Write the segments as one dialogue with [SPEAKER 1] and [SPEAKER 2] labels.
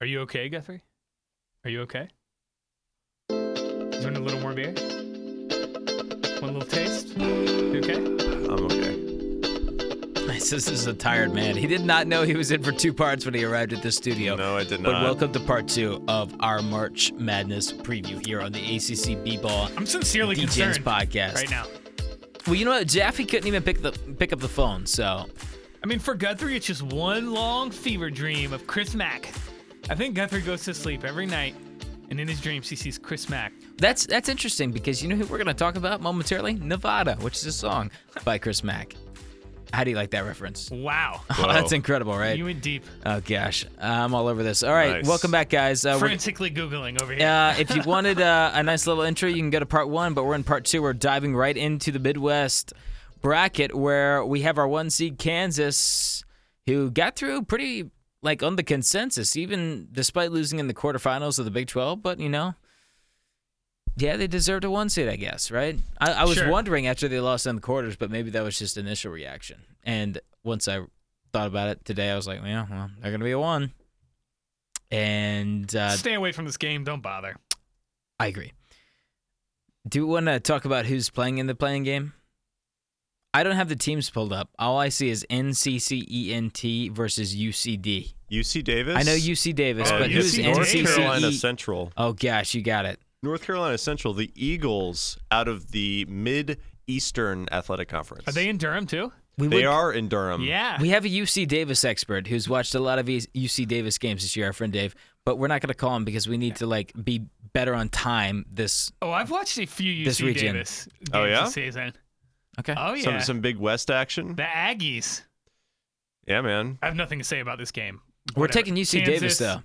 [SPEAKER 1] Are you okay, Guthrie? Are you okay? You want a little more beer? One little taste? You okay?
[SPEAKER 2] I'm okay.
[SPEAKER 3] This is a tired man. He did not know he was in for two parts when he arrived at the studio.
[SPEAKER 2] No, I did
[SPEAKER 3] But
[SPEAKER 2] not.
[SPEAKER 3] welcome to part two of our March Madness preview here on the ACC B-Ball.
[SPEAKER 1] I'm sincerely
[SPEAKER 3] DJ's
[SPEAKER 1] concerned
[SPEAKER 3] podcast.
[SPEAKER 1] right now.
[SPEAKER 3] Well, you know what? Jaffe couldn't even pick the pick up the phone, so
[SPEAKER 1] I mean, for Guthrie, it's just one long fever dream of Chris Mack. I think Guthrie goes to sleep every night, and in his dreams, he sees Chris Mack.
[SPEAKER 3] that's that's interesting because you know who we're gonna talk about momentarily? Nevada, which is a song by Chris Mack. How do you like that reference?
[SPEAKER 1] Wow.
[SPEAKER 2] Whoa.
[SPEAKER 3] that's incredible, right?
[SPEAKER 1] You went deep.
[SPEAKER 3] Oh gosh, I'm all over this. All right,
[SPEAKER 2] Nice.
[SPEAKER 3] welcome back, guys. Uh, we're-
[SPEAKER 1] Frantically Googling over here.
[SPEAKER 3] Uh, if you wanted uh, a nice little intro, you can go to part one, but we're in part two. We're diving right into the Midwest bracket where we have our one seed Kansas, who got through pretty like on the consensus, even despite losing in the quarterfinals of the Big 12. But you know, yeah, they deserved a one seed, I guess, right? I, I was
[SPEAKER 1] Sure.
[SPEAKER 3] wondering after they lost in the quarters, but maybe that was just initial reaction. And once I thought about it today, I was like, yeah, well, they're gonna be a one. And uh,
[SPEAKER 1] Stay away from this game. Don't bother.
[SPEAKER 3] I agree. Do you want to talk about who's playing in the playing game? I don't have the teams pulled up. All I see is NCCENT E versus UCD.
[SPEAKER 2] UC Davis.
[SPEAKER 3] I know UC Davis,
[SPEAKER 1] Oh,
[SPEAKER 2] and
[SPEAKER 3] but who's
[SPEAKER 1] UC
[SPEAKER 2] North
[SPEAKER 1] NCCE?
[SPEAKER 2] Carolina
[SPEAKER 3] NCCE?
[SPEAKER 2] Central.
[SPEAKER 3] E? Oh gosh, you got it.
[SPEAKER 2] North Carolina Central, the Eagles out of the Mid Eastern Athletic Conference.
[SPEAKER 1] Are they in Durham too?
[SPEAKER 3] We
[SPEAKER 2] They
[SPEAKER 3] would-
[SPEAKER 2] are in Durham.
[SPEAKER 1] Yeah.
[SPEAKER 3] Um, We have a UC Davis expert who's watched a lot of these UC Davis games this year, our friend Dave. But we're not going to call him because we need to like be better on time. This
[SPEAKER 1] oh, I've watched a few UC
[SPEAKER 3] This region.
[SPEAKER 1] Davis games
[SPEAKER 2] Oh, yeah?
[SPEAKER 1] this season.
[SPEAKER 3] okay.
[SPEAKER 1] Oh
[SPEAKER 2] Some
[SPEAKER 1] yeah.
[SPEAKER 2] some big West action.
[SPEAKER 1] the Aggies.
[SPEAKER 2] yeah, man.
[SPEAKER 1] I have nothing to say about this game.
[SPEAKER 3] we're
[SPEAKER 1] Whatever.
[SPEAKER 3] taking UC Davis
[SPEAKER 1] Kansas-
[SPEAKER 3] though.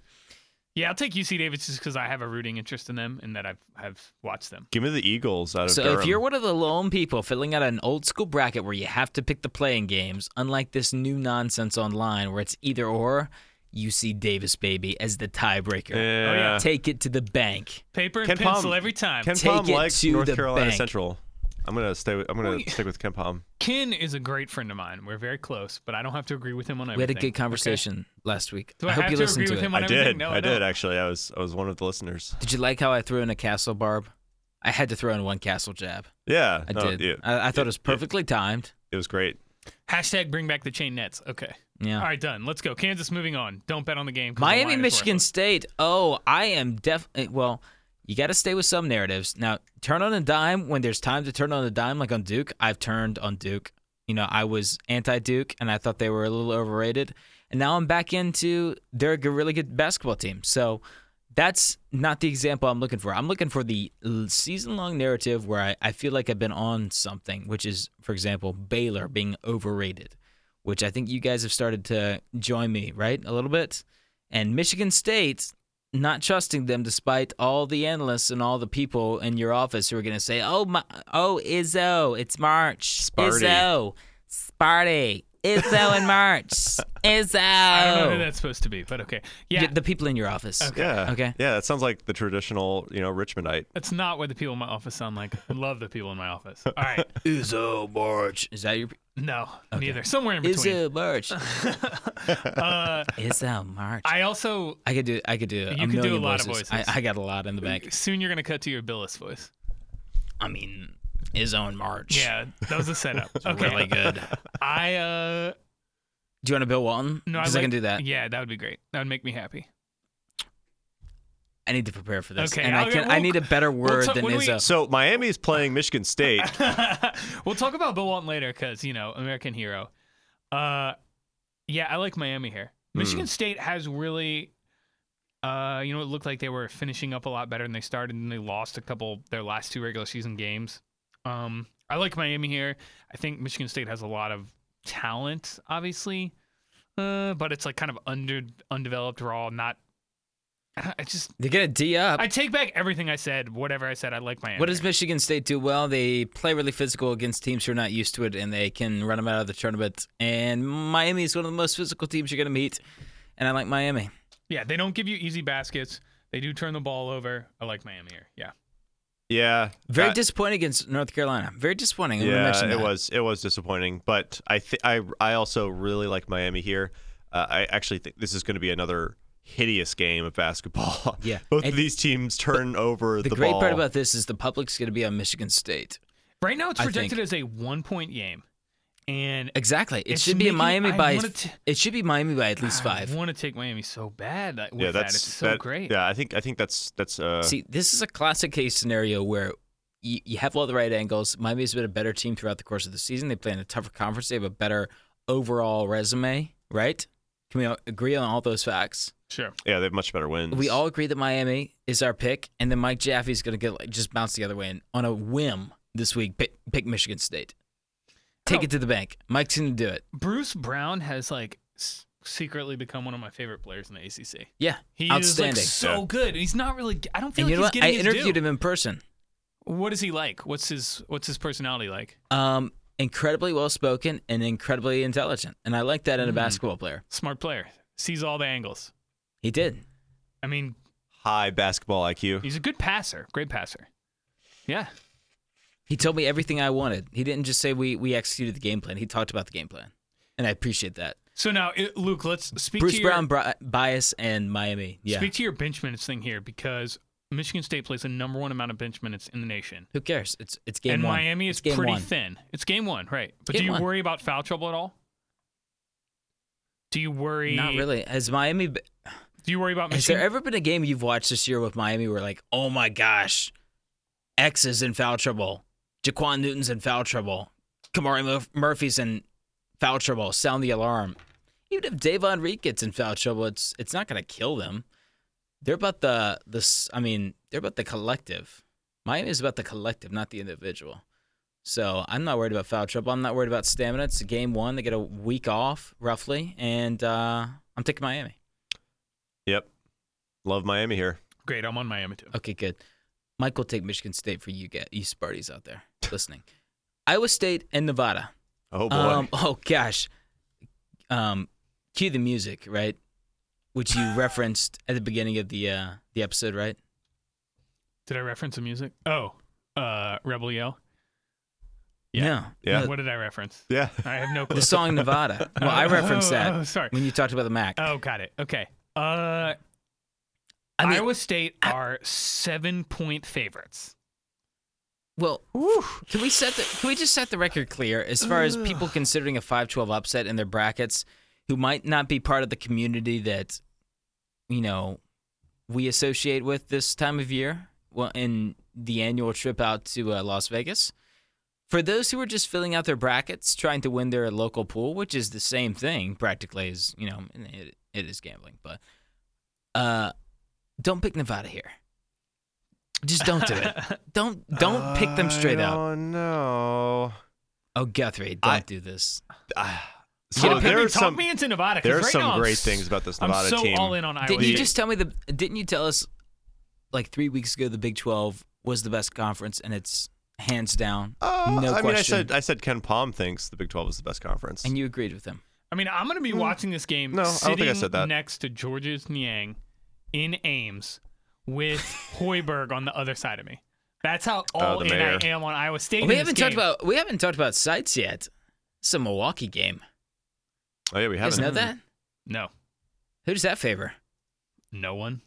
[SPEAKER 1] Yeah, I'll take UC Davis just because I have a rooting interest in them and that I've have watched them.
[SPEAKER 2] Give me the Eagles out of
[SPEAKER 3] So
[SPEAKER 2] Durham.
[SPEAKER 3] if you're one of the lone people filling out an old school bracket where you have to pick the playing games, unlike this new nonsense online where it's either or, you see Davis baby as the tiebreaker.
[SPEAKER 2] yeah.
[SPEAKER 1] Oh, yeah.
[SPEAKER 3] Take it to the bank.
[SPEAKER 1] Paper and
[SPEAKER 2] Ken Palm-
[SPEAKER 1] pencil every time.
[SPEAKER 2] Ken
[SPEAKER 3] Take
[SPEAKER 2] Palm
[SPEAKER 3] it
[SPEAKER 2] likes
[SPEAKER 3] to
[SPEAKER 2] North
[SPEAKER 3] the
[SPEAKER 2] Carolina
[SPEAKER 3] bank.
[SPEAKER 2] Central. I'm gonna stay. With, I'm gonna
[SPEAKER 1] Well,
[SPEAKER 2] stick with Ken Palm.
[SPEAKER 1] Ken is a great friend of mine. We're very close, but I don't have to agree with him on everything.
[SPEAKER 3] We had a good
[SPEAKER 1] okay?
[SPEAKER 3] conversation last week.
[SPEAKER 1] Do I,
[SPEAKER 3] hope
[SPEAKER 1] have
[SPEAKER 3] you
[SPEAKER 1] to
[SPEAKER 3] listened
[SPEAKER 1] agree
[SPEAKER 3] to
[SPEAKER 1] with
[SPEAKER 3] it.
[SPEAKER 1] him on
[SPEAKER 2] I
[SPEAKER 1] everything?
[SPEAKER 2] did.
[SPEAKER 1] No,
[SPEAKER 2] I did
[SPEAKER 1] don't.
[SPEAKER 2] actually. I was I was one of the listeners.
[SPEAKER 3] Did you like how I threw in a castle barb? I had to throw in one castle jab.
[SPEAKER 2] Oh, Yeah,
[SPEAKER 3] I
[SPEAKER 2] no,
[SPEAKER 3] did.
[SPEAKER 2] It,
[SPEAKER 3] I, I thought it was perfectly timed.
[SPEAKER 2] it was great.
[SPEAKER 1] Hashtag bring back the chain nets. Okay.
[SPEAKER 3] Yeah.
[SPEAKER 1] All right, done. Let's go. Kansas moving on. Don't bet on the game. 'cause the
[SPEAKER 3] Miami,
[SPEAKER 1] line is
[SPEAKER 3] Michigan
[SPEAKER 1] worthless.
[SPEAKER 3] State. Oh, I am definitely. Well, you got to stay with some narratives. Now, turn on a dime when there's time to turn on a dime, like on Duke. I've turned on Duke. You know, I was anti Duke and I thought they were a little overrated. And now I'm back into they're a g- really good basketball team. So that's not the example I'm looking for. I'm looking for the season long narrative where I, I feel like I've been on something, which is, for example, Baylor being overrated, which I think you guys have started to join me, right? A little bit and Michigan State not trusting them despite all the analysts and all the people in your office who are going to say, "Oh my, oh Izzo, it's March,
[SPEAKER 2] Sparty.
[SPEAKER 3] Izzo, Sparty, Izzo in March, Izzo."
[SPEAKER 1] I don't know who that's supposed to be, but okay. Yeah,
[SPEAKER 3] The people in your office.
[SPEAKER 2] Yeah.
[SPEAKER 3] Okay.
[SPEAKER 2] Yeah, that sounds like the traditional, you know, Richmondite.
[SPEAKER 1] that's not what the people in my office sound like. I love the people in my office. All right.
[SPEAKER 3] Izzo March. Is that your
[SPEAKER 1] No, neither. Somewhere in between.
[SPEAKER 3] Izzo March?
[SPEAKER 1] Uh,
[SPEAKER 3] Izzo March. I,
[SPEAKER 1] I also
[SPEAKER 3] could do. I could do.
[SPEAKER 1] You
[SPEAKER 3] a
[SPEAKER 1] could do a
[SPEAKER 3] million
[SPEAKER 1] lot of voices.
[SPEAKER 3] I, I got a lot in the back.
[SPEAKER 1] soon you're gonna cut to your Billis voice.
[SPEAKER 3] I mean, Izzo in March.
[SPEAKER 1] Yeah, that was a setup. Okay.
[SPEAKER 3] Really good.
[SPEAKER 1] I uh
[SPEAKER 3] Do you want to Bill Walton?
[SPEAKER 1] no,
[SPEAKER 3] Because
[SPEAKER 1] like,
[SPEAKER 3] I can do that.
[SPEAKER 1] Yeah, that would be great. That would make me happy.
[SPEAKER 3] I need to prepare for this.
[SPEAKER 1] Okay,
[SPEAKER 3] and I
[SPEAKER 1] I'll-
[SPEAKER 3] can. I
[SPEAKER 1] we'll-
[SPEAKER 3] need a better word
[SPEAKER 1] talk-
[SPEAKER 3] than
[SPEAKER 1] when we-
[SPEAKER 3] Izzo.
[SPEAKER 2] So Miami's playing Michigan State.
[SPEAKER 1] we'll talk about Bill Walton later because you know American hero. Uh, yeah, I like Miami here. Michigan State has really, uh, you know, it looked like they were finishing up a lot better than they started, and they lost a couple their last two regular season games. Um, I like Miami here. I think Michigan State has a lot of talent, obviously, uh, but it's like kind of under undeveloped, raw, not. I just
[SPEAKER 3] They're gonna d up.
[SPEAKER 1] I take back everything I said. Whatever I said, I like Miami.
[SPEAKER 3] what does
[SPEAKER 1] here.
[SPEAKER 3] Michigan State do well? They play really physical against teams who are not used to it, and they can run them out of the tournament. And Miami is one of the most physical teams you're gonna meet, and I like Miami.
[SPEAKER 1] Yeah, they don't give you easy baskets. They do turn the ball over. I like Miami here. Yeah.
[SPEAKER 2] yeah.
[SPEAKER 3] Very
[SPEAKER 1] Uh,
[SPEAKER 2] I-
[SPEAKER 3] disappointing against North Carolina. Very disappointing. I'm gonna
[SPEAKER 2] yeah,
[SPEAKER 3] mention
[SPEAKER 2] it
[SPEAKER 3] that.
[SPEAKER 2] was it was disappointing, but I th- I I also really like Miami here. Uh, I actually think this is going to be another hideous game of basketball.
[SPEAKER 3] Yeah.
[SPEAKER 2] Both of
[SPEAKER 3] And
[SPEAKER 2] these teams turn over
[SPEAKER 3] The,
[SPEAKER 2] the,
[SPEAKER 3] great
[SPEAKER 2] ball.
[SPEAKER 3] part about this is the public's going to be on Michigan State.
[SPEAKER 1] Right now, it's
[SPEAKER 3] I
[SPEAKER 1] projected
[SPEAKER 3] think-
[SPEAKER 1] as a one-point game, and
[SPEAKER 3] Exactly. It
[SPEAKER 1] It's
[SPEAKER 3] should be a
[SPEAKER 1] making-
[SPEAKER 3] Miami
[SPEAKER 1] I
[SPEAKER 3] by.
[SPEAKER 1] wanna t-
[SPEAKER 3] it should be Miami by at least
[SPEAKER 1] I
[SPEAKER 3] five.
[SPEAKER 1] want to take Miami so bad. That, with
[SPEAKER 2] yeah,
[SPEAKER 1] that.
[SPEAKER 2] that's
[SPEAKER 1] it's so
[SPEAKER 2] that-
[SPEAKER 1] great.
[SPEAKER 2] Yeah, I think I think that's that's uh
[SPEAKER 3] See, this is a classic case scenario where you, you have all the right angles. Miami's been a better team throughout the course of the season. They play in a tougher conference. They have a better overall resume, right? Can we all agree on all those facts?
[SPEAKER 1] Sure.
[SPEAKER 2] yeah, they have much better wins.
[SPEAKER 3] We all agree that Miami is our pick, and then Mike Jaffe's going to get like, just bounce the other way and on a whim this week pick, pick Michigan State. Take
[SPEAKER 1] Oh.
[SPEAKER 3] it to the bank. Mike's going to do it.
[SPEAKER 1] Bruce Brown has like s- secretly become one of my favorite players in the ACC.
[SPEAKER 3] Yeah,
[SPEAKER 1] He
[SPEAKER 3] outstanding.
[SPEAKER 1] is like so
[SPEAKER 2] Yeah.
[SPEAKER 1] good. He's not really. I don't feel
[SPEAKER 3] and
[SPEAKER 1] like
[SPEAKER 3] you know
[SPEAKER 1] he's
[SPEAKER 3] what?
[SPEAKER 1] getting
[SPEAKER 3] I
[SPEAKER 1] his
[SPEAKER 3] interviewed
[SPEAKER 1] due.
[SPEAKER 3] him in person.
[SPEAKER 1] What is he like? What's his What's his personality like?
[SPEAKER 3] Um, incredibly well spoken and incredibly intelligent, and I like that in a
[SPEAKER 1] Hmm.
[SPEAKER 3] basketball player.
[SPEAKER 1] Smart player. Sees all the angles.
[SPEAKER 3] He did.
[SPEAKER 1] I mean,
[SPEAKER 2] high basketball IQ.
[SPEAKER 1] he's a good passer. Great passer. Yeah.
[SPEAKER 3] He told me everything I wanted. He didn't just say we we executed the game plan. He talked about the game plan, and I appreciate that.
[SPEAKER 1] So now, it, Luke, let's speak
[SPEAKER 3] Bruce
[SPEAKER 1] to your,
[SPEAKER 3] Brown bri- bias and Miami. Yeah.
[SPEAKER 1] speak to your bench minutes thing here because Michigan State plays the number one amount of bench minutes in the nation.
[SPEAKER 3] Who cares? It's it's game
[SPEAKER 1] and
[SPEAKER 3] one.
[SPEAKER 1] Miami is
[SPEAKER 3] It's game
[SPEAKER 1] pretty
[SPEAKER 3] one.
[SPEAKER 1] thin. It's game one, right? But do
[SPEAKER 3] Game
[SPEAKER 1] you
[SPEAKER 3] one.
[SPEAKER 1] worry about foul trouble at all? Do you worry?
[SPEAKER 3] Not really. Has Miami? b-
[SPEAKER 1] Do you worry about
[SPEAKER 3] Has
[SPEAKER 1] Michigan?
[SPEAKER 3] there ever been a game you've watched this year with Miami where like, oh my gosh, X is in foul trouble, Jaquan Newton's in foul trouble, Kamari Mur- Murphy's in foul trouble. Sound the alarm. Even if Davon Reed gets in foul trouble, it's it's not gonna kill them. They're about the this. I mean, they're about the collective. Miami is about the collective, not the individual. So I'm not worried about foul trouble. I'm not worried about stamina. It's a game one. They get a week off roughly, and uh, I'm taking Miami.
[SPEAKER 2] Yep. Love Miami here.
[SPEAKER 1] Great, I'm on Miami too.
[SPEAKER 3] Okay, good. Mike will take Michigan State for you get you Sparties out there listening. Iowa State and Nevada.
[SPEAKER 2] Oh boy.
[SPEAKER 3] Um, oh gosh. Um, cue the music, right? Which you referenced at the beginning of the uh, the episode, right?
[SPEAKER 1] Did I reference the music? Oh, uh, Rebel Yell.
[SPEAKER 3] No.
[SPEAKER 2] Yeah.
[SPEAKER 3] No,
[SPEAKER 1] What did I reference?
[SPEAKER 2] yeah.
[SPEAKER 1] I have no clue.
[SPEAKER 3] Uh, The song Nevada. Well, I referenced
[SPEAKER 1] Oh,
[SPEAKER 3] that
[SPEAKER 1] Oh, sorry.
[SPEAKER 3] when you talked about the Mac.
[SPEAKER 1] Oh, got it. Okay. Uh,
[SPEAKER 3] I mean,
[SPEAKER 1] Iowa State are seven point favorites.
[SPEAKER 3] well, can we set the can we just set the record clear as far as people considering a 5-12 upset in their brackets who might not be part of the community that you know we associate with this time of year well in the annual trip out to uh, Las Vegas for those who are just filling out their brackets trying to win their local pool which is the same thing practically as you know it, it is gambling but uh don't pick Nevada here just don't do it don't don't pick them straight up
[SPEAKER 2] Oh no.
[SPEAKER 3] Oh, Guthrie, don't
[SPEAKER 2] I-
[SPEAKER 3] do this.
[SPEAKER 2] So
[SPEAKER 1] Talk
[SPEAKER 2] Oh, there
[SPEAKER 1] me,
[SPEAKER 2] are
[SPEAKER 1] talk
[SPEAKER 2] some
[SPEAKER 1] me into Nevada. 'cause
[SPEAKER 2] there are
[SPEAKER 1] right
[SPEAKER 2] some
[SPEAKER 1] now I'm
[SPEAKER 2] great
[SPEAKER 1] s-
[SPEAKER 2] things about this
[SPEAKER 1] I'm
[SPEAKER 2] Nevada
[SPEAKER 1] so
[SPEAKER 2] team.
[SPEAKER 1] all in on Iowa.
[SPEAKER 3] Didn't you
[SPEAKER 1] State.
[SPEAKER 3] just tell me the? Didn't you tell us like three weeks ago the Big Twelve was the best conference and it's hands down,
[SPEAKER 2] Uh,
[SPEAKER 3] no
[SPEAKER 2] I
[SPEAKER 3] question.
[SPEAKER 2] mean, I said I said Ken Palm thinks the Big 12 is the best conference.
[SPEAKER 3] and you agreed with him.
[SPEAKER 1] I mean, I'm going to be watching this game
[SPEAKER 2] Mm. No, I don't
[SPEAKER 1] sitting
[SPEAKER 2] think I said that.
[SPEAKER 1] next to George's Niang in Ames with Hoiberg on the other side of me. That's how all
[SPEAKER 2] Oh, the
[SPEAKER 1] in
[SPEAKER 2] mayor. Oh,
[SPEAKER 1] I am on Iowa State. in
[SPEAKER 3] we
[SPEAKER 1] this
[SPEAKER 3] haven't
[SPEAKER 1] game.
[SPEAKER 3] talked about we haven't talked about sites yet. It's a Milwaukee game.
[SPEAKER 2] oh yeah, we
[SPEAKER 3] You guys
[SPEAKER 2] haven't.
[SPEAKER 3] know that?
[SPEAKER 1] no,
[SPEAKER 3] Who does that favor?
[SPEAKER 1] no one.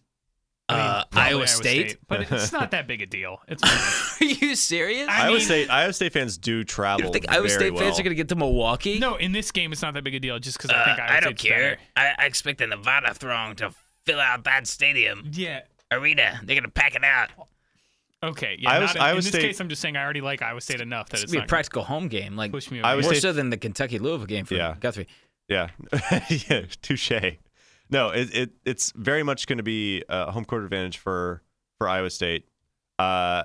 [SPEAKER 1] I mean,
[SPEAKER 3] Uh,
[SPEAKER 1] probably
[SPEAKER 3] Iowa State.
[SPEAKER 1] but it's not that big a deal. It's fine.
[SPEAKER 3] Are you serious?
[SPEAKER 1] I
[SPEAKER 2] Iowa
[SPEAKER 1] mean-
[SPEAKER 2] State Iowa State fans do travel.
[SPEAKER 3] you think Iowa
[SPEAKER 2] very
[SPEAKER 3] State fans
[SPEAKER 2] well.
[SPEAKER 3] are going to get to Milwaukee?
[SPEAKER 1] no, in this game, it's not that big a deal. Just because
[SPEAKER 3] Uh,
[SPEAKER 1] I think Iowa
[SPEAKER 3] I don't
[SPEAKER 1] State's
[SPEAKER 3] care.
[SPEAKER 1] better.
[SPEAKER 3] I, I expect the Nevada throng to fill out that stadium
[SPEAKER 1] Yeah.
[SPEAKER 3] arena. They're going to pack it out.
[SPEAKER 1] Okay. Yeah.
[SPEAKER 2] Iowa-
[SPEAKER 1] not in,
[SPEAKER 2] Iowa
[SPEAKER 1] in this
[SPEAKER 2] State-
[SPEAKER 1] case, I'm just saying I already like Iowa State enough that
[SPEAKER 3] It's
[SPEAKER 1] it's not
[SPEAKER 3] gonna be a
[SPEAKER 1] gonna
[SPEAKER 3] practical home game, like
[SPEAKER 1] push me. Over.
[SPEAKER 2] I Iowa
[SPEAKER 3] more
[SPEAKER 2] State-
[SPEAKER 3] so than the Kentucky Louisville game for
[SPEAKER 2] Yeah.
[SPEAKER 3] Guthrie.
[SPEAKER 2] Yeah, yeah, touche. No, it, it it's very much going to be a home court advantage for for Iowa State. Uh,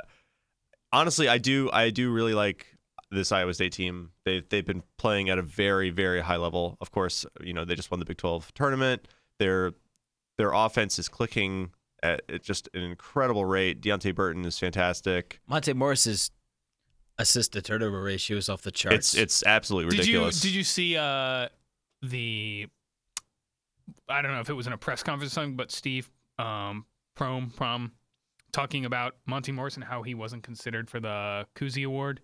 [SPEAKER 2] honestly, I do I do really like this Iowa State team. They they've been playing at a very very high level. Of course, you know they just won the Big Twelve tournament. Their their offense is clicking at at just an incredible rate. Deontay Burton is fantastic.
[SPEAKER 3] Monte Morris's assist to turnover ratio is off the charts.
[SPEAKER 2] It's it's absolutely
[SPEAKER 1] Did you
[SPEAKER 2] ridiculous.
[SPEAKER 1] did you see uh, the? I don't know if it was in a press conference or something, but Steve um, Prom Prom talking about Monty Morris and how he wasn't considered for the Kuzi Award,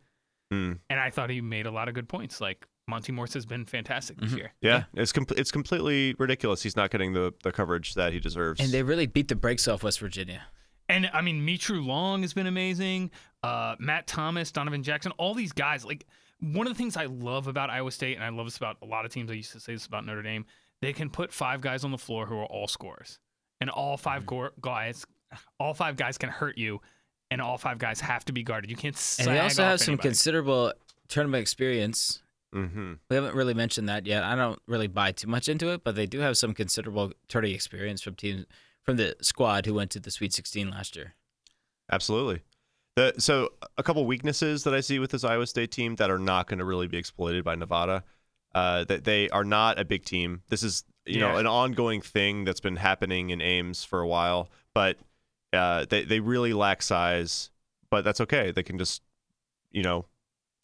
[SPEAKER 2] Hmm.
[SPEAKER 1] and I thought he made a lot of good points. Like Monty Morse has been fantastic this
[SPEAKER 3] Mhm.
[SPEAKER 1] year.
[SPEAKER 2] Yeah, it's com- it's completely ridiculous. He's not getting the, the coverage that he deserves.
[SPEAKER 3] And they really beat the brakes off West Virginia.
[SPEAKER 1] And I mean, Mitru Long has been amazing. Uh, Matt Thomas, Donovan Jackson, all these guys. Like one of the things I love about Iowa State, and I love this about a lot of teams. I used to say this about Notre Dame. They can put five guys on the floor who are all scorers, and all 5
[SPEAKER 3] Mm-hmm.
[SPEAKER 1] go- guys, all five guys can hurt you, and all five guys have to be guarded. You can't.
[SPEAKER 3] And
[SPEAKER 1] sag
[SPEAKER 3] they also
[SPEAKER 1] off
[SPEAKER 3] have some
[SPEAKER 1] anybody.
[SPEAKER 3] considerable tournament experience.
[SPEAKER 2] mm-hmm.
[SPEAKER 3] We haven't really mentioned that yet. I don't really buy too much into it, but they do have some considerable tourney experience from teams from the squad who went to the Sweet 16 last year.
[SPEAKER 2] Absolutely. The, so a couple weaknesses that I see with this Iowa State team that are not going to really be exploited by Nevada. Uh, that they are not a big team. This is you know
[SPEAKER 1] Yeah.
[SPEAKER 2] an ongoing thing that's been happening in Ames for a while, but uh, they they really lack size. But that's okay. They can just you know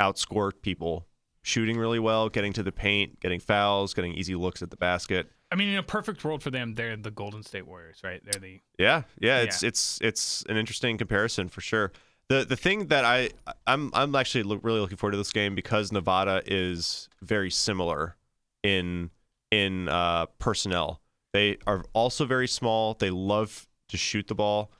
[SPEAKER 2] outscore people, shooting really well, getting to the paint, getting fouls, getting easy looks at the basket.
[SPEAKER 1] I mean, in a perfect world for them, they're the Golden State Warriors, right? They're the
[SPEAKER 2] Yeah, yeah, it's it's it's an interesting comparison for sure. The the thing that I I'm I'm actually loo- really looking forward to this game because Nevada is very similar in in uh, personnel. They are also very small. They love to shoot the ball.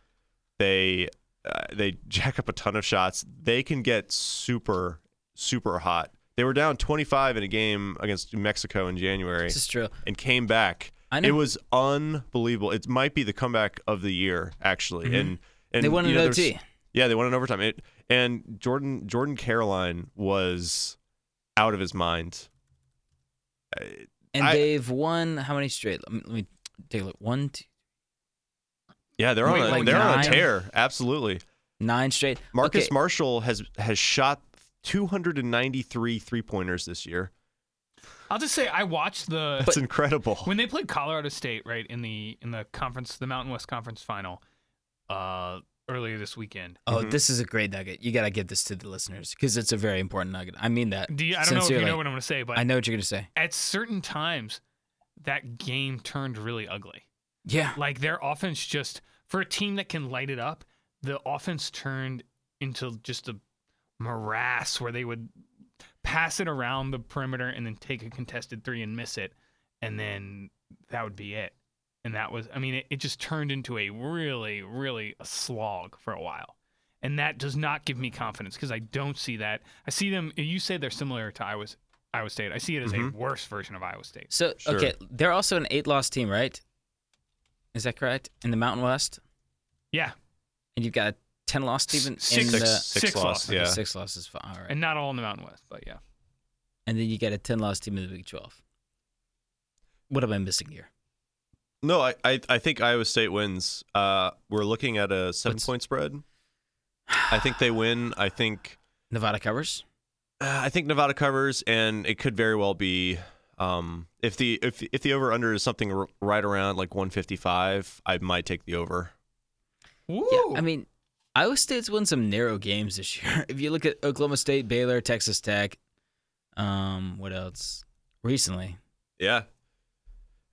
[SPEAKER 2] They uh, they jack up a ton of shots. They can get super super hot. They were down 25 in a game against New Mexico in January
[SPEAKER 3] This is true.
[SPEAKER 2] and came back.
[SPEAKER 3] I know.
[SPEAKER 2] It was unbelievable. It might be the comeback of the year, actually. And and
[SPEAKER 3] Mm-hmm. They won
[SPEAKER 2] you
[SPEAKER 3] an
[SPEAKER 2] know, there's-
[SPEAKER 3] OT.
[SPEAKER 2] Yeah, they won in overtime. It, and Jordan Jordan Caroline was out of his mind.
[SPEAKER 3] And
[SPEAKER 2] I-
[SPEAKER 3] they've won how many straight? Let me, let me take a look. One, two,
[SPEAKER 2] Yeah, they're
[SPEAKER 1] Wait,
[SPEAKER 2] on a,
[SPEAKER 1] like
[SPEAKER 2] they're on a
[SPEAKER 3] nine?
[SPEAKER 2] tear. Absolutely.
[SPEAKER 3] nine straight.
[SPEAKER 2] Marcus
[SPEAKER 3] Okay,
[SPEAKER 2] Marshall has has shot 293 three-pointers this year.
[SPEAKER 1] I'll just say I watched the
[SPEAKER 2] That's incredible.
[SPEAKER 1] when they played Colorado State right in the in the conference the Mountain West Conference final uh earlier this weekend.
[SPEAKER 3] Oh,
[SPEAKER 2] Mhm.
[SPEAKER 3] this is a great nugget. You got to give this to the listeners because it's a very important nugget. I mean that.
[SPEAKER 1] Do you, I don't know if you
[SPEAKER 3] sincerely.
[SPEAKER 1] know what I'm going to say, but
[SPEAKER 3] I know what you're going to say.
[SPEAKER 1] at certain times that game turned really ugly.
[SPEAKER 3] Yeah.
[SPEAKER 1] Like their offense just for a team that can light it up, the offense turned into just a morass where they would pass it around the perimeter and then take a contested three and miss it, and then that would be it. And that was, I mean, it, it just turned into a really, really a slog for a while. And that does not give me confidence because I don't see that. I see them. You say they're similar to Iowa, Iowa State. I see it as
[SPEAKER 2] Mhm.
[SPEAKER 1] a worse version of Iowa State.
[SPEAKER 3] So,
[SPEAKER 2] Sure.
[SPEAKER 3] okay, they're also an eight loss team, right? Is that correct? In the Mountain West?
[SPEAKER 1] Yeah,
[SPEAKER 3] And you've got a 10 loss team in, in
[SPEAKER 1] Six-
[SPEAKER 3] the.
[SPEAKER 1] six loss.
[SPEAKER 3] okay,
[SPEAKER 2] Yeah.
[SPEAKER 3] Six losses. fi- All right.
[SPEAKER 1] and not all in the Mountain West, but yeah.
[SPEAKER 3] and then you get a 10 loss team in the Big 12. What am I missing here?
[SPEAKER 2] No, I, I I think Iowa State wins. Uh, we're looking at a seven
[SPEAKER 3] What's-
[SPEAKER 2] point spread. I think they win. I think
[SPEAKER 3] Nevada covers?
[SPEAKER 2] uh, I think Nevada covers, and it could very well be um, if the if if the over under is something r- right around like one fifty five. I might take the over.
[SPEAKER 1] Woo!
[SPEAKER 3] Yeah. I mean, Iowa State's won some narrow games this year. If you look at Oklahoma State, Baylor, Texas Tech, um, what else? Recently.
[SPEAKER 2] Yeah.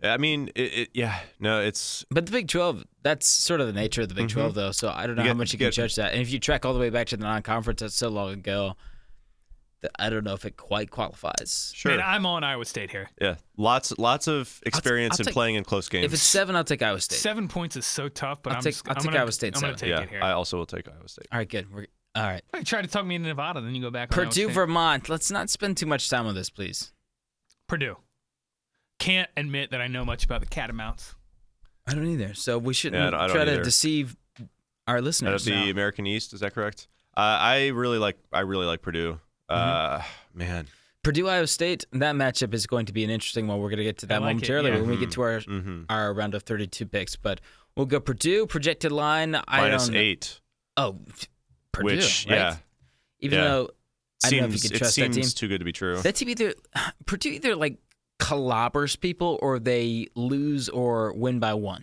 [SPEAKER 2] I mean, it, it, yeah. No, it's
[SPEAKER 3] But the Big 12, that's sort of the nature of the Big
[SPEAKER 2] Mhm.
[SPEAKER 3] 12, though. So I don't know
[SPEAKER 2] You
[SPEAKER 3] how
[SPEAKER 2] get-
[SPEAKER 3] much you
[SPEAKER 2] you
[SPEAKER 3] can
[SPEAKER 2] get-
[SPEAKER 3] judge that. And if you track all the way back to the non conference, that's so long ago that I don't know if it quite qualifies.
[SPEAKER 2] sure.
[SPEAKER 1] And I'm on Iowa State here.
[SPEAKER 2] yeah, lots lots of experience
[SPEAKER 3] I'll
[SPEAKER 2] in
[SPEAKER 3] take-
[SPEAKER 2] playing in close games.
[SPEAKER 3] If it's seven, I'll take Iowa State.
[SPEAKER 1] Seven points is so tough, but
[SPEAKER 3] I'll
[SPEAKER 1] am
[SPEAKER 3] take-
[SPEAKER 1] just,
[SPEAKER 3] I'll
[SPEAKER 1] I'm
[SPEAKER 3] take
[SPEAKER 1] gonna,
[SPEAKER 3] Iowa State
[SPEAKER 1] I'm going to
[SPEAKER 3] seven.
[SPEAKER 1] take
[SPEAKER 2] yeah,
[SPEAKER 1] it here.
[SPEAKER 2] I also will take Iowa State.
[SPEAKER 3] All right, good. We're, all right.
[SPEAKER 1] Well, you try to talk me into Nevada, then you go back. on Iowa
[SPEAKER 3] Purdue,
[SPEAKER 1] State.
[SPEAKER 3] Vermont. Let's not spend too much time on this, please.
[SPEAKER 1] Purdue. Can't admit that I know much about the Catamounts.
[SPEAKER 3] I don't either. So we shouldn't
[SPEAKER 2] I don't
[SPEAKER 3] try to
[SPEAKER 2] either.
[SPEAKER 3] deceive our
[SPEAKER 2] Out of
[SPEAKER 3] listeners.
[SPEAKER 2] Uh, the American East, is that correct? Uh, I really like I really like Purdue. Uh,
[SPEAKER 3] Mm-hmm.
[SPEAKER 2] man,
[SPEAKER 3] Purdue, Iowa State. That matchup is going to be an interesting one. We're going to get to that
[SPEAKER 1] I like it,
[SPEAKER 3] momentarily
[SPEAKER 1] yeah.
[SPEAKER 3] when we get
[SPEAKER 2] Mhm.
[SPEAKER 3] to our
[SPEAKER 2] mm-hmm.
[SPEAKER 3] our round of 32 picks. But we'll go Purdue projected line. I
[SPEAKER 2] minus
[SPEAKER 3] don't.
[SPEAKER 2] eight,
[SPEAKER 3] Oh, Purdue.
[SPEAKER 2] which
[SPEAKER 3] right?
[SPEAKER 2] yeah,
[SPEAKER 3] Even
[SPEAKER 2] yeah.
[SPEAKER 3] though I don't know if you
[SPEAKER 2] seems
[SPEAKER 3] could
[SPEAKER 2] it
[SPEAKER 3] trust that
[SPEAKER 2] seems
[SPEAKER 3] team.
[SPEAKER 2] too good to be true.
[SPEAKER 3] that team either Purdue either like clobbers people or they lose or win by one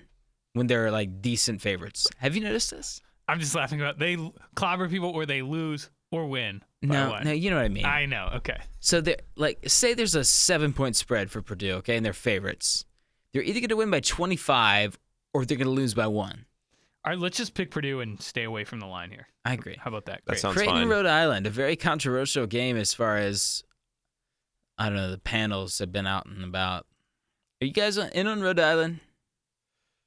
[SPEAKER 3] when they're like decent favorites. Have you noticed this?
[SPEAKER 1] I'm just laughing about they l- clobber people or they lose or win. by
[SPEAKER 3] No,
[SPEAKER 1] one.
[SPEAKER 3] no, you know what I mean.
[SPEAKER 1] I know. Okay.
[SPEAKER 3] So they're like, say there's a seven point spread for Purdue, okay, and they're favorites. They're either going to win by 25 or they're going to lose by one.
[SPEAKER 1] All right, let's just pick Purdue and stay away from the line here.
[SPEAKER 3] I agree.
[SPEAKER 1] How about that?
[SPEAKER 2] That
[SPEAKER 1] Great.
[SPEAKER 2] sounds
[SPEAKER 3] Creighton,
[SPEAKER 2] fine.
[SPEAKER 3] Rhode Island, a very controversial game as far as I don't know, the panels have been out and about. Are you guys on- in on Rhode Island?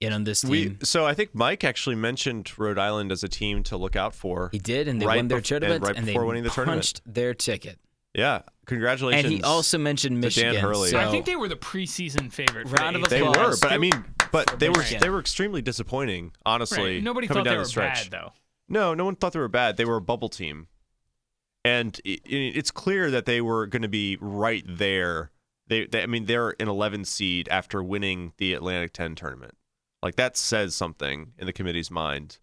[SPEAKER 3] In on this team?
[SPEAKER 2] We so I think Mike actually mentioned Rhode Island as a team to look out for.
[SPEAKER 3] he did, and they
[SPEAKER 2] right
[SPEAKER 3] won
[SPEAKER 2] bef-
[SPEAKER 3] their
[SPEAKER 2] and
[SPEAKER 3] tournament, and,
[SPEAKER 2] right
[SPEAKER 3] they
[SPEAKER 2] before winning the tournament.
[SPEAKER 3] punched their ticket.
[SPEAKER 2] Yeah, congratulations.
[SPEAKER 3] And he also mentioned
[SPEAKER 2] to Dan
[SPEAKER 3] Michigan.
[SPEAKER 2] Hurley.
[SPEAKER 3] so-
[SPEAKER 2] I
[SPEAKER 1] I think they were the preseason favorite. for
[SPEAKER 3] Round
[SPEAKER 1] the
[SPEAKER 3] of
[SPEAKER 1] eighth
[SPEAKER 2] they
[SPEAKER 1] seed.
[SPEAKER 2] were,
[SPEAKER 3] applause.
[SPEAKER 2] but I mean, but they were
[SPEAKER 3] Michigan.
[SPEAKER 2] they were extremely disappointing.
[SPEAKER 1] Right.
[SPEAKER 2] Honestly,
[SPEAKER 1] Nobody
[SPEAKER 2] coming
[SPEAKER 1] thought
[SPEAKER 2] down
[SPEAKER 1] they were
[SPEAKER 2] the stretch.
[SPEAKER 1] bad though.
[SPEAKER 2] No, no one thought they were bad. They were a bubble team, and i i- it's clear that they were going to be right there. They, they, I mean, they're an 11 seed after winning the Atlantic 10 tournament. Like that says something in the committee's mind.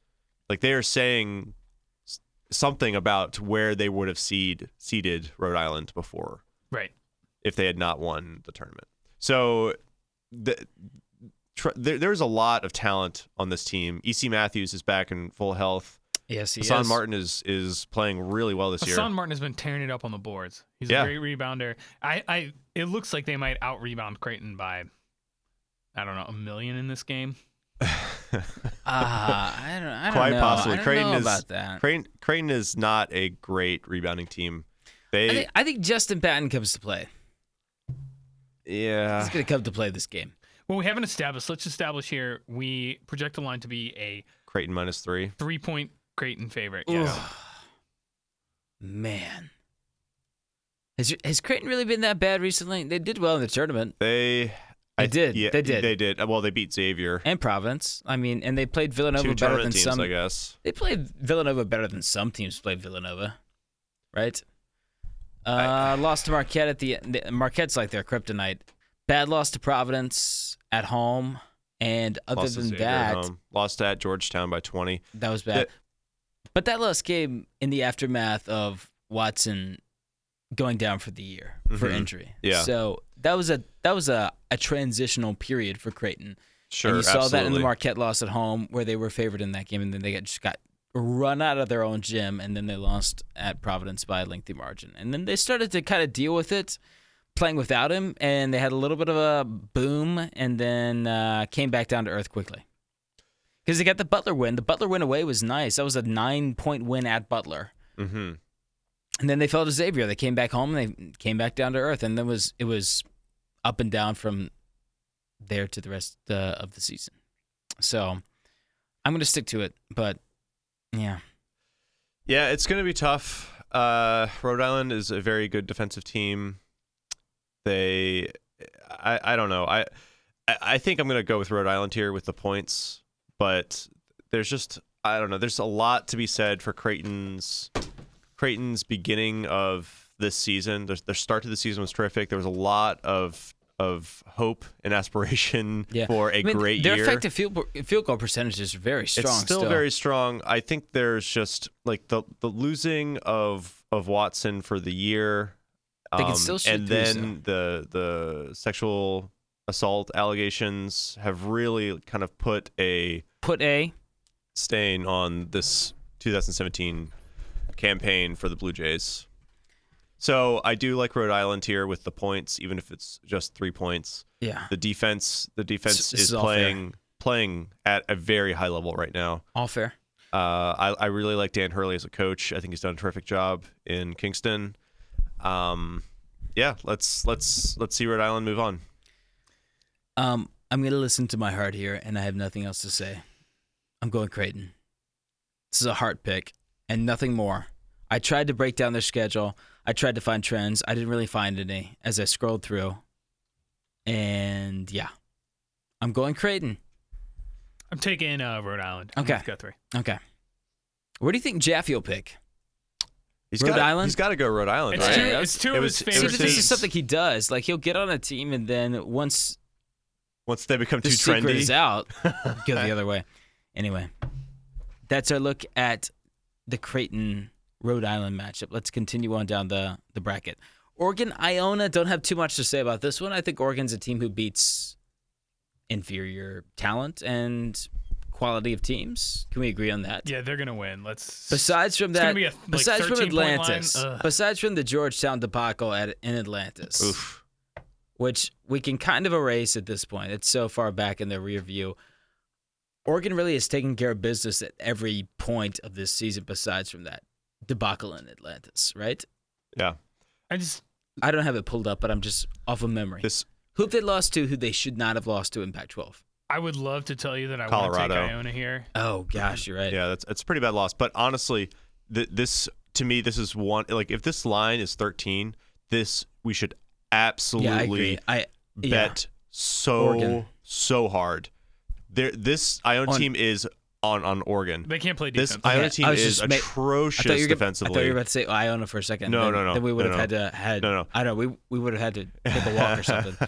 [SPEAKER 2] Like they are saying s- something about where they would have seed seeded Rhode Island before
[SPEAKER 1] Right.
[SPEAKER 2] if they had not won the tournament. So the, tr- there, there's a lot of talent on this team. EC Matthews is back in full health.
[SPEAKER 3] yes, he
[SPEAKER 2] Hassan
[SPEAKER 3] is.
[SPEAKER 2] Martin is is playing really well this
[SPEAKER 1] Hassan
[SPEAKER 2] year.
[SPEAKER 1] Martin has been tearing it up on the boards. He's
[SPEAKER 2] Yeah.
[SPEAKER 1] a great rebounder. I, I it looks like they might out rebound Creighton by I don't know, a million in this game.
[SPEAKER 3] Ah, I don't, I don't
[SPEAKER 2] Quite
[SPEAKER 3] know.
[SPEAKER 2] possibly.
[SPEAKER 3] I don't
[SPEAKER 2] Creighton
[SPEAKER 3] know
[SPEAKER 2] is-
[SPEAKER 3] about that.
[SPEAKER 2] Creighton, Creighton is not a great rebounding team.
[SPEAKER 3] I
[SPEAKER 2] They
[SPEAKER 3] think, I think Justin Patton comes to play. He's
[SPEAKER 2] yeah.
[SPEAKER 3] going to come to play this game.
[SPEAKER 1] Well, we haven't established. Let's establish here. We project the line to be a
[SPEAKER 2] Creighton minus three.
[SPEAKER 1] three-point Creighton favorite. Yes.
[SPEAKER 3] Man. Has, has Creighton really been that bad recently? They did well in the tournament.
[SPEAKER 2] They
[SPEAKER 3] They did.
[SPEAKER 2] Yeah,
[SPEAKER 3] They did.
[SPEAKER 2] They did. Well, they beat Xavier.
[SPEAKER 3] And Providence. I mean, and they played Villanova
[SPEAKER 2] Two
[SPEAKER 3] better
[SPEAKER 2] tournament
[SPEAKER 3] than
[SPEAKER 2] teams,
[SPEAKER 3] some.
[SPEAKER 2] I guess.
[SPEAKER 3] They played Villanova better than some teams played Villanova, right? Uh, lost to Marquette at the, the Marquette's like their kryptonite. Bad loss to Providence at home, and other
[SPEAKER 2] Lost to
[SPEAKER 3] than
[SPEAKER 2] Xavier
[SPEAKER 3] that,
[SPEAKER 2] at home. lost at Georgetown by 20.
[SPEAKER 3] that was bad.
[SPEAKER 2] The-
[SPEAKER 3] but that loss came in the aftermath of Watson going down for the year for
[SPEAKER 2] Mhm.
[SPEAKER 3] injury.
[SPEAKER 2] Yeah.
[SPEAKER 3] So that was a that was a, a transitional period for Creighton.
[SPEAKER 2] Sure,
[SPEAKER 3] and you saw that in the
[SPEAKER 2] absolutely.
[SPEAKER 3] Marquette loss at home, where they were favored in that game, and then they got, just got run out of their own gym, and then they lost at Providence by a lengthy margin. And then they started to kind of deal with it, playing without him, and they had a little bit of a boom, and then uh, came back down to earth quickly. Because they got the Butler win. The Butler win away was nice. That was a nine point win at Butler.
[SPEAKER 2] Mm-hmm.
[SPEAKER 3] And then they fell to Xavier. They came back home and they came back down to earth. And then was it was up and down from there to the rest uh, of the season. So I'm going to stick to it. But yeah,
[SPEAKER 2] Yeah, it's going to be tough. Uh, Rhode Island is a very good defensive team. They, I, I don't know. I, I- I think I'm going to go with Rhode Island here with the points, but there's just I don't know. There's a lot to be said for Creighton's Creighton's beginning of this season. Their, their start to the season was terrific. There was a lot of of hope and aspiration
[SPEAKER 3] yeah.
[SPEAKER 2] for a
[SPEAKER 3] I mean,
[SPEAKER 2] great
[SPEAKER 3] their
[SPEAKER 2] year.
[SPEAKER 3] effective field, field goal percentage is very strong.
[SPEAKER 2] It's still, very strong. I think there's just like the the losing of of Watson for the year. um,
[SPEAKER 3] They can still shoot
[SPEAKER 2] and
[SPEAKER 3] threes,
[SPEAKER 2] then the the sexual assault allegations have really kind of put a
[SPEAKER 3] put a
[SPEAKER 2] stain on this 2017 campaign for the Blue Jays. So I do like Rhode Island here with the points, even if it's just three points
[SPEAKER 3] yeah
[SPEAKER 2] the defense the defense
[SPEAKER 3] This- this
[SPEAKER 2] is
[SPEAKER 3] is all fair.
[SPEAKER 2] playing playing at a very high level right now.
[SPEAKER 3] all fair.
[SPEAKER 2] Uh, I, I really like Dan Hurley as a coach. I think he's done a terrific job in Kingston. Um, yeah, let's let's let's see Rhode Island move on.
[SPEAKER 3] Um, I'm going to listen to my heart here, and I have nothing else to say. I'm going Creighton. This is a heart pick and nothing more. I tried to break down their schedule. I tried to find trends. I didn't really find any as I scrolled through. And yeah, I'm going Creighton.
[SPEAKER 1] I'm taking uh, Rhode Island. I'm
[SPEAKER 3] Okay.
[SPEAKER 1] with Guthrie.
[SPEAKER 3] Okay. Where do you think Jaffe will pick?
[SPEAKER 2] He's
[SPEAKER 3] Rhode
[SPEAKER 2] gotta-
[SPEAKER 3] Island?
[SPEAKER 2] He's got to go Rhode Island,
[SPEAKER 1] It's
[SPEAKER 2] right?
[SPEAKER 1] two,
[SPEAKER 3] That's-
[SPEAKER 1] it's two
[SPEAKER 2] it
[SPEAKER 1] of
[SPEAKER 2] was-
[SPEAKER 1] his
[SPEAKER 2] it
[SPEAKER 3] See,
[SPEAKER 1] favorite
[SPEAKER 3] but this
[SPEAKER 1] teams.
[SPEAKER 3] is something he does. Like he'll get on a team, and then once
[SPEAKER 2] Once they become
[SPEAKER 3] the
[SPEAKER 2] too
[SPEAKER 3] secret
[SPEAKER 2] trendy,
[SPEAKER 3] is out, go the other way. Anyway, that's our look at the Creighton Rhode Island matchup. Let's continue on down the, the bracket. Oregon Iona don't have too much to say about this one. I think Oregon's a team who beats inferior talent and quality of teams. Can we agree on that?
[SPEAKER 1] Yeah, they're gonna win. Let's.
[SPEAKER 3] Besides from
[SPEAKER 1] It's
[SPEAKER 3] that,
[SPEAKER 1] gonna be a, like,
[SPEAKER 3] besides from
[SPEAKER 1] 13 point
[SPEAKER 3] Atlantis,
[SPEAKER 1] line. uh. Ugh.
[SPEAKER 3] besides from the Georgetown debacle at in Atlantis,
[SPEAKER 2] oof.
[SPEAKER 3] which we can kind of erase at this point. It's so far back in the rear view. Oregon really is taking care of business at every point of this season, besides from that debacle in Atlantis, right?
[SPEAKER 2] Yeah,
[SPEAKER 1] I just
[SPEAKER 3] I don't have it pulled up, but I'm just off of memory.
[SPEAKER 2] This
[SPEAKER 3] who have they lost to? Who they should not have lost to in Pac-12?
[SPEAKER 1] I would love to tell you that I want to
[SPEAKER 2] Colorado.
[SPEAKER 1] take Iona here.
[SPEAKER 3] Oh gosh, you're right.
[SPEAKER 2] yeah, that's that's a pretty bad loss. But honestly, th- this to me, this is one like if this line is 13, this we should absolutely
[SPEAKER 3] Yeah, I agree. I yeah.
[SPEAKER 2] bet so
[SPEAKER 3] Oregon.
[SPEAKER 2] so hard. There, this Iona
[SPEAKER 3] On-
[SPEAKER 2] team is on on Oregon.
[SPEAKER 1] They can't play defense.
[SPEAKER 2] This Iona
[SPEAKER 3] Yeah,
[SPEAKER 2] team
[SPEAKER 3] I was
[SPEAKER 2] is
[SPEAKER 3] just ma- I I
[SPEAKER 2] atrocious
[SPEAKER 3] thought, you were, gonna- I
[SPEAKER 2] defensively.
[SPEAKER 3] thought you were about to say Iona for a second.
[SPEAKER 2] No,
[SPEAKER 3] then,
[SPEAKER 2] no, no,
[SPEAKER 3] Then we would
[SPEAKER 2] no,
[SPEAKER 3] have had to had.
[SPEAKER 2] No, no.
[SPEAKER 3] I don't. know, We we would have had to take a walk or something.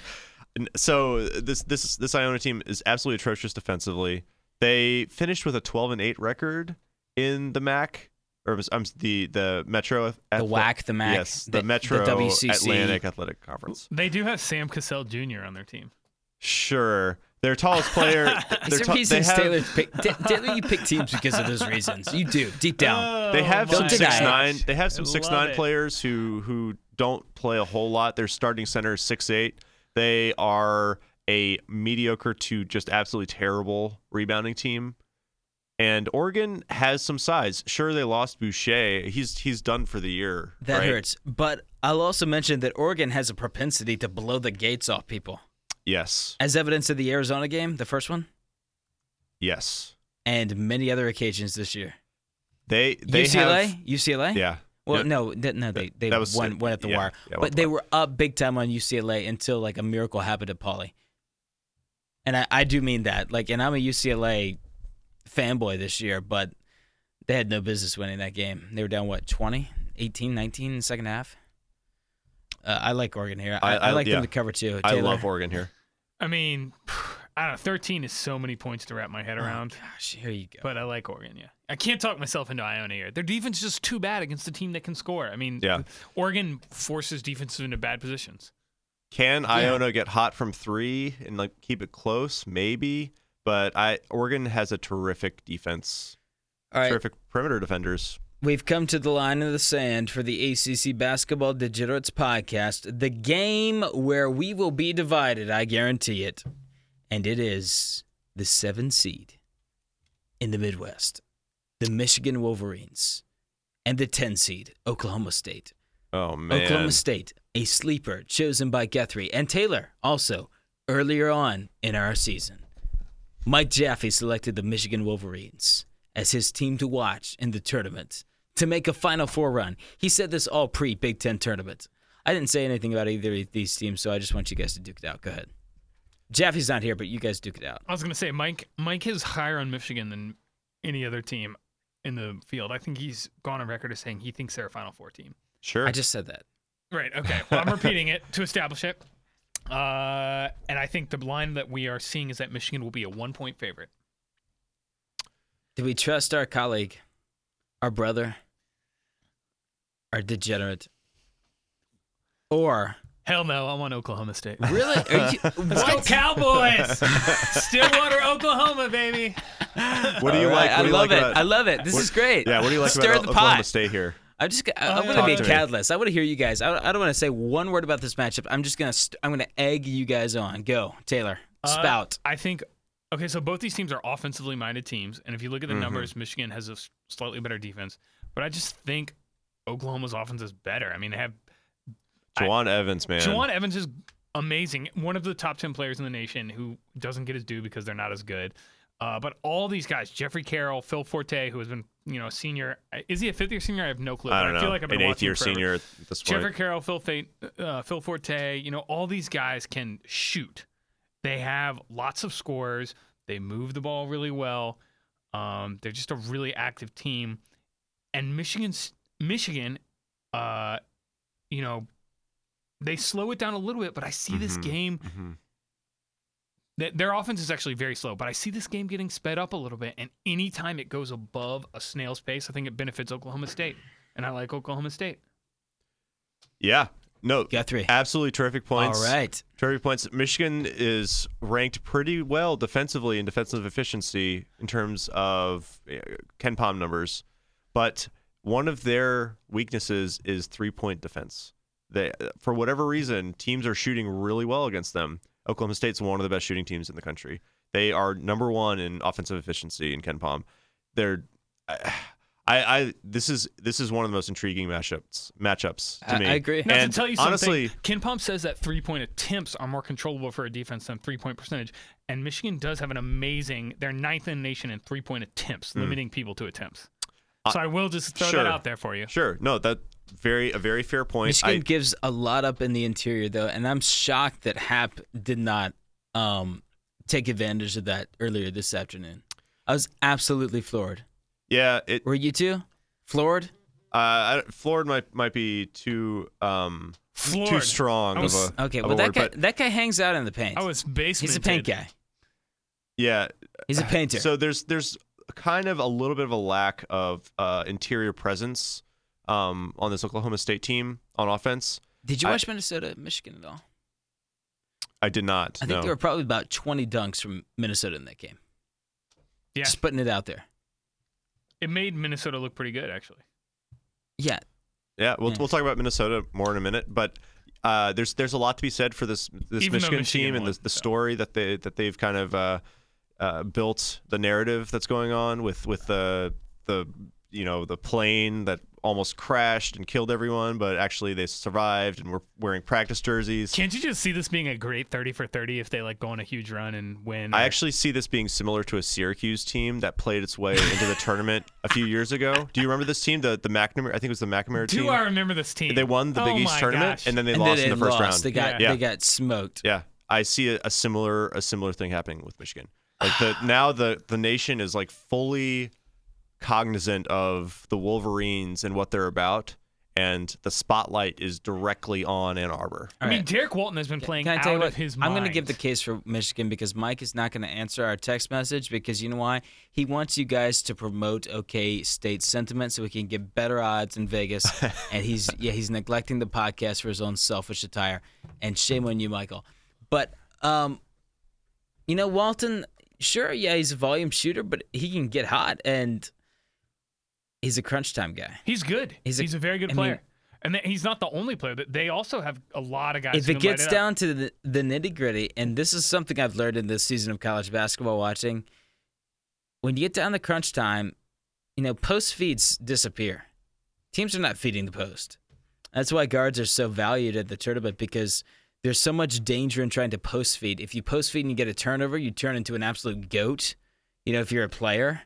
[SPEAKER 2] N- so this this this Iona team is absolutely atrocious defensively. They finished with a 12 and 8 record in the MAC or was- I'm s- the the Metro Ath-
[SPEAKER 3] The
[SPEAKER 2] Athletic-
[SPEAKER 3] WAC, the MAC,
[SPEAKER 2] yes, the,
[SPEAKER 3] the
[SPEAKER 2] Metro
[SPEAKER 3] the WCC.
[SPEAKER 2] Atlantic Athletic Conference.
[SPEAKER 1] They do have Sam Cassell Jr. on their team.
[SPEAKER 2] Sure. Their tallest player their
[SPEAKER 3] Is there
[SPEAKER 2] ta- they
[SPEAKER 3] reasons
[SPEAKER 2] have
[SPEAKER 3] Taylor pick, Ta- Taylor, you pick teams because of those reasons. You do deep down.
[SPEAKER 2] they have
[SPEAKER 1] Oh
[SPEAKER 2] some
[SPEAKER 1] my
[SPEAKER 2] six
[SPEAKER 1] gosh.
[SPEAKER 2] nine they have some
[SPEAKER 1] I
[SPEAKER 2] six
[SPEAKER 1] love
[SPEAKER 2] nine
[SPEAKER 1] it.
[SPEAKER 2] players who who don't play a whole lot. Their starting center is six eight. They are a mediocre to just absolutely terrible rebounding team. And Oregon has some size. Sure, they lost Boucher. He's he's done for the year.
[SPEAKER 3] That
[SPEAKER 2] right?
[SPEAKER 3] hurts. But I'll also mention that Oregon has a propensity to blow the gates off people,
[SPEAKER 2] Yes.
[SPEAKER 3] as evidence of the Arizona game, the first one,
[SPEAKER 2] Yes.
[SPEAKER 3] and many other occasions this year.
[SPEAKER 2] They they
[SPEAKER 3] UCLA,
[SPEAKER 2] have
[SPEAKER 3] UCLA.
[SPEAKER 2] yeah.
[SPEAKER 3] Well,
[SPEAKER 2] Yeah.
[SPEAKER 3] no, th- no, they they
[SPEAKER 2] that was-
[SPEAKER 3] won won at the
[SPEAKER 2] yeah,
[SPEAKER 3] wire,
[SPEAKER 2] yeah, one
[SPEAKER 3] but they
[SPEAKER 2] point.
[SPEAKER 3] were up big time on UCLA until like a miracle happened to Polly, and I, I do mean that. Like, and I'm a UCLA fanboy this year, but they had no business winning that game. They were down what 20, 18, 19 in the second half. Uh, I like Oregon here.
[SPEAKER 2] I-
[SPEAKER 3] I, I,
[SPEAKER 2] I-
[SPEAKER 3] like
[SPEAKER 2] yeah.
[SPEAKER 3] them to cover too.
[SPEAKER 2] I
[SPEAKER 3] Taylor.
[SPEAKER 2] love Oregon here.
[SPEAKER 1] I mean, I don't know. Thirteen is so many points to wrap my head around.
[SPEAKER 3] Oh, Gosh, here you go.
[SPEAKER 1] But I like Oregon, yeah. I can't talk myself into Iona here. Their defense is just too bad against a team that can score. I mean,
[SPEAKER 2] Yeah.
[SPEAKER 1] Oregon forces defenses into bad positions.
[SPEAKER 2] Can Iona get hot from three and like keep it close? Maybe, but I Oregon has a terrific defense,
[SPEAKER 3] All right,
[SPEAKER 2] terrific perimeter defenders.
[SPEAKER 3] We've come to the line in the sand for the ACC Basketball Degenerates podcast, the game where we will be divided, I guarantee it. And it is the seven seed in the Midwest, the Michigan Wolverines, and the 10 seed, Oklahoma State.
[SPEAKER 2] Oh man,
[SPEAKER 3] Oklahoma State, a sleeper chosen by Guthrie and Taylor, also earlier on in our season. Mike Jaffe selected the Michigan Wolverines as his team to watch in the tournament to make a Final Four run. He said this all pre Big Ten tournament. I didn't say anything about either of these teams, so I just want you guys to duke it out. Go ahead. Jaffe's not here, but you guys duke it out.
[SPEAKER 1] I was gonna say Mike Mike is higher on Michigan than any other team in the field. I think he's gone on record as saying he thinks they're a Final Four team.
[SPEAKER 2] sure.
[SPEAKER 3] I just said that.
[SPEAKER 1] Right. Okay. Well, I'm repeating it to establish it. Uh, and I think the line that we are seeing is that Michigan will be a one point favorite.
[SPEAKER 3] Do we trust our colleague, our brother, our degenerate, or
[SPEAKER 1] Hell no, I want Oklahoma State.
[SPEAKER 3] Really? Are you,
[SPEAKER 1] Let's go
[SPEAKER 3] what?
[SPEAKER 1] Cowboys! Stillwater, Oklahoma, baby.
[SPEAKER 2] what do you
[SPEAKER 3] All
[SPEAKER 2] like?
[SPEAKER 3] right,
[SPEAKER 2] What
[SPEAKER 3] I
[SPEAKER 2] do you
[SPEAKER 3] love
[SPEAKER 2] like
[SPEAKER 3] it.
[SPEAKER 2] About,
[SPEAKER 3] I love it. This
[SPEAKER 2] what-
[SPEAKER 3] is great.
[SPEAKER 2] Yeah. What do you like
[SPEAKER 3] Stir
[SPEAKER 2] about
[SPEAKER 3] the
[SPEAKER 2] Oklahoma
[SPEAKER 3] pot.
[SPEAKER 2] State here?
[SPEAKER 3] I'm just. I,
[SPEAKER 1] Oh,
[SPEAKER 3] I'm
[SPEAKER 1] yeah.
[SPEAKER 3] gonna be a
[SPEAKER 2] Talk to me.
[SPEAKER 3] catalyst. I want to hear you guys. I, I don't want to say one word about this matchup. I'm just gonna. St- I'm gonna egg you guys on. Go, Taylor. Spout.
[SPEAKER 1] I think okay, so both these teams are offensively minded teams, and if you look
[SPEAKER 2] Mm-hmm.
[SPEAKER 1] at the numbers, Michigan has a s- slightly better defense, but I just think Oklahoma's offense is better. I mean, they have I-
[SPEAKER 2] Jawan Evans, man.
[SPEAKER 1] Jawan Evans is amazing, one of the top ten players in the nation who doesn't get his due because they're not as good. Uh, but all these guys, Jeffrey Carroll, Phil Forte, who has been, you know, a senior. Is he a fifth year senior? I have no clue.
[SPEAKER 2] I
[SPEAKER 1] but
[SPEAKER 2] don't know.
[SPEAKER 1] I feel like I've been
[SPEAKER 2] An eighth
[SPEAKER 1] watching
[SPEAKER 2] year
[SPEAKER 1] him forever.
[SPEAKER 2] senior at this point.
[SPEAKER 1] Jeffrey Carroll, Phil, Fate, uh, Phil Forte, you know, all these guys can shoot. They have lots of scores. They move the ball really well. Um, they're just a really active team. And Michigan's Michigan, uh, you know, they slow it down a little bit, but I see this
[SPEAKER 2] Mhm.
[SPEAKER 1] game.
[SPEAKER 2] Mhm.
[SPEAKER 1] th- Their offense is actually very slow, but I see this game getting sped up a little bit. And anytime it goes above a snail's pace, I think it benefits Oklahoma State. And I like Oklahoma State.
[SPEAKER 2] Yeah. No.
[SPEAKER 3] Guthrie.
[SPEAKER 2] Absolutely terrific points.
[SPEAKER 3] All right.
[SPEAKER 2] Terrific points. Michigan is ranked pretty well defensively in defensive efficiency in terms of uh, Ken Palm numbers, but one of their weaknesses is three point defense. They, for whatever reason, teams are shooting really well against them. Oklahoma State's one of the best shooting teams in the country. They are number one in offensive efficiency in Ken Palm. They're, I, I, I this is this is one of the most intriguing matchups matchups to
[SPEAKER 3] I-
[SPEAKER 2] me.
[SPEAKER 3] I agree.
[SPEAKER 1] Not
[SPEAKER 2] And
[SPEAKER 1] to tell you something,
[SPEAKER 2] honestly,
[SPEAKER 1] Ken Palm says that three point attempts are more controllable for a defense than three point percentage. And Michigan does have an amazing, they're ninth in the nation in three point attempts, limiting people to attempts. So I will just throw
[SPEAKER 2] Hmm. Uh, sure.
[SPEAKER 1] that out there for you.
[SPEAKER 2] sure, no, that very a very fair point.
[SPEAKER 3] Michigan
[SPEAKER 2] I-
[SPEAKER 3] gives a lot up in the interior though, and I'm shocked that Hap did not um, take advantage of that earlier this afternoon. I was absolutely floored.
[SPEAKER 2] yeah, it
[SPEAKER 3] Were you too? Floored?
[SPEAKER 2] uh, I- floored might might be too um too
[SPEAKER 1] Floored.
[SPEAKER 2] strong
[SPEAKER 1] I was-
[SPEAKER 2] of a
[SPEAKER 3] Okay,
[SPEAKER 2] of a
[SPEAKER 3] well that
[SPEAKER 2] word,
[SPEAKER 3] guy
[SPEAKER 2] but
[SPEAKER 3] that guy hangs out in the paint.
[SPEAKER 1] I was basement.
[SPEAKER 3] He's a paint guy.
[SPEAKER 2] yeah.
[SPEAKER 3] He's a painter.
[SPEAKER 2] So there's there's kind of a little bit of a lack of uh, interior presence um on this Oklahoma State team on offense.
[SPEAKER 3] Did you
[SPEAKER 2] I-
[SPEAKER 3] watch Minnesota Michigan at all?
[SPEAKER 2] I did not.
[SPEAKER 3] I think
[SPEAKER 2] no.
[SPEAKER 3] there were probably about 20 dunks from Minnesota in that game.
[SPEAKER 1] Yeah.
[SPEAKER 3] Just putting it out there.
[SPEAKER 1] It made Minnesota look pretty good, actually.
[SPEAKER 3] Yeah.
[SPEAKER 2] Yeah, we'll,
[SPEAKER 3] Yeah.
[SPEAKER 1] Hmm.
[SPEAKER 2] we'll talk about Minnesota more in a minute, but uh, there's there's a lot to be said for this this
[SPEAKER 1] Even though
[SPEAKER 2] Michigan,
[SPEAKER 1] Michigan
[SPEAKER 2] team and
[SPEAKER 1] won,
[SPEAKER 2] the, the
[SPEAKER 1] so.
[SPEAKER 2] story that they that they've kind of uh, uh, built the narrative that's going on with with the the you know the plane that almost crashed and killed everyone, but actually they survived and were wearing practice jerseys.
[SPEAKER 1] Can't you just see this being a great 30 for 30 if they like go on a huge run and win?
[SPEAKER 2] I
[SPEAKER 1] or-
[SPEAKER 2] actually see this being similar to a Syracuse team that played its way into the tournament a few years ago. Do you remember this team? The the McNamara, I think it was the McNamara
[SPEAKER 1] Do
[SPEAKER 2] team.
[SPEAKER 1] I remember this team?
[SPEAKER 2] they won the
[SPEAKER 1] oh
[SPEAKER 2] Big East
[SPEAKER 1] my
[SPEAKER 2] tournament
[SPEAKER 1] gosh.
[SPEAKER 2] and then they lost
[SPEAKER 3] they
[SPEAKER 2] in the first
[SPEAKER 3] lost.
[SPEAKER 2] round.
[SPEAKER 3] They got
[SPEAKER 2] Yeah.
[SPEAKER 3] they got smoked.
[SPEAKER 2] Yeah, I see a, a similar a similar thing happening with Michigan. Like the now the the nation is like fully cognizant of the Wolverines and what they're about, and the spotlight is directly on Ann Arbor.
[SPEAKER 1] I
[SPEAKER 3] All
[SPEAKER 1] mean,
[SPEAKER 3] right.
[SPEAKER 1] Derek Walton has been playing
[SPEAKER 3] Can I
[SPEAKER 1] out
[SPEAKER 3] tell you
[SPEAKER 1] of
[SPEAKER 3] what?
[SPEAKER 1] his mind.
[SPEAKER 3] I'm going to give the case for Michigan because Mike is not going to answer our text message because you know why? He wants you guys to promote OK State sentiment so we can get better odds in Vegas. and he's yeah, he's neglecting the podcast for his own selfish attire. And shame on you, Michael. But um, you know Walton, sure, yeah, he's a volume shooter, but he can get hot and he's a crunch time guy.
[SPEAKER 1] He's good.
[SPEAKER 3] He's
[SPEAKER 1] He's
[SPEAKER 3] a-
[SPEAKER 1] a, very
[SPEAKER 3] I
[SPEAKER 1] good
[SPEAKER 3] mean-
[SPEAKER 1] player. and th- he's not the only player. That They also have a lot of guys.
[SPEAKER 3] if
[SPEAKER 1] who
[SPEAKER 3] it
[SPEAKER 1] can light
[SPEAKER 3] gets
[SPEAKER 1] up.
[SPEAKER 3] down to the, the nitty gritty, and this is something I've learned in this season of college basketball watching, when you get down to crunch time, you know, post feeds disappear. Teams are not feeding the post. That's why guards are so valued at the tournament because there's so much danger in trying to post feed. If you post feed and you get a turnover, you turn into an absolute goat, you know, if you're a player.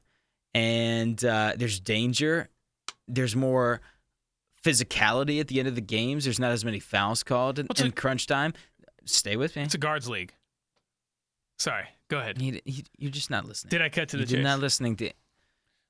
[SPEAKER 3] And uh, there's danger. There's more physicality at the end of the games. There's not as many fouls called in,
[SPEAKER 1] What's
[SPEAKER 3] in
[SPEAKER 1] it-
[SPEAKER 3] crunch time. Stay with me.
[SPEAKER 1] It's a guards league. Sorry, go ahead.
[SPEAKER 3] You- you- you're just not listening.
[SPEAKER 1] Did I cut to the
[SPEAKER 3] You're
[SPEAKER 1] chase?
[SPEAKER 3] not listening to.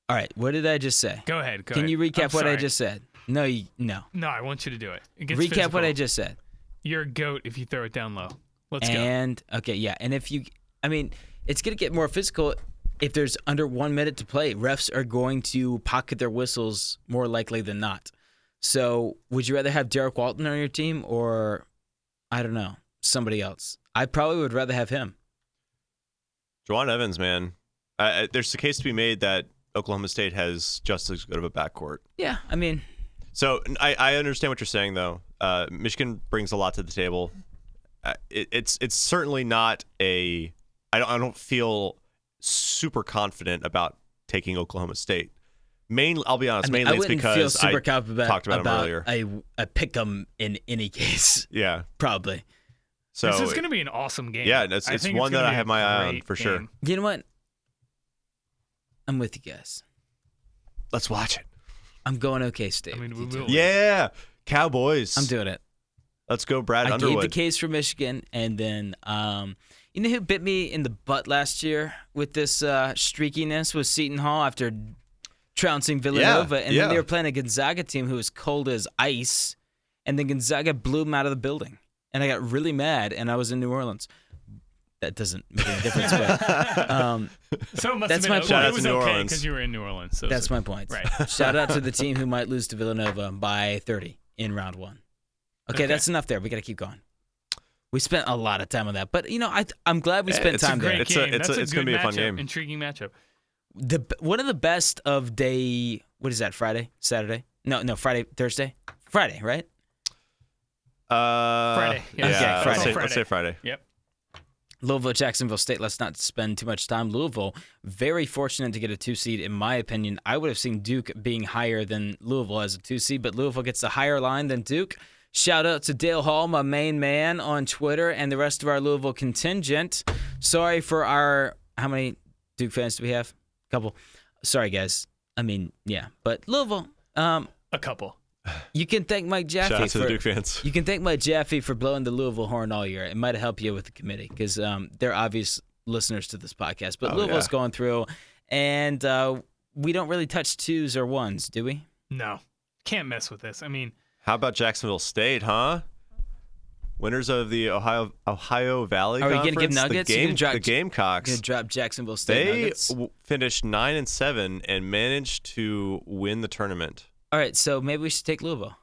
[SPEAKER 3] All right, what did I just say?
[SPEAKER 1] Go ahead. Go
[SPEAKER 3] Can
[SPEAKER 1] ahead.
[SPEAKER 3] you
[SPEAKER 1] I'm
[SPEAKER 3] recap what I
[SPEAKER 1] sorry.
[SPEAKER 3] just said? No, you, no.
[SPEAKER 1] No, I want you to do it. It gets
[SPEAKER 3] recap what I
[SPEAKER 1] physical.
[SPEAKER 3] just said.
[SPEAKER 1] You're a goat if you throw it down low. Let's go.
[SPEAKER 3] and okay, yeah. And if you, I mean, it's gonna get more physical if there's under one minute to play. Refs are going to pocket their whistles more likely than not. So, would you rather have Derek Walton on your team or, I don't know, somebody else? I probably would rather have him.
[SPEAKER 2] Juwan Evans, man, uh, there's a case to be made that Oklahoma State has just as good of a backcourt.
[SPEAKER 3] Yeah, I mean,
[SPEAKER 2] So n- I, I understand what you're saying though. Uh, Michigan brings a lot to the table. Uh, it, it's it's certainly not a. I don't I don't feel super confident about taking Oklahoma State. Mainly, I'll be honest.
[SPEAKER 3] I, mean, I
[SPEAKER 2] mainly, it's
[SPEAKER 3] wouldn't
[SPEAKER 2] because
[SPEAKER 3] feel super
[SPEAKER 2] I
[SPEAKER 3] confident
[SPEAKER 2] talked about,
[SPEAKER 3] about
[SPEAKER 2] him earlier.
[SPEAKER 3] a a pick 'em in any case,
[SPEAKER 2] yeah.
[SPEAKER 3] probably.
[SPEAKER 2] So
[SPEAKER 1] this is going to be an awesome game.
[SPEAKER 2] yeah, it's-
[SPEAKER 1] I
[SPEAKER 2] it's
[SPEAKER 1] think
[SPEAKER 2] one that
[SPEAKER 1] gonna
[SPEAKER 2] I
[SPEAKER 1] be a
[SPEAKER 2] have my eye on
[SPEAKER 1] great
[SPEAKER 2] for sure.
[SPEAKER 1] game.
[SPEAKER 3] You know what? I'm with you guys.
[SPEAKER 2] let's watch it.
[SPEAKER 3] I'm going OK State.
[SPEAKER 1] I mean,
[SPEAKER 3] with
[SPEAKER 1] we
[SPEAKER 3] you two.
[SPEAKER 1] will.
[SPEAKER 2] Yeah, Cowboys.
[SPEAKER 3] Oh, I'm doing it.
[SPEAKER 2] Let's go, Brad
[SPEAKER 3] I gave
[SPEAKER 2] Underwood.
[SPEAKER 3] the case for Michigan, and then um, you know who bit me in the butt last year with this uh, streakiness was Seton Hall after trouncing Villanova, and
[SPEAKER 2] yeah.
[SPEAKER 3] then they were playing a Gonzaga team who was cold as ice, and then Gonzaga blew them out of the building, and I got really mad, and I was in New Orleans. That doesn't make any difference,
[SPEAKER 2] Uh,
[SPEAKER 3] but um,
[SPEAKER 1] So it must
[SPEAKER 3] That's
[SPEAKER 1] have
[SPEAKER 3] my
[SPEAKER 1] been okay.
[SPEAKER 3] point. Shout out
[SPEAKER 2] to
[SPEAKER 1] It was
[SPEAKER 2] New
[SPEAKER 1] okay
[SPEAKER 2] Orleans.
[SPEAKER 1] because you were in New Orleans. So
[SPEAKER 3] that's
[SPEAKER 1] so-
[SPEAKER 3] my point.
[SPEAKER 1] Right.
[SPEAKER 3] Shout out to the team who might lose to Villanova by 30 in round one. Okay,
[SPEAKER 1] Okay.
[SPEAKER 3] that's enough there. We got to keep going. We spent a lot of time on that, but you know, I I'm glad we spent
[SPEAKER 2] it's a
[SPEAKER 3] time
[SPEAKER 1] Eh, Great
[SPEAKER 3] there.
[SPEAKER 2] It's a-
[SPEAKER 1] game.
[SPEAKER 2] it's a-
[SPEAKER 1] That's
[SPEAKER 2] it's
[SPEAKER 1] good
[SPEAKER 2] gonna be a fun
[SPEAKER 1] matchup.
[SPEAKER 2] game.
[SPEAKER 1] Intriguing matchup.
[SPEAKER 3] The b- one of the best of day. What is that? Friday, Saturday? No, no, Friday, Thursday, Friday, right?
[SPEAKER 2] uh,
[SPEAKER 1] Friday. Yeah.
[SPEAKER 2] Yeah,
[SPEAKER 3] Okay,
[SPEAKER 2] let's,
[SPEAKER 3] Friday.
[SPEAKER 2] Say, let's say Friday.
[SPEAKER 1] Yep.
[SPEAKER 3] Louisville, Jacksonville State. Let's not spend too much time. Louisville, very fortunate to get a two seed, in my opinion. I would have seen Duke being higher than Louisville as a two seed, but Louisville gets a higher line than Duke. Shout out to Dale Hall, my main man on Twitter, and the rest of our Louisville contingent. Sorry for our how many Duke fans do we have? couple. Sorry, guys. I mean, yeah, but Louisville. Um,
[SPEAKER 1] A couple.
[SPEAKER 3] you can thank Mike Jaffe.
[SPEAKER 2] Shout out to
[SPEAKER 3] for-
[SPEAKER 2] the Duke fans.
[SPEAKER 3] you can thank Mike Jaffe for blowing the Louisville horn all year. It might help you with the committee because um, they're obvious listeners to this podcast. But
[SPEAKER 2] Oh,
[SPEAKER 3] Louisville's
[SPEAKER 2] yeah.
[SPEAKER 3] going through, and uh, we don't really touch twos or ones, do we?
[SPEAKER 1] No, can't mess with this. I mean,
[SPEAKER 2] How about Jacksonville State, huh? Winners of the Ohio Ohio Valley
[SPEAKER 3] Are we gonna
[SPEAKER 2] Conference.
[SPEAKER 3] give nuggets?
[SPEAKER 2] The,
[SPEAKER 3] You gonna
[SPEAKER 2] game,
[SPEAKER 3] drop-
[SPEAKER 2] the
[SPEAKER 3] I'm gonna
[SPEAKER 2] Gamecocks.
[SPEAKER 3] drop Jacksonville State
[SPEAKER 2] They
[SPEAKER 3] Nuggets.
[SPEAKER 2] w- finished nine and seven and managed to win the tournament.
[SPEAKER 3] all right, so maybe we should take Louisville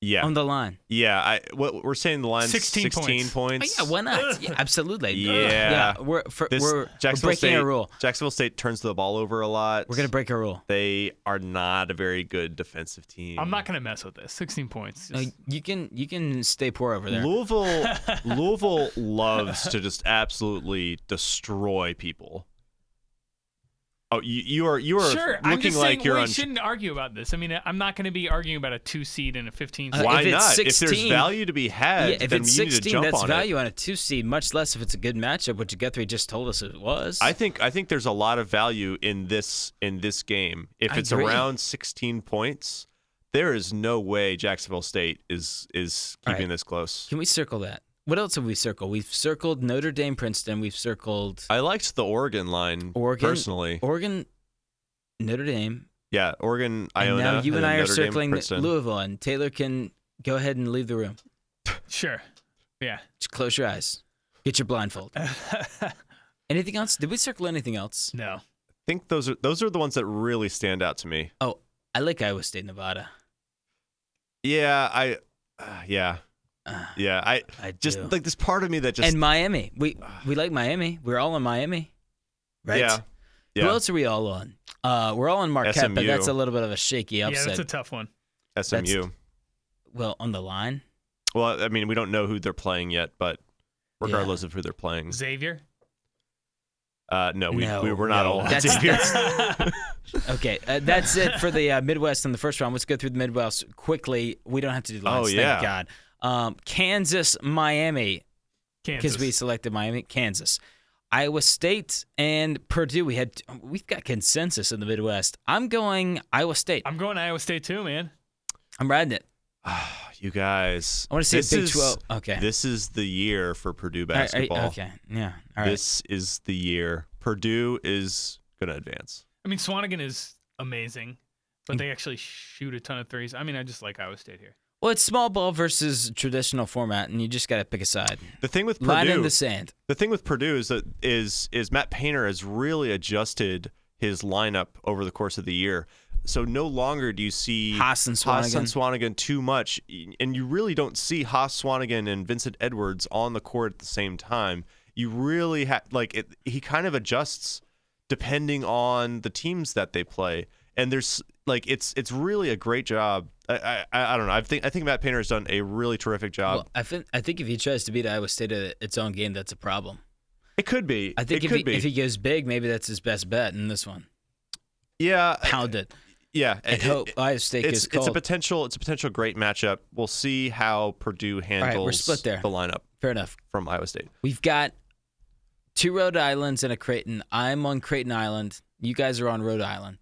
[SPEAKER 2] Yeah,
[SPEAKER 3] on the line.
[SPEAKER 2] yeah. I what we're saying the line
[SPEAKER 1] 16 points.
[SPEAKER 2] points.
[SPEAKER 3] Oh, yeah, why not? Yeah, absolutely.
[SPEAKER 2] Yeah.
[SPEAKER 3] yeah. We're for,
[SPEAKER 2] This-
[SPEAKER 3] we're, we're
[SPEAKER 2] Jacksonville
[SPEAKER 3] breaking
[SPEAKER 2] State,
[SPEAKER 3] a rule.
[SPEAKER 2] Jacksonville State turns the ball over a lot.
[SPEAKER 3] We're gonna break a rule.
[SPEAKER 2] They are not a very good defensive team.
[SPEAKER 1] I'm not gonna mess with this. 16 points.
[SPEAKER 3] No,
[SPEAKER 1] Just-
[SPEAKER 3] you can you can stay poor over there.
[SPEAKER 2] Louisville Louisville loves to just absolutely destroy people. Oh, you, you are you are
[SPEAKER 1] sure.
[SPEAKER 2] looking
[SPEAKER 1] I'm just
[SPEAKER 2] like
[SPEAKER 1] saying
[SPEAKER 2] you're
[SPEAKER 1] we
[SPEAKER 2] on.
[SPEAKER 1] shouldn't argue about this. I mean, I'm not gonna be arguing about a two seed and a 15 seed.
[SPEAKER 3] Uh,
[SPEAKER 2] Why
[SPEAKER 3] if it's
[SPEAKER 2] not? if
[SPEAKER 3] 16
[SPEAKER 2] there's value to be had,
[SPEAKER 3] yeah, if
[SPEAKER 2] then
[SPEAKER 3] it's
[SPEAKER 2] you need to
[SPEAKER 3] 16,
[SPEAKER 2] jump
[SPEAKER 3] that's
[SPEAKER 2] on it.
[SPEAKER 3] value on a two seed, much less if it's a good matchup, which Guthrie just told us it was.
[SPEAKER 2] I think I think there's a lot of value in this in this game. If
[SPEAKER 3] I
[SPEAKER 2] it's
[SPEAKER 3] agree.
[SPEAKER 2] around 16 points, there is no way Jacksonville State is is
[SPEAKER 3] All
[SPEAKER 2] keeping
[SPEAKER 3] right.
[SPEAKER 2] this close.
[SPEAKER 3] Can we circle that? What else have we circled? We've circled Notre Dame, Princeton. We've circled
[SPEAKER 2] I liked the Oregon line
[SPEAKER 3] Oregon,
[SPEAKER 2] personally.
[SPEAKER 3] Oregon, Notre Dame.
[SPEAKER 2] yeah, Oregon, Iona.
[SPEAKER 3] and now you
[SPEAKER 2] then
[SPEAKER 3] and I are
[SPEAKER 2] Notre Dame,
[SPEAKER 3] circling
[SPEAKER 2] Princeton.
[SPEAKER 3] Louisville, and Taylor can go ahead and leave the room.
[SPEAKER 1] Sure. Yeah.
[SPEAKER 3] Just close your eyes, get your blindfold. Anything else? Did we circle anything else?
[SPEAKER 1] no.
[SPEAKER 2] I think those are those are the ones that really stand out to me.
[SPEAKER 3] Oh, I like Iowa State, Nevada.
[SPEAKER 2] Yeah, I, uh, yeah,
[SPEAKER 3] Uh,
[SPEAKER 2] yeah. I
[SPEAKER 3] I
[SPEAKER 2] just
[SPEAKER 3] do.
[SPEAKER 2] like this part of me that just Ah.
[SPEAKER 3] and Miami. We we like Miami. We're all on Miami, right?
[SPEAKER 2] yeah,
[SPEAKER 3] Who
[SPEAKER 2] yeah.
[SPEAKER 3] else are we all on? Uh, we're all on Marquette, but
[SPEAKER 2] SMU.
[SPEAKER 3] that's a little bit of a shaky
[SPEAKER 1] Yeah,
[SPEAKER 3] upset.
[SPEAKER 1] that's a tough one.
[SPEAKER 2] SMU.
[SPEAKER 3] well, on the line,
[SPEAKER 2] Well, I mean, we don't know who they're playing yet, but regardless of who they're playing,
[SPEAKER 1] Xavier.
[SPEAKER 2] uh, no, we,
[SPEAKER 3] No,
[SPEAKER 2] we were not
[SPEAKER 3] no,
[SPEAKER 2] all on
[SPEAKER 3] that's-
[SPEAKER 2] Xavier.
[SPEAKER 3] Okay, uh, that's it for the uh, Midwest in the first round. Let's go through the Midwest quickly. We don't have to do lines,
[SPEAKER 2] Oh,
[SPEAKER 3] thank
[SPEAKER 2] yeah.
[SPEAKER 3] God. Um, Kansas, Miami, because
[SPEAKER 1] Kansas.
[SPEAKER 3] we selected Miami, Kansas, Iowa State, and Purdue. We had we've got consensus in the Midwest. I'm going Iowa State. I'm,
[SPEAKER 1] I'm going Iowa State too, man.
[SPEAKER 3] riding it.
[SPEAKER 2] Ah, you guys,
[SPEAKER 3] I want to see a
[SPEAKER 2] this
[SPEAKER 3] Big
[SPEAKER 2] is-
[SPEAKER 3] Twelve. Okay,
[SPEAKER 2] This is the year for Purdue
[SPEAKER 3] All right, all right,
[SPEAKER 2] basketball.
[SPEAKER 3] okay, yeah, all right.
[SPEAKER 2] This is the year Purdue is gonna advance.
[SPEAKER 1] I mean, Swanigan is amazing,
[SPEAKER 3] Mm.
[SPEAKER 1] but they actually shoot a ton of threes. I mean, I just like Iowa State here.
[SPEAKER 3] well, it's small ball versus traditional format, and you just got to pick a side.
[SPEAKER 2] The thing with
[SPEAKER 3] Line in
[SPEAKER 2] Purdue,
[SPEAKER 3] the sand.
[SPEAKER 2] the thing with Purdue is that is is Matt Painter has really adjusted his lineup over the course of the year. So no longer do you see
[SPEAKER 3] Haas and
[SPEAKER 2] Haas and
[SPEAKER 3] Swanigan.
[SPEAKER 2] Swanigan too much, and you really don't see Haas Swanigan and Vincent Edwards on the court at the same time. You really have like it, he kind of adjusts depending on the teams that they play, and there's like it's it's really a great job. I I, I don't know. I think I think Matt Painter has done a really terrific job.
[SPEAKER 3] Well, I think I think if he tries to beat Iowa State at its own game, that's a problem.
[SPEAKER 2] it could be.
[SPEAKER 3] I think
[SPEAKER 2] it
[SPEAKER 3] if
[SPEAKER 2] could
[SPEAKER 3] he,
[SPEAKER 2] be.
[SPEAKER 3] if he goes big, maybe that's his best bet in this one.
[SPEAKER 2] yeah,
[SPEAKER 3] Pound it
[SPEAKER 2] yeah.
[SPEAKER 3] and
[SPEAKER 2] It-
[SPEAKER 3] hope
[SPEAKER 2] it-
[SPEAKER 3] Iowa State
[SPEAKER 2] it's
[SPEAKER 3] gets
[SPEAKER 2] it's a
[SPEAKER 3] cold.
[SPEAKER 2] potential it's a potential great matchup. We'll see how Purdue
[SPEAKER 3] we're
[SPEAKER 2] handles
[SPEAKER 3] split there.
[SPEAKER 2] the lineup
[SPEAKER 3] Fair enough.
[SPEAKER 2] from Iowa State.
[SPEAKER 3] We've got two Rhode Islands and a Creighton. I'm on Creighton Island. You guys are on Rhode Island.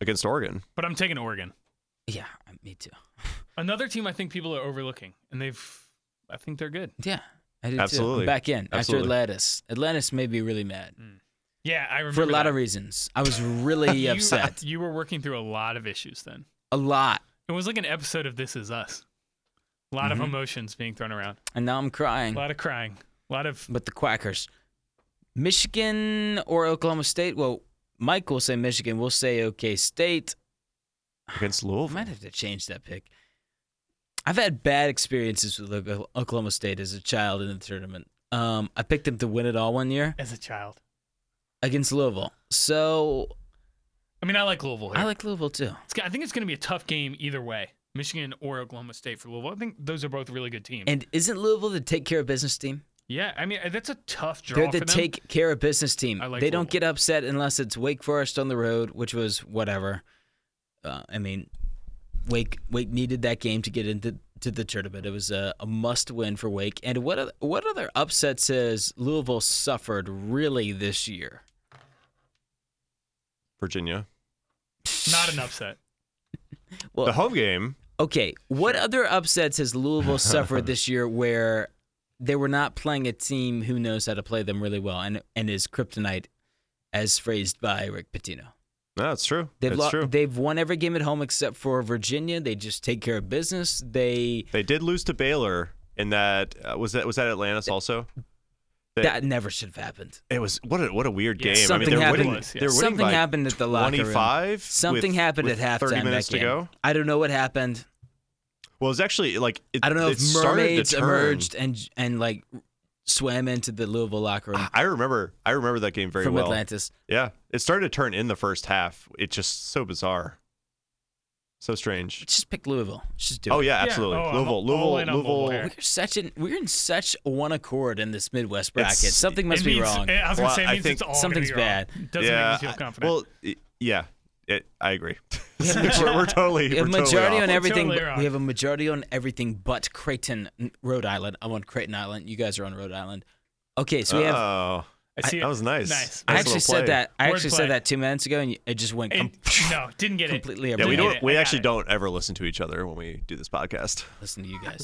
[SPEAKER 2] against Oregon.
[SPEAKER 1] But I'm taking Oregon.
[SPEAKER 3] Yeah, me too.
[SPEAKER 1] Another team I think people are overlooking, and they've, I think they're good.
[SPEAKER 3] Yeah, I do too.
[SPEAKER 2] Absolutely.
[SPEAKER 3] I'm back in
[SPEAKER 2] Absolutely.
[SPEAKER 3] after Atlantis. Atlantis made me really mad
[SPEAKER 1] Yeah, I
[SPEAKER 3] for
[SPEAKER 1] remember
[SPEAKER 3] a lot
[SPEAKER 1] that.
[SPEAKER 3] of reasons. I was really
[SPEAKER 1] You-
[SPEAKER 3] upset.
[SPEAKER 1] You, were working through a lot of issues then.
[SPEAKER 3] A lot.
[SPEAKER 1] It was like an episode of This Is Us. A lot
[SPEAKER 3] Mhm.
[SPEAKER 1] of emotions being thrown around.
[SPEAKER 3] And now I'm
[SPEAKER 1] A
[SPEAKER 3] crying.
[SPEAKER 1] lot of crying. A lot of
[SPEAKER 3] but the Quackers. Michigan or Oklahoma State? Well, Mike will say Michigan. We'll say OK State.
[SPEAKER 2] Against
[SPEAKER 3] I
[SPEAKER 2] Louisville.
[SPEAKER 3] might have to change that pick. I've had bad experiences with Oka- Oklahoma State as a child in the tournament. Um, I picked them to win it all one year
[SPEAKER 1] as a child.
[SPEAKER 3] against Louisville. So
[SPEAKER 1] I mean, I like Louisville here.
[SPEAKER 3] I like Louisville too.
[SPEAKER 1] It's go- I think it's going to be a tough game either way. Michigan or Oklahoma State for Louisville. I think those are both really good teams.
[SPEAKER 3] And isn't Louisville the take care of business team?
[SPEAKER 1] Yeah, I mean that's a tough draw.
[SPEAKER 3] They're the
[SPEAKER 1] for them.
[SPEAKER 3] take care of business team.
[SPEAKER 1] I like
[SPEAKER 3] they don't
[SPEAKER 1] Louisville.
[SPEAKER 3] get upset unless it's Wake Forest on the road, which was whatever. Uh, I mean, Wake Wake needed that game to get into to the tournament. It was a, a must win for Wake. And what oth- what other upsets has Louisville suffered really this year?
[SPEAKER 2] Virginia.
[SPEAKER 1] not an upset.
[SPEAKER 3] Well,
[SPEAKER 2] the home game.
[SPEAKER 3] okay. What other upsets has Louisville suffered this year where they were not playing a team who knows how to play them really well and and is kryptonite, as phrased by Rick Pitino.
[SPEAKER 2] No, it's true.
[SPEAKER 3] They've
[SPEAKER 2] it's
[SPEAKER 3] lo-
[SPEAKER 2] true. They-,
[SPEAKER 3] they've won every game at home except for Virginia. They just take care of business. They
[SPEAKER 2] did lose to Baylor in that. Uh, was that was that Atlantis also? They-
[SPEAKER 3] that never should have happened.
[SPEAKER 2] It was what a what a weird
[SPEAKER 1] Yeah,
[SPEAKER 2] game.
[SPEAKER 3] something
[SPEAKER 2] I mean, they're
[SPEAKER 3] happened.
[SPEAKER 2] winning.
[SPEAKER 1] It was, yeah.
[SPEAKER 2] They're winning
[SPEAKER 3] Something
[SPEAKER 2] by
[SPEAKER 3] happened at the locker room.
[SPEAKER 2] 25 with-
[SPEAKER 3] Something happened
[SPEAKER 2] with
[SPEAKER 3] at halftime.
[SPEAKER 2] 30 minutes
[SPEAKER 3] that game.
[SPEAKER 2] to go.
[SPEAKER 3] I don't know what happened.
[SPEAKER 2] Well, it's actually like it,
[SPEAKER 3] I don't know
[SPEAKER 2] it
[SPEAKER 3] if
[SPEAKER 2] started to
[SPEAKER 3] mermaids
[SPEAKER 2] turn.
[SPEAKER 3] emerged and and like swam into the Louisville locker room
[SPEAKER 2] I I remember. I remember that game Ah, very
[SPEAKER 3] from
[SPEAKER 2] well.
[SPEAKER 3] Atlantis.
[SPEAKER 2] Yeah, it started to turn in the first half. It's just so bizarre, so strange.
[SPEAKER 3] Just pick Louisville. Let's just do
[SPEAKER 2] Oh
[SPEAKER 3] it.
[SPEAKER 2] yeah,
[SPEAKER 1] Yeah,
[SPEAKER 2] absolutely.
[SPEAKER 1] oh, I'm
[SPEAKER 2] Louisville,
[SPEAKER 1] all
[SPEAKER 2] Louisville,
[SPEAKER 1] in on
[SPEAKER 2] Louisville.
[SPEAKER 1] Louisville here.
[SPEAKER 3] We're such an we're in such one accord in this Midwest bracket.
[SPEAKER 2] It's-
[SPEAKER 3] Something must
[SPEAKER 1] It
[SPEAKER 3] be
[SPEAKER 1] means-
[SPEAKER 3] wrong.
[SPEAKER 1] I was gonna
[SPEAKER 2] Well,
[SPEAKER 1] say it
[SPEAKER 2] I
[SPEAKER 1] means
[SPEAKER 2] think
[SPEAKER 1] it's all gonna
[SPEAKER 3] something's
[SPEAKER 1] be wrong.
[SPEAKER 3] bad.
[SPEAKER 1] Doesn't
[SPEAKER 2] yeah.
[SPEAKER 1] make me feel
[SPEAKER 2] I-
[SPEAKER 1] confident.
[SPEAKER 2] Well, it, yeah, it, I agree. we're, we're totally.
[SPEAKER 3] We have
[SPEAKER 2] we're totally
[SPEAKER 3] majority on
[SPEAKER 2] off.
[SPEAKER 1] We're
[SPEAKER 3] everything.
[SPEAKER 1] totally
[SPEAKER 3] but-
[SPEAKER 1] wrong.
[SPEAKER 3] we have a majority on everything but Creighton, n- Rhode Island. I'm on Creighton Island. You guys are on Rhode Island. Okay, so we have.
[SPEAKER 2] oh,
[SPEAKER 1] I see
[SPEAKER 2] that
[SPEAKER 1] it.
[SPEAKER 2] was nice.
[SPEAKER 1] Nice.
[SPEAKER 3] I
[SPEAKER 2] nice
[SPEAKER 3] actually
[SPEAKER 2] little
[SPEAKER 3] said
[SPEAKER 2] play.
[SPEAKER 3] that. I
[SPEAKER 1] Word
[SPEAKER 3] actually
[SPEAKER 1] play.
[SPEAKER 3] said that two minutes ago, and you- it just went.
[SPEAKER 1] It-
[SPEAKER 3] com-
[SPEAKER 1] no, didn't get it.
[SPEAKER 3] completely
[SPEAKER 2] Yeah, we
[SPEAKER 1] I got
[SPEAKER 2] don't.
[SPEAKER 1] it.
[SPEAKER 2] We
[SPEAKER 1] I got
[SPEAKER 2] actually
[SPEAKER 1] it.
[SPEAKER 2] don't ever listen to each other when we do this podcast.
[SPEAKER 3] Listen to you guys.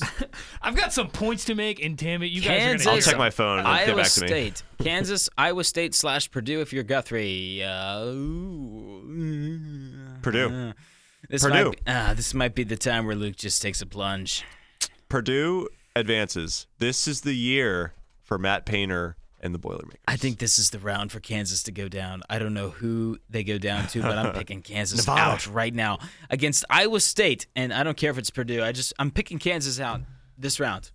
[SPEAKER 1] I've got some points to make, and damn it, you guys
[SPEAKER 3] Kansas.
[SPEAKER 1] are
[SPEAKER 2] I'll
[SPEAKER 1] gonna
[SPEAKER 2] check my phone and
[SPEAKER 3] Iowa
[SPEAKER 2] get back to me.
[SPEAKER 3] State, Kansas, Iowa State slash Purdue. If you're Guthrie, uh, ooh.
[SPEAKER 2] Purdue.
[SPEAKER 3] Uh, this
[SPEAKER 2] Purdue.
[SPEAKER 3] Might, uh, this might be the time where Luke just takes a plunge.
[SPEAKER 2] Purdue advances. This is the year for Matt Painter and the Boilermakers.
[SPEAKER 3] I think this is the round for Kansas to go down. I don't know who they go down to, but I'm picking Kansas
[SPEAKER 2] Nevada.
[SPEAKER 3] out right now against Iowa State, and I don't care if it's Purdue. I just I'm picking Kansas out this round.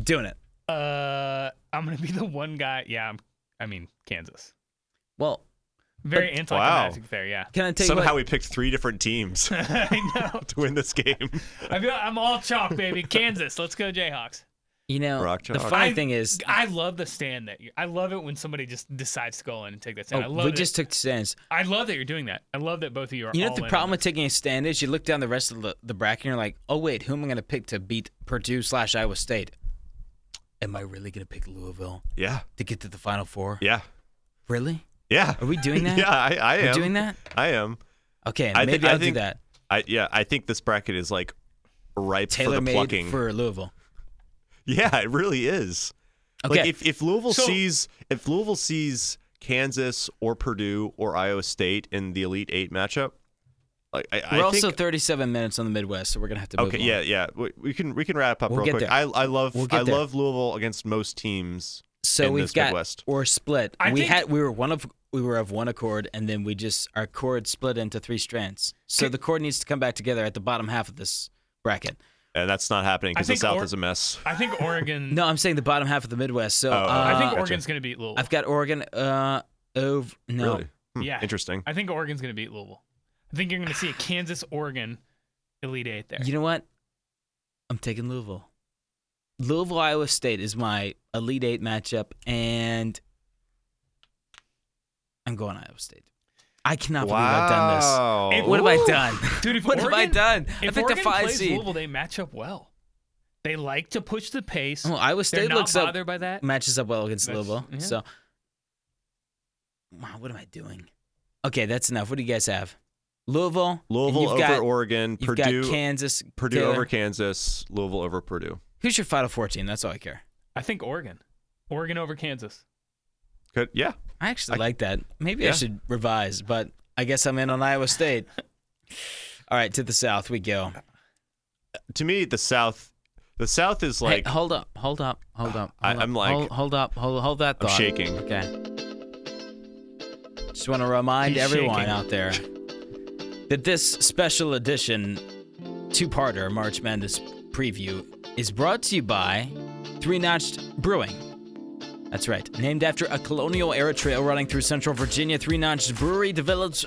[SPEAKER 3] Doing it.
[SPEAKER 1] Uh, I'm gonna be the one guy. Yeah, I'm, I mean Kansas.
[SPEAKER 3] Well,
[SPEAKER 1] Very anticlimactic there. Yeah,
[SPEAKER 3] can I tell you
[SPEAKER 2] Somehow
[SPEAKER 3] what?
[SPEAKER 2] we picked three different teams to
[SPEAKER 1] I know.
[SPEAKER 2] win this game.
[SPEAKER 1] I feel, I'm all chalk, baby. Kansas, let's go Jayhawks.
[SPEAKER 3] You know,
[SPEAKER 2] Rock
[SPEAKER 3] the
[SPEAKER 2] chalk.
[SPEAKER 3] funny
[SPEAKER 1] I-
[SPEAKER 3] thing is,
[SPEAKER 1] I love the stand that you. I love it when somebody just decides to go in and take that
[SPEAKER 3] oh,
[SPEAKER 1] stand. I love
[SPEAKER 3] we
[SPEAKER 1] it.
[SPEAKER 3] just took stands.
[SPEAKER 1] I love that you're doing that. I love that both of you are.
[SPEAKER 3] You know
[SPEAKER 1] all
[SPEAKER 3] what the
[SPEAKER 1] in
[SPEAKER 3] problem
[SPEAKER 1] on
[SPEAKER 3] with taking a stand is? You look down the rest of the, the bracket and you're like, oh wait, who am I going to pick to beat Purdue slash Iowa State? Am I really going to pick Louisville
[SPEAKER 2] Yeah,
[SPEAKER 3] to get to the Final Four?
[SPEAKER 2] yeah,
[SPEAKER 3] Really?
[SPEAKER 2] yeah.
[SPEAKER 3] Are we doing that?
[SPEAKER 2] Yeah, I, I
[SPEAKER 3] We're
[SPEAKER 2] am
[SPEAKER 3] doing that?
[SPEAKER 2] I am.
[SPEAKER 3] Okay,
[SPEAKER 2] I thi-
[SPEAKER 3] maybe
[SPEAKER 2] I
[SPEAKER 3] I'll
[SPEAKER 2] think
[SPEAKER 3] do that.
[SPEAKER 2] I yeah. I think this bracket is like ripe
[SPEAKER 3] Tailor
[SPEAKER 2] for the
[SPEAKER 3] made
[SPEAKER 2] plucking.
[SPEAKER 3] for Louisville.
[SPEAKER 2] Yeah, it really is.
[SPEAKER 3] Okay,
[SPEAKER 2] Like if, if Louisville
[SPEAKER 1] So-
[SPEAKER 2] sees if Louisville sees Kansas or Purdue or Iowa State in the Elite Eight matchup, like I,
[SPEAKER 3] we're
[SPEAKER 2] I
[SPEAKER 3] also
[SPEAKER 2] think
[SPEAKER 3] 37 minutes on the Midwest, so we're gonna have to move
[SPEAKER 2] okay,
[SPEAKER 3] on.
[SPEAKER 2] yeah, yeah. We, we can we can wrap up
[SPEAKER 3] We'll
[SPEAKER 2] real
[SPEAKER 3] get
[SPEAKER 2] quick.
[SPEAKER 3] there.
[SPEAKER 2] I I love
[SPEAKER 3] We'll get
[SPEAKER 2] I
[SPEAKER 3] there.
[SPEAKER 2] love Louisville against most teams.
[SPEAKER 3] So
[SPEAKER 2] in
[SPEAKER 3] we've
[SPEAKER 2] this
[SPEAKER 3] got
[SPEAKER 2] Midwest.
[SPEAKER 3] or split.
[SPEAKER 1] I
[SPEAKER 3] we
[SPEAKER 1] think-
[SPEAKER 3] had we were one of we were of one accord, and then we just our cord split into three strands. So
[SPEAKER 1] Can-
[SPEAKER 3] the cord needs to come back together at the bottom half of this bracket.
[SPEAKER 2] And that's not happening
[SPEAKER 1] I
[SPEAKER 2] because the
[SPEAKER 1] think
[SPEAKER 2] South
[SPEAKER 1] or-
[SPEAKER 2] is a mess.
[SPEAKER 1] it. I think Oregon.
[SPEAKER 3] No, I'm saying the bottom half of the Midwest. So
[SPEAKER 2] Oh,
[SPEAKER 3] uh,
[SPEAKER 1] Mm. I think
[SPEAKER 2] gotcha.
[SPEAKER 1] Oregon's gonna beat Louisville.
[SPEAKER 3] I've got Oregon. Uh, over no.
[SPEAKER 2] Really? Hmm,
[SPEAKER 1] Yeah.
[SPEAKER 2] Interesting.
[SPEAKER 1] I think Oregon's gonna beat Louisville. I think you're gonna see a Kansas Oregon Elite Eight there.
[SPEAKER 3] You know what? I'm taking Louisville. Louisville, Iowa State is my Elite Eight matchup, and I'm going Iowa State. I cannot believe I've done this.
[SPEAKER 2] wow.
[SPEAKER 1] Hey,
[SPEAKER 3] What have I
[SPEAKER 1] Ooh.
[SPEAKER 3] done?
[SPEAKER 1] Dude, if
[SPEAKER 3] What
[SPEAKER 1] Oregon,
[SPEAKER 3] have I done? I
[SPEAKER 1] If
[SPEAKER 3] picked a
[SPEAKER 1] Oregon
[SPEAKER 3] five
[SPEAKER 1] plays
[SPEAKER 3] seed.
[SPEAKER 1] Louisville, they match up well. They like to push the pace.
[SPEAKER 3] Oh, Iowa
[SPEAKER 1] They're
[SPEAKER 3] State
[SPEAKER 1] not
[SPEAKER 3] looks up, Mm.
[SPEAKER 1] bothered by that.
[SPEAKER 3] matches up well against
[SPEAKER 1] That's-
[SPEAKER 3] Louisville.
[SPEAKER 1] yeah.
[SPEAKER 3] So, wow, what am I doing? Okay, that's enough. What do you guys have? Louisville, and
[SPEAKER 2] Louisville
[SPEAKER 3] you've
[SPEAKER 2] over
[SPEAKER 3] got,
[SPEAKER 2] Oregon,
[SPEAKER 3] You've
[SPEAKER 2] Purdue
[SPEAKER 3] got Kansas,
[SPEAKER 2] Purdue
[SPEAKER 3] Taylor.
[SPEAKER 2] over Kansas, Louisville over Purdue.
[SPEAKER 3] Who's your Final Four team? That's all I care.
[SPEAKER 1] I think Oregon. Oregon over Kansas.
[SPEAKER 2] Could, yeah.
[SPEAKER 3] I actually
[SPEAKER 2] I-
[SPEAKER 3] like that. Maybe I
[SPEAKER 2] Yeah.
[SPEAKER 3] should revise, but I guess I'm in on Iowa State. All right, to the south we go.
[SPEAKER 2] To me, the South, the South is like
[SPEAKER 3] hey, hold up, hold up, hold up.
[SPEAKER 2] I-
[SPEAKER 3] hold up,
[SPEAKER 2] I'm like-
[SPEAKER 3] hold, hold up, hold, hold that
[SPEAKER 2] I'm
[SPEAKER 3] thought.
[SPEAKER 2] shaking.
[SPEAKER 3] Okay. Just want to remind
[SPEAKER 1] He's
[SPEAKER 3] everyone
[SPEAKER 1] shaking.
[SPEAKER 3] out there that this special edition two-parter March Madness preview is brought to you by Three Notched Brewing. That's right. Named after a colonial era trail running through central Virginia, Three Notched Brewery develops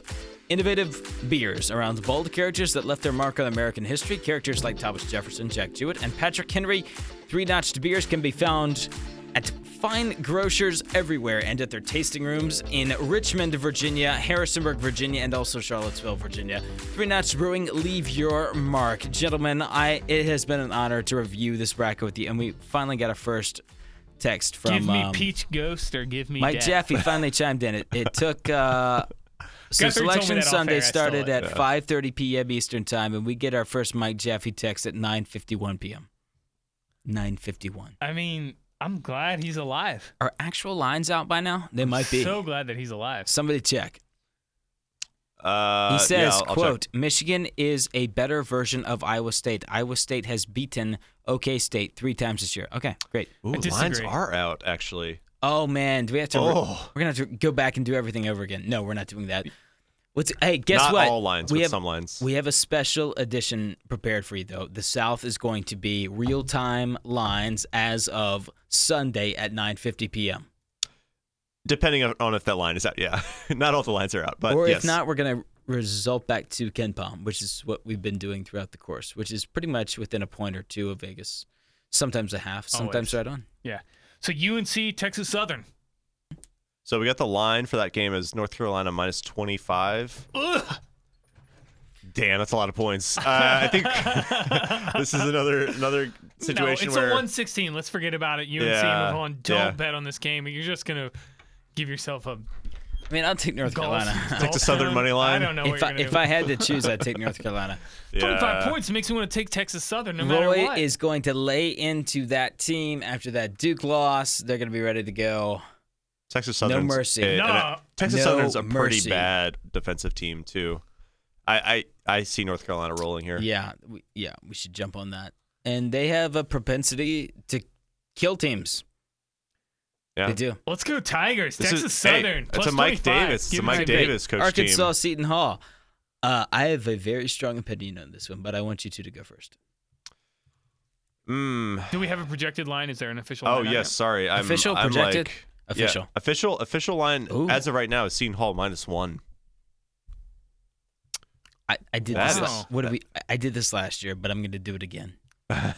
[SPEAKER 3] innovative beers around bold characters that left their mark on American history. Characters like Thomas Jefferson, Jack Jewett, and Patrick Henry. Three Notched Beers can be found at fine grocers everywhere and at their tasting rooms in Richmond, Virginia, Harrisonburg, Virginia, and also Charlottesville, Virginia. Three Notch Brewing, leave your mark. Gentlemen, I it has been an honor to review this bracket with you, and we finally got a first text from
[SPEAKER 1] give me
[SPEAKER 3] um,
[SPEAKER 1] Peach Ghost or give me
[SPEAKER 3] Mike
[SPEAKER 1] Death.
[SPEAKER 3] Jaffe finally chimed in. It, it took uh, so
[SPEAKER 1] Guthrie told me
[SPEAKER 3] selection
[SPEAKER 1] that off air, I
[SPEAKER 3] Sunday
[SPEAKER 1] stole
[SPEAKER 3] started
[SPEAKER 1] it.
[SPEAKER 3] at 5:30 p.m. Eastern time, and we get our first Mike Jaffe text at 9:51 p.m. 9:51.
[SPEAKER 1] I mean, I'm glad he's alive.
[SPEAKER 3] Are actual lines out by now? They might be.
[SPEAKER 1] So glad that he's alive.
[SPEAKER 3] Somebody check.
[SPEAKER 2] Uh,
[SPEAKER 3] oh, He
[SPEAKER 2] yeah,
[SPEAKER 3] says,
[SPEAKER 2] I'll- I'll check.
[SPEAKER 3] "quote Michigan is a better version of Iowa State. Iowa State has beaten OK State three times this year. Okay, great.
[SPEAKER 2] Ooh, lines
[SPEAKER 1] disagree.
[SPEAKER 2] are out actually.
[SPEAKER 3] Oh man, do we have to?
[SPEAKER 2] Oh.
[SPEAKER 3] We're gonna have to go back and do everything over again. No, we're not doing that. What's, hey, guess
[SPEAKER 2] Not
[SPEAKER 3] what?
[SPEAKER 2] all lines,
[SPEAKER 3] we
[SPEAKER 2] but
[SPEAKER 3] have
[SPEAKER 2] some lines.
[SPEAKER 3] We have a special edition prepared for you, though. The South is going to be real time lines as of Sunday at 9:50 p.m.
[SPEAKER 2] Depending on- on if that line is out, yeah. not all the lines are out, but
[SPEAKER 3] or
[SPEAKER 2] yes.
[SPEAKER 3] if not, we're going to result back to Ken Palm, which is what we've been doing throughout the course, which is pretty much within a point or two of Vegas. Sometimes a half,
[SPEAKER 1] Always.
[SPEAKER 3] sometimes right on.
[SPEAKER 1] Yeah. So UNC Texas Southern.
[SPEAKER 2] So we got the line for that game is North Carolina minus 25.
[SPEAKER 1] Ugh.
[SPEAKER 2] Damn, that's a lot of points. Uh, I think this is another another
[SPEAKER 1] No,
[SPEAKER 2] situation
[SPEAKER 1] it's
[SPEAKER 2] where
[SPEAKER 1] a 116. Let's forget about it. UNC
[SPEAKER 2] Yeah,
[SPEAKER 1] move on. Don't
[SPEAKER 2] yeah.
[SPEAKER 1] bet on this game. You're just gonna give yourself a
[SPEAKER 3] I mean, I'll take North
[SPEAKER 1] golf.
[SPEAKER 3] Carolina.
[SPEAKER 1] golf
[SPEAKER 2] the Southern
[SPEAKER 1] town.
[SPEAKER 2] money line.
[SPEAKER 1] I don't know. what
[SPEAKER 3] if I,
[SPEAKER 1] you're gonna
[SPEAKER 3] if
[SPEAKER 1] do.
[SPEAKER 3] I had to choose, I'd take North Carolina.
[SPEAKER 1] 25
[SPEAKER 2] yeah.
[SPEAKER 1] points makes me want to take Texas Southern no matter
[SPEAKER 3] Roy
[SPEAKER 1] what.
[SPEAKER 3] is going to lay into that team after that Duke loss. They're going to be ready to go.
[SPEAKER 2] Texas Southern's
[SPEAKER 3] mercy.
[SPEAKER 2] a- and a-
[SPEAKER 1] No.
[SPEAKER 2] Texas
[SPEAKER 3] No
[SPEAKER 2] Southern's a pretty
[SPEAKER 3] mercy.
[SPEAKER 2] bad defensive team too. I, I I see North Carolina rolling here.
[SPEAKER 3] Yeah, we, yeah, we should jump on that. And they have a propensity to kill teams.
[SPEAKER 2] Yeah.
[SPEAKER 3] They do.
[SPEAKER 1] Let's go Tigers.
[SPEAKER 2] This
[SPEAKER 1] Texas
[SPEAKER 2] is, hey,
[SPEAKER 1] Southern.
[SPEAKER 2] it's
[SPEAKER 1] plus
[SPEAKER 2] a Mike
[SPEAKER 1] 25.
[SPEAKER 2] Davis. It's
[SPEAKER 1] Give
[SPEAKER 2] a
[SPEAKER 1] me
[SPEAKER 2] Mike
[SPEAKER 1] some-
[SPEAKER 2] Davis coach
[SPEAKER 3] Arkansas
[SPEAKER 2] team.
[SPEAKER 3] Seton Hall. Uh, I have a very strong opinion on this one, but I want you two to go first.
[SPEAKER 2] Mm,
[SPEAKER 1] Do we have a projected line? Is there an official?
[SPEAKER 2] Oh
[SPEAKER 1] line on
[SPEAKER 2] yes, sorry. I'm,
[SPEAKER 3] Official,
[SPEAKER 2] I'm
[SPEAKER 3] projected?
[SPEAKER 2] like-
[SPEAKER 3] Official.
[SPEAKER 2] Yeah, official. Official line
[SPEAKER 3] Ooh.
[SPEAKER 2] as of right now is Seton Hall minus one.
[SPEAKER 3] I, I did
[SPEAKER 2] That
[SPEAKER 3] this.
[SPEAKER 1] is-
[SPEAKER 3] what do we? I- I did this last year, but I'm going to do it again.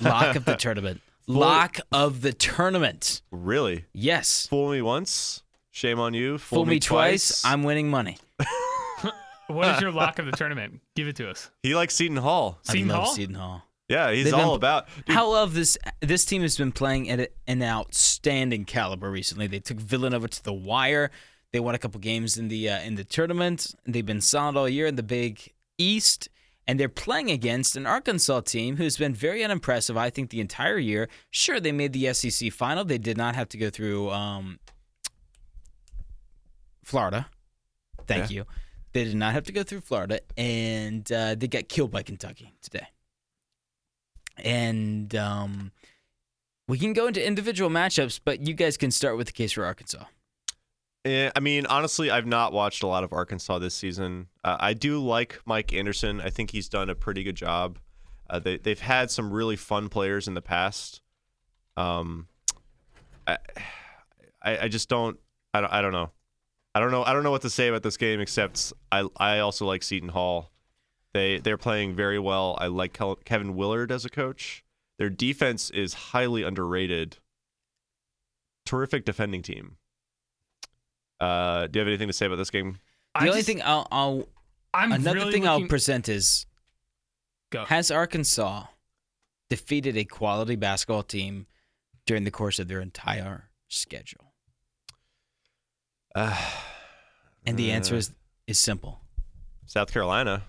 [SPEAKER 3] Lock of the tournament. Lock of the tournament.
[SPEAKER 2] Really?
[SPEAKER 3] Yes.
[SPEAKER 2] Fool me once, shame on you.
[SPEAKER 3] Fool, me twice. I'm winning money.
[SPEAKER 1] that? What is your lock of the tournament? Give it to us.
[SPEAKER 2] He likes Seton Hall.
[SPEAKER 1] Seton
[SPEAKER 3] I love
[SPEAKER 1] Hall?
[SPEAKER 3] Seton Hall.
[SPEAKER 2] Yeah, he's
[SPEAKER 3] They've been-
[SPEAKER 2] all about. Dude,
[SPEAKER 3] How of this this team has been playing at a- an outstanding caliber recently. They took Villanova to the wire. They won a couple games in the uh, in the tournament. They've been solid all year in the Big East, and they're playing against an Arkansas team who's been very unimpressive. I think the entire year. Sure, they made the SEC final. They did not have to go through um, Florida. Thank you. They did not have to go through Florida, and uh, they got killed by Kentucky today and um, we can go into individual matchups, but you guys can start with the case for Arkansas.
[SPEAKER 2] eh, I mean, honestly, I've not watched a lot of Arkansas this season. Uh, I do like Mike Anderson. I think he's done a pretty good job. Uh, they they've had some really fun players in the past. Um, I I, I just don't I, don't. I don't know. I don't know. I don't know what to say about this game except I I also like Seton Hall. They they're playing very well. I like Kel- Kevin Willard as a coach. Their defense is highly underrated. Terrific defending team. Uh, do you have anything to say about this game?
[SPEAKER 1] I
[SPEAKER 3] The only
[SPEAKER 1] just-
[SPEAKER 3] thing I'll, I'll
[SPEAKER 1] I'm
[SPEAKER 3] another
[SPEAKER 1] really
[SPEAKER 3] thing I'll
[SPEAKER 1] looking,
[SPEAKER 3] present is
[SPEAKER 1] Go.
[SPEAKER 3] has Arkansas defeated a quality basketball team during the course of their entire schedule?
[SPEAKER 2] Uh,
[SPEAKER 3] And the answer
[SPEAKER 2] Uh.
[SPEAKER 3] is is simple.
[SPEAKER 2] South Carolina.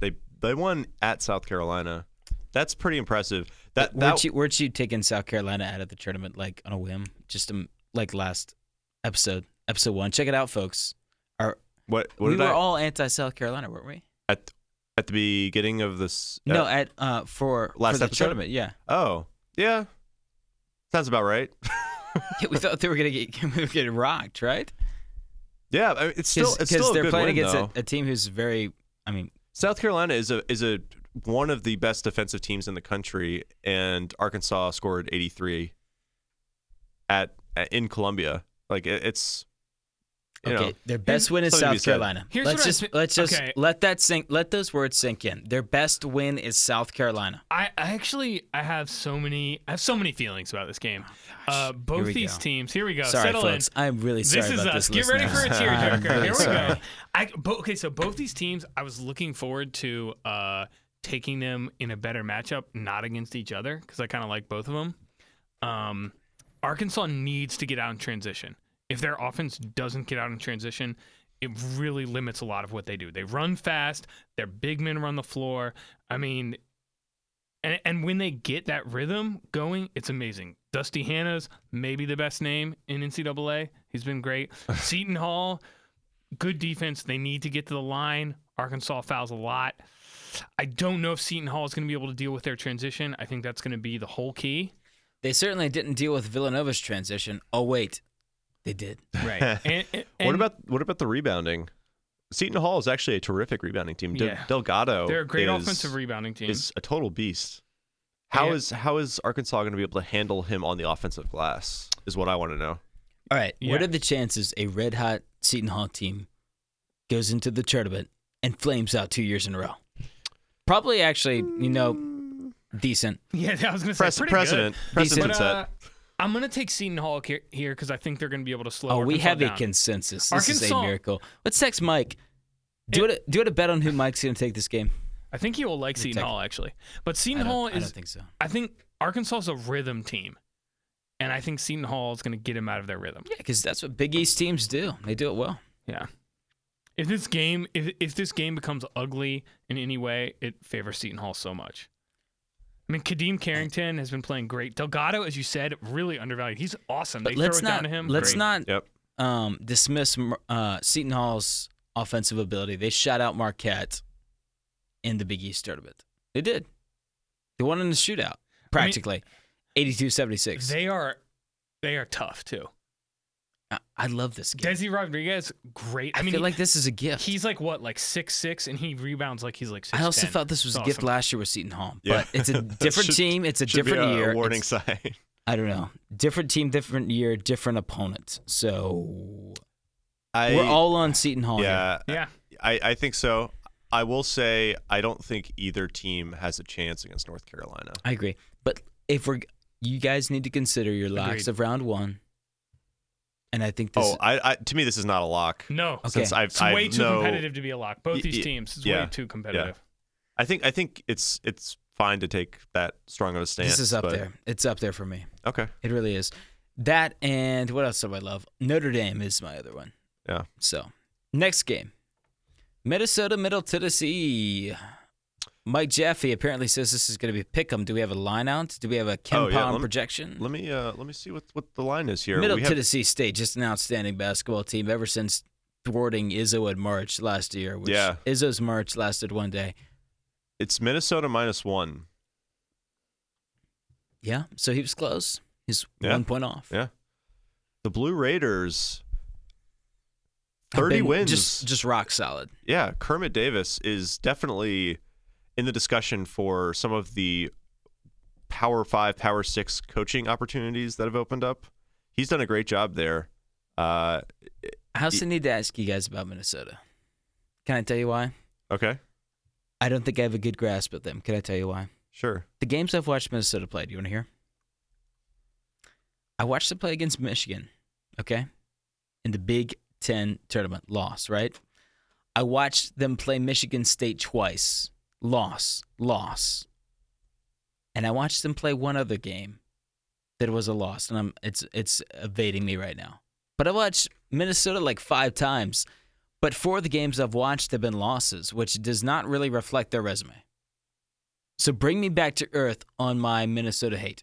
[SPEAKER 2] They they won at South Carolina. That's pretty impressive. That
[SPEAKER 3] weren't
[SPEAKER 2] that
[SPEAKER 3] you weren't you taking South Carolina out of the tournament like on a whim, just um, like last episode, episode one? Check it out, folks. Our,
[SPEAKER 2] what what
[SPEAKER 3] we
[SPEAKER 2] did
[SPEAKER 3] were
[SPEAKER 2] I
[SPEAKER 3] all anti South Carolina, weren't we?
[SPEAKER 2] at at the beginning of this?
[SPEAKER 3] no, at uh for
[SPEAKER 2] Last
[SPEAKER 3] for the
[SPEAKER 2] episode?
[SPEAKER 3] tournament, yeah.
[SPEAKER 2] Oh yeah, sounds about right.
[SPEAKER 3] Yeah, we thought they were gonna get we were getting rocked, right?
[SPEAKER 2] Yeah, I mean, it's still it's still a
[SPEAKER 3] they're
[SPEAKER 2] good
[SPEAKER 3] playing
[SPEAKER 2] win
[SPEAKER 3] against
[SPEAKER 2] though.
[SPEAKER 3] A, a team who's very. I mean,
[SPEAKER 2] South Carolina is a is a one of the best defensive teams in the country, and Arkansas scored 83 at, at in Columbia. Like it, it's You
[SPEAKER 3] okay,
[SPEAKER 2] know,
[SPEAKER 3] their best win is
[SPEAKER 2] something to be
[SPEAKER 3] South
[SPEAKER 2] said.
[SPEAKER 3] Carolina.
[SPEAKER 1] Here's
[SPEAKER 3] let's
[SPEAKER 1] what I
[SPEAKER 3] just
[SPEAKER 1] thi-
[SPEAKER 3] let's just
[SPEAKER 1] okay.
[SPEAKER 3] let that sink. Let those words sink in. Their best win is South Carolina.
[SPEAKER 1] I, I actually I have so many I have so many feelings about this game. uh, both
[SPEAKER 3] Oh, we
[SPEAKER 1] these
[SPEAKER 3] go.
[SPEAKER 1] teams. Here we go.
[SPEAKER 3] sorry,
[SPEAKER 1] Settle
[SPEAKER 3] folks.
[SPEAKER 1] in.
[SPEAKER 3] I'm really sorry
[SPEAKER 1] This is
[SPEAKER 3] about
[SPEAKER 1] us.
[SPEAKER 3] this.
[SPEAKER 1] Get ready for a
[SPEAKER 3] listeners. I'm
[SPEAKER 1] tearjerker.
[SPEAKER 3] really
[SPEAKER 1] Here we
[SPEAKER 3] sorry.
[SPEAKER 1] go. I, bo- okay, so both these teams, I was looking forward to uh, taking them in a better matchup, not against each other, because I kind of like both of them. Um, Arkansas needs to get out in transition. If their offense doesn't get out in transition, it really limits a lot of what they do. They run fast. Their big men run the floor. I mean, and, and when they get that rhythm going, it's amazing. Dusty Hanna's maybe the best name in NCAA. He's been great. Seton Hall, good defense. They need to get to the line. Arkansas fouls a lot. I don't know if Seton Hall is going to be able to deal with their transition. I think that's going to be the whole key.
[SPEAKER 3] They certainly didn't deal with Villanova's transition. Oh wait, they did.
[SPEAKER 1] Right. and, and-
[SPEAKER 2] what
[SPEAKER 1] and
[SPEAKER 2] about what about the rebounding? Seton Hall is actually a terrific rebounding team. De-
[SPEAKER 1] Yeah.
[SPEAKER 2] Delgado,
[SPEAKER 1] they're a great
[SPEAKER 2] is-
[SPEAKER 1] offensive rebounding team.
[SPEAKER 2] is a total beast. How
[SPEAKER 1] And-
[SPEAKER 2] is how is Arkansas going to be able to handle him on the offensive glass? Is what I want to know.
[SPEAKER 3] All right. What
[SPEAKER 1] Yeah.
[SPEAKER 3] are the chances a red hot Seton Hall team goes into the tournament and flames out two years in a row? Probably actually, you know,
[SPEAKER 1] Hmm.
[SPEAKER 3] decent.
[SPEAKER 1] yeah, I was going to say
[SPEAKER 2] Pres-
[SPEAKER 1] pretty
[SPEAKER 2] precedent
[SPEAKER 3] Decent.
[SPEAKER 2] precedent
[SPEAKER 1] good. But,
[SPEAKER 2] set.
[SPEAKER 1] uh, I'm going to take Seton Hall here- here because I think they're going to be able to slow.
[SPEAKER 3] Oh, we
[SPEAKER 1] Arkansas
[SPEAKER 3] have a
[SPEAKER 1] down.
[SPEAKER 3] consensus. This is a
[SPEAKER 1] Arkansas-
[SPEAKER 3] miracle. Let's text Mike. Do it. Do it a bet on who Mike's going to take this game.
[SPEAKER 1] I think he will like
[SPEAKER 3] Let me
[SPEAKER 1] Seton
[SPEAKER 3] take-
[SPEAKER 1] Hall actually, but
[SPEAKER 3] I
[SPEAKER 1] Seton
[SPEAKER 3] don't-
[SPEAKER 1] Hall
[SPEAKER 3] I
[SPEAKER 1] is
[SPEAKER 3] don't think so.
[SPEAKER 1] I think Arkansas is a rhythm team, and I think Seton Hall is going to get him out of their rhythm.
[SPEAKER 3] Yeah, because that's what Big East teams do. They do it well.
[SPEAKER 1] Yeah. If this game if, if this game becomes ugly in any way, it favors Seton Hall so much. I mean, Kadeem Carrington has been playing great. Delgado, as you said, really undervalued. He's awesome.
[SPEAKER 3] But
[SPEAKER 1] they
[SPEAKER 3] let's
[SPEAKER 1] throw it
[SPEAKER 3] not.
[SPEAKER 1] down to him.
[SPEAKER 3] Let's
[SPEAKER 1] great.
[SPEAKER 3] not
[SPEAKER 2] Yep.
[SPEAKER 3] um, dismiss uh, Seton Hall's offensive ability. They shot out Marquette in the Big East tournament. They did. They won in the shootout, practically. 82-76.
[SPEAKER 1] They are, they are tough too.
[SPEAKER 3] I, I love this game.
[SPEAKER 1] Desi Rodriguez, great.
[SPEAKER 3] I,
[SPEAKER 1] I, mean,
[SPEAKER 3] feel
[SPEAKER 1] he-
[SPEAKER 3] like this is a gift.
[SPEAKER 1] he's like what, like six six, and he rebounds like he's like. 6'10".
[SPEAKER 3] I also felt this was
[SPEAKER 1] It's
[SPEAKER 3] a gift
[SPEAKER 1] awesome.
[SPEAKER 3] last year with Seton Hall,
[SPEAKER 2] Yeah.
[SPEAKER 3] but it's a
[SPEAKER 2] That
[SPEAKER 3] different
[SPEAKER 2] should-
[SPEAKER 3] team. It's a
[SPEAKER 2] Should be
[SPEAKER 3] differning
[SPEAKER 2] a
[SPEAKER 3] year.
[SPEAKER 2] warning
[SPEAKER 3] It's-
[SPEAKER 2] sign.
[SPEAKER 3] I don't know. Different team, different year, different opponent. So
[SPEAKER 2] I,
[SPEAKER 3] we're all on Seton Hall. here.
[SPEAKER 2] yeah,
[SPEAKER 1] Yeah.
[SPEAKER 2] I, I think so. I will say I don't think either team has a chance against North Carolina.
[SPEAKER 3] I agree. But if we're, you guys need to consider your
[SPEAKER 1] Agreed.
[SPEAKER 3] locks of round one. And I think this.
[SPEAKER 2] Oh, I, I to me this is not a lock.
[SPEAKER 1] No,
[SPEAKER 3] Okay.
[SPEAKER 2] Since I've,
[SPEAKER 1] it's
[SPEAKER 2] I've
[SPEAKER 1] way too
[SPEAKER 2] no-
[SPEAKER 1] competitive to be a lock.
[SPEAKER 2] Y-
[SPEAKER 1] Both these
[SPEAKER 2] y-
[SPEAKER 1] teams, it's
[SPEAKER 2] yeah.
[SPEAKER 1] way too competitive.
[SPEAKER 2] I think I think it's it's fine to take that strong of a stance.
[SPEAKER 3] this is up
[SPEAKER 2] but-
[SPEAKER 3] there. It's up there for me.
[SPEAKER 2] Okay.
[SPEAKER 3] It really is. That and what else do I love? Notre Dame is my other one.
[SPEAKER 2] Yeah.
[SPEAKER 3] So next game, Minnesota, Middle Tennessee. Mike Jaffe apparently says this is going to be pick 'em. Do we have a line out? Do we have a Ken
[SPEAKER 2] Oh, yeah,
[SPEAKER 3] Palm
[SPEAKER 2] lem-
[SPEAKER 3] projection?
[SPEAKER 2] Let me uh let me see what what the line is here.
[SPEAKER 3] Middle
[SPEAKER 2] we have,
[SPEAKER 3] Tennessee State, just an outstanding basketball team ever since thwarting Izzo in March last year. Which
[SPEAKER 2] Yeah.
[SPEAKER 3] Izzo's March lasted one day.
[SPEAKER 2] It's Minnesota minus one.
[SPEAKER 3] Yeah, so he was close. He's
[SPEAKER 2] Yeah.
[SPEAKER 3] one point off.
[SPEAKER 2] Yeah. The Blue Raiders.
[SPEAKER 3] I've
[SPEAKER 2] 30
[SPEAKER 3] been
[SPEAKER 2] wins.
[SPEAKER 3] Just, just rock solid.
[SPEAKER 2] yeah, Kermit Davis is definitely in the discussion for some of the Power Five, Power Six coaching opportunities that have opened up. He's done a great job there. Uh,
[SPEAKER 3] I also need to ask you guys about Minnesota. Can I tell you why?
[SPEAKER 2] okay,
[SPEAKER 3] I don't think I have a good grasp of them. Can I tell you why?
[SPEAKER 2] sure.
[SPEAKER 3] The games I've watched Minnesota play, do you want to hear? I watched them play against Michigan, okay? In the Big Ten tournament, loss, right? I watched them play Michigan State twice, loss, loss. And I watched them play one other game that was a loss, and I'm it's it's evading me right now. But I watched Minnesota like five times, but four of the games I've watched have been losses, which does not really reflect their resume. So bring me back to earth on my Minnesota hate.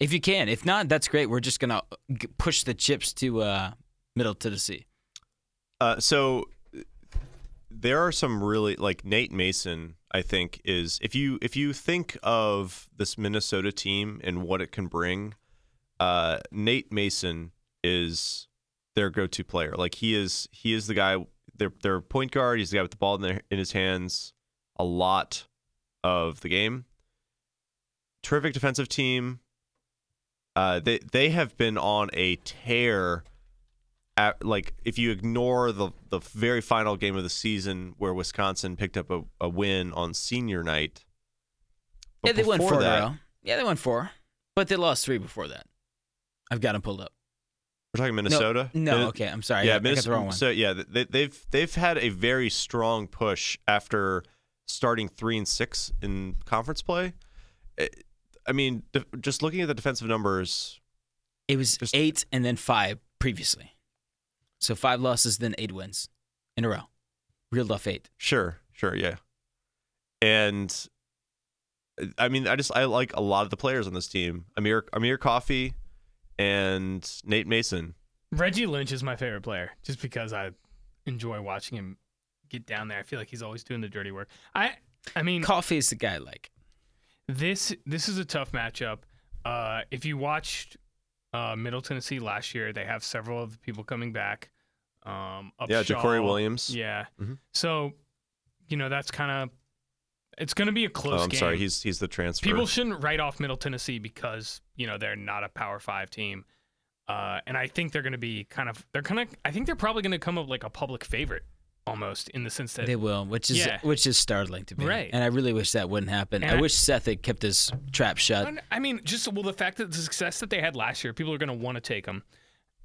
[SPEAKER 3] If you can. If not, that's great. We're just going to push the chips to uh, Middle Tennessee.
[SPEAKER 2] Uh, so uh, there are some really like Nate Mason. I think is if you if you think of this Minnesota team and what it can bring, uh, Nate Mason is their go-to player. Like he is he is the guy. Their their point guard. He's the guy with the ball in their in his hands a lot of the game. Terrific defensive team. Uh, they they have been on a tear. At, like if you ignore the the very final game of the season where Wisconsin picked up a, a win on senior night. but
[SPEAKER 3] yeah, they won
[SPEAKER 2] before
[SPEAKER 3] four
[SPEAKER 2] that-
[SPEAKER 3] in a row. Yeah, they won four, but they lost three before that. I've got them pulled up.
[SPEAKER 2] We're talking
[SPEAKER 3] No,
[SPEAKER 2] Minnesota.
[SPEAKER 3] No,
[SPEAKER 2] Min-
[SPEAKER 3] okay, I'm sorry. I-
[SPEAKER 2] Yeah,
[SPEAKER 3] I, got the wrong one.
[SPEAKER 2] Minnesota. So yeah, th- they, they've they've had a very strong push after starting three and six in conference play. Eh, I mean, de- just looking at the defensive numbers,
[SPEAKER 3] it was
[SPEAKER 2] just-
[SPEAKER 3] eight and then five previously, so five losses then eight wins in a row. Reeled off eight.
[SPEAKER 2] sure, sure, yeah, and eh, I mean, I just I like a lot of the players on this team. Amir Amir Coffee and Nate Mason.
[SPEAKER 1] Reggie Lynch is my favorite player just because I enjoy watching him get down there. I feel like he's always doing the dirty work. I I mean
[SPEAKER 3] Coffee is the guy I like.
[SPEAKER 1] this this is a tough matchup. Uh, if you watched uh, Middle Tennessee last year, they have several of the people coming back. Um,
[SPEAKER 2] Yeah,
[SPEAKER 1] Upshaw,
[SPEAKER 2] Ja'Cory Williams.
[SPEAKER 1] Yeah.
[SPEAKER 2] Mhm.
[SPEAKER 1] So, you know, that's kind of it's going to be a close
[SPEAKER 2] Oh, I'm
[SPEAKER 1] game.
[SPEAKER 2] sorry, he's he's the transfer.
[SPEAKER 1] People shouldn't write off Middle Tennessee because you know they're not a Power Five team, uh, and I think they're going to be kind of they're kind of I think they're probably going to come up like a public favorite almost in the sense that
[SPEAKER 3] They will, which is
[SPEAKER 1] Yeah.
[SPEAKER 3] which is startling to me.
[SPEAKER 1] Right.
[SPEAKER 3] And I really wish that wouldn't happen.
[SPEAKER 1] And
[SPEAKER 3] I
[SPEAKER 1] I-
[SPEAKER 3] wish Seth had kept his trap shut.
[SPEAKER 1] And, I mean, just well, the fact that the success that they had last year, people are going to want to take them,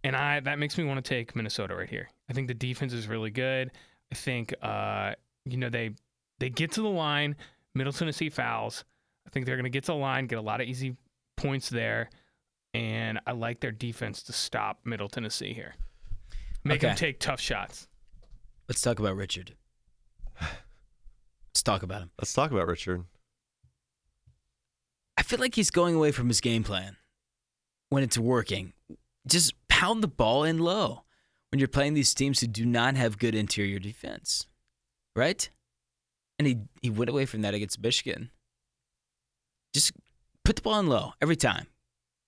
[SPEAKER 1] and I that makes me want to take Minnesota right here. I think the defense is really good. I think uh, you know they they get to the line, Middle Tennessee fouls. I think they're going to get to the line, get a lot of easy points there, and I like their defense to stop Middle Tennessee here. Make them
[SPEAKER 3] Okay.
[SPEAKER 1] take tough shots.
[SPEAKER 3] Let's talk about Richard. Let's talk about him.
[SPEAKER 2] Let's talk about Richard.
[SPEAKER 3] I feel like he's going away from his game plan when it's working. Just pound the ball in low when you're playing these teams who do not have good interior defense, right? And he, he went away from that against Michigan. Just put the ball in low every time.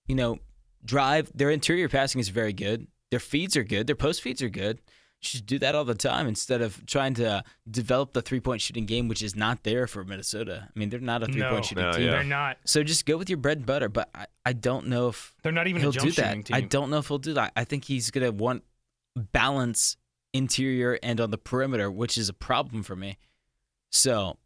[SPEAKER 3] You know, drive. Their interior passing is very good. Their feeds are good. Their post feeds are good. You should do that all the time instead of trying to develop the three point shooting game, which is not there for Minnesota. I mean, they're not a three point
[SPEAKER 1] No.
[SPEAKER 3] shooting
[SPEAKER 2] No,
[SPEAKER 3] team.
[SPEAKER 2] Yeah.
[SPEAKER 1] They're not.
[SPEAKER 3] So just go with your bread and butter. But I, I don't know if
[SPEAKER 1] They're not even
[SPEAKER 3] he'll
[SPEAKER 1] a jump
[SPEAKER 3] do
[SPEAKER 1] shooting
[SPEAKER 3] that.
[SPEAKER 1] team.
[SPEAKER 3] I don't know if he'll do that. I think he's gonna want balance interior and on the perimeter, which is a problem for me. So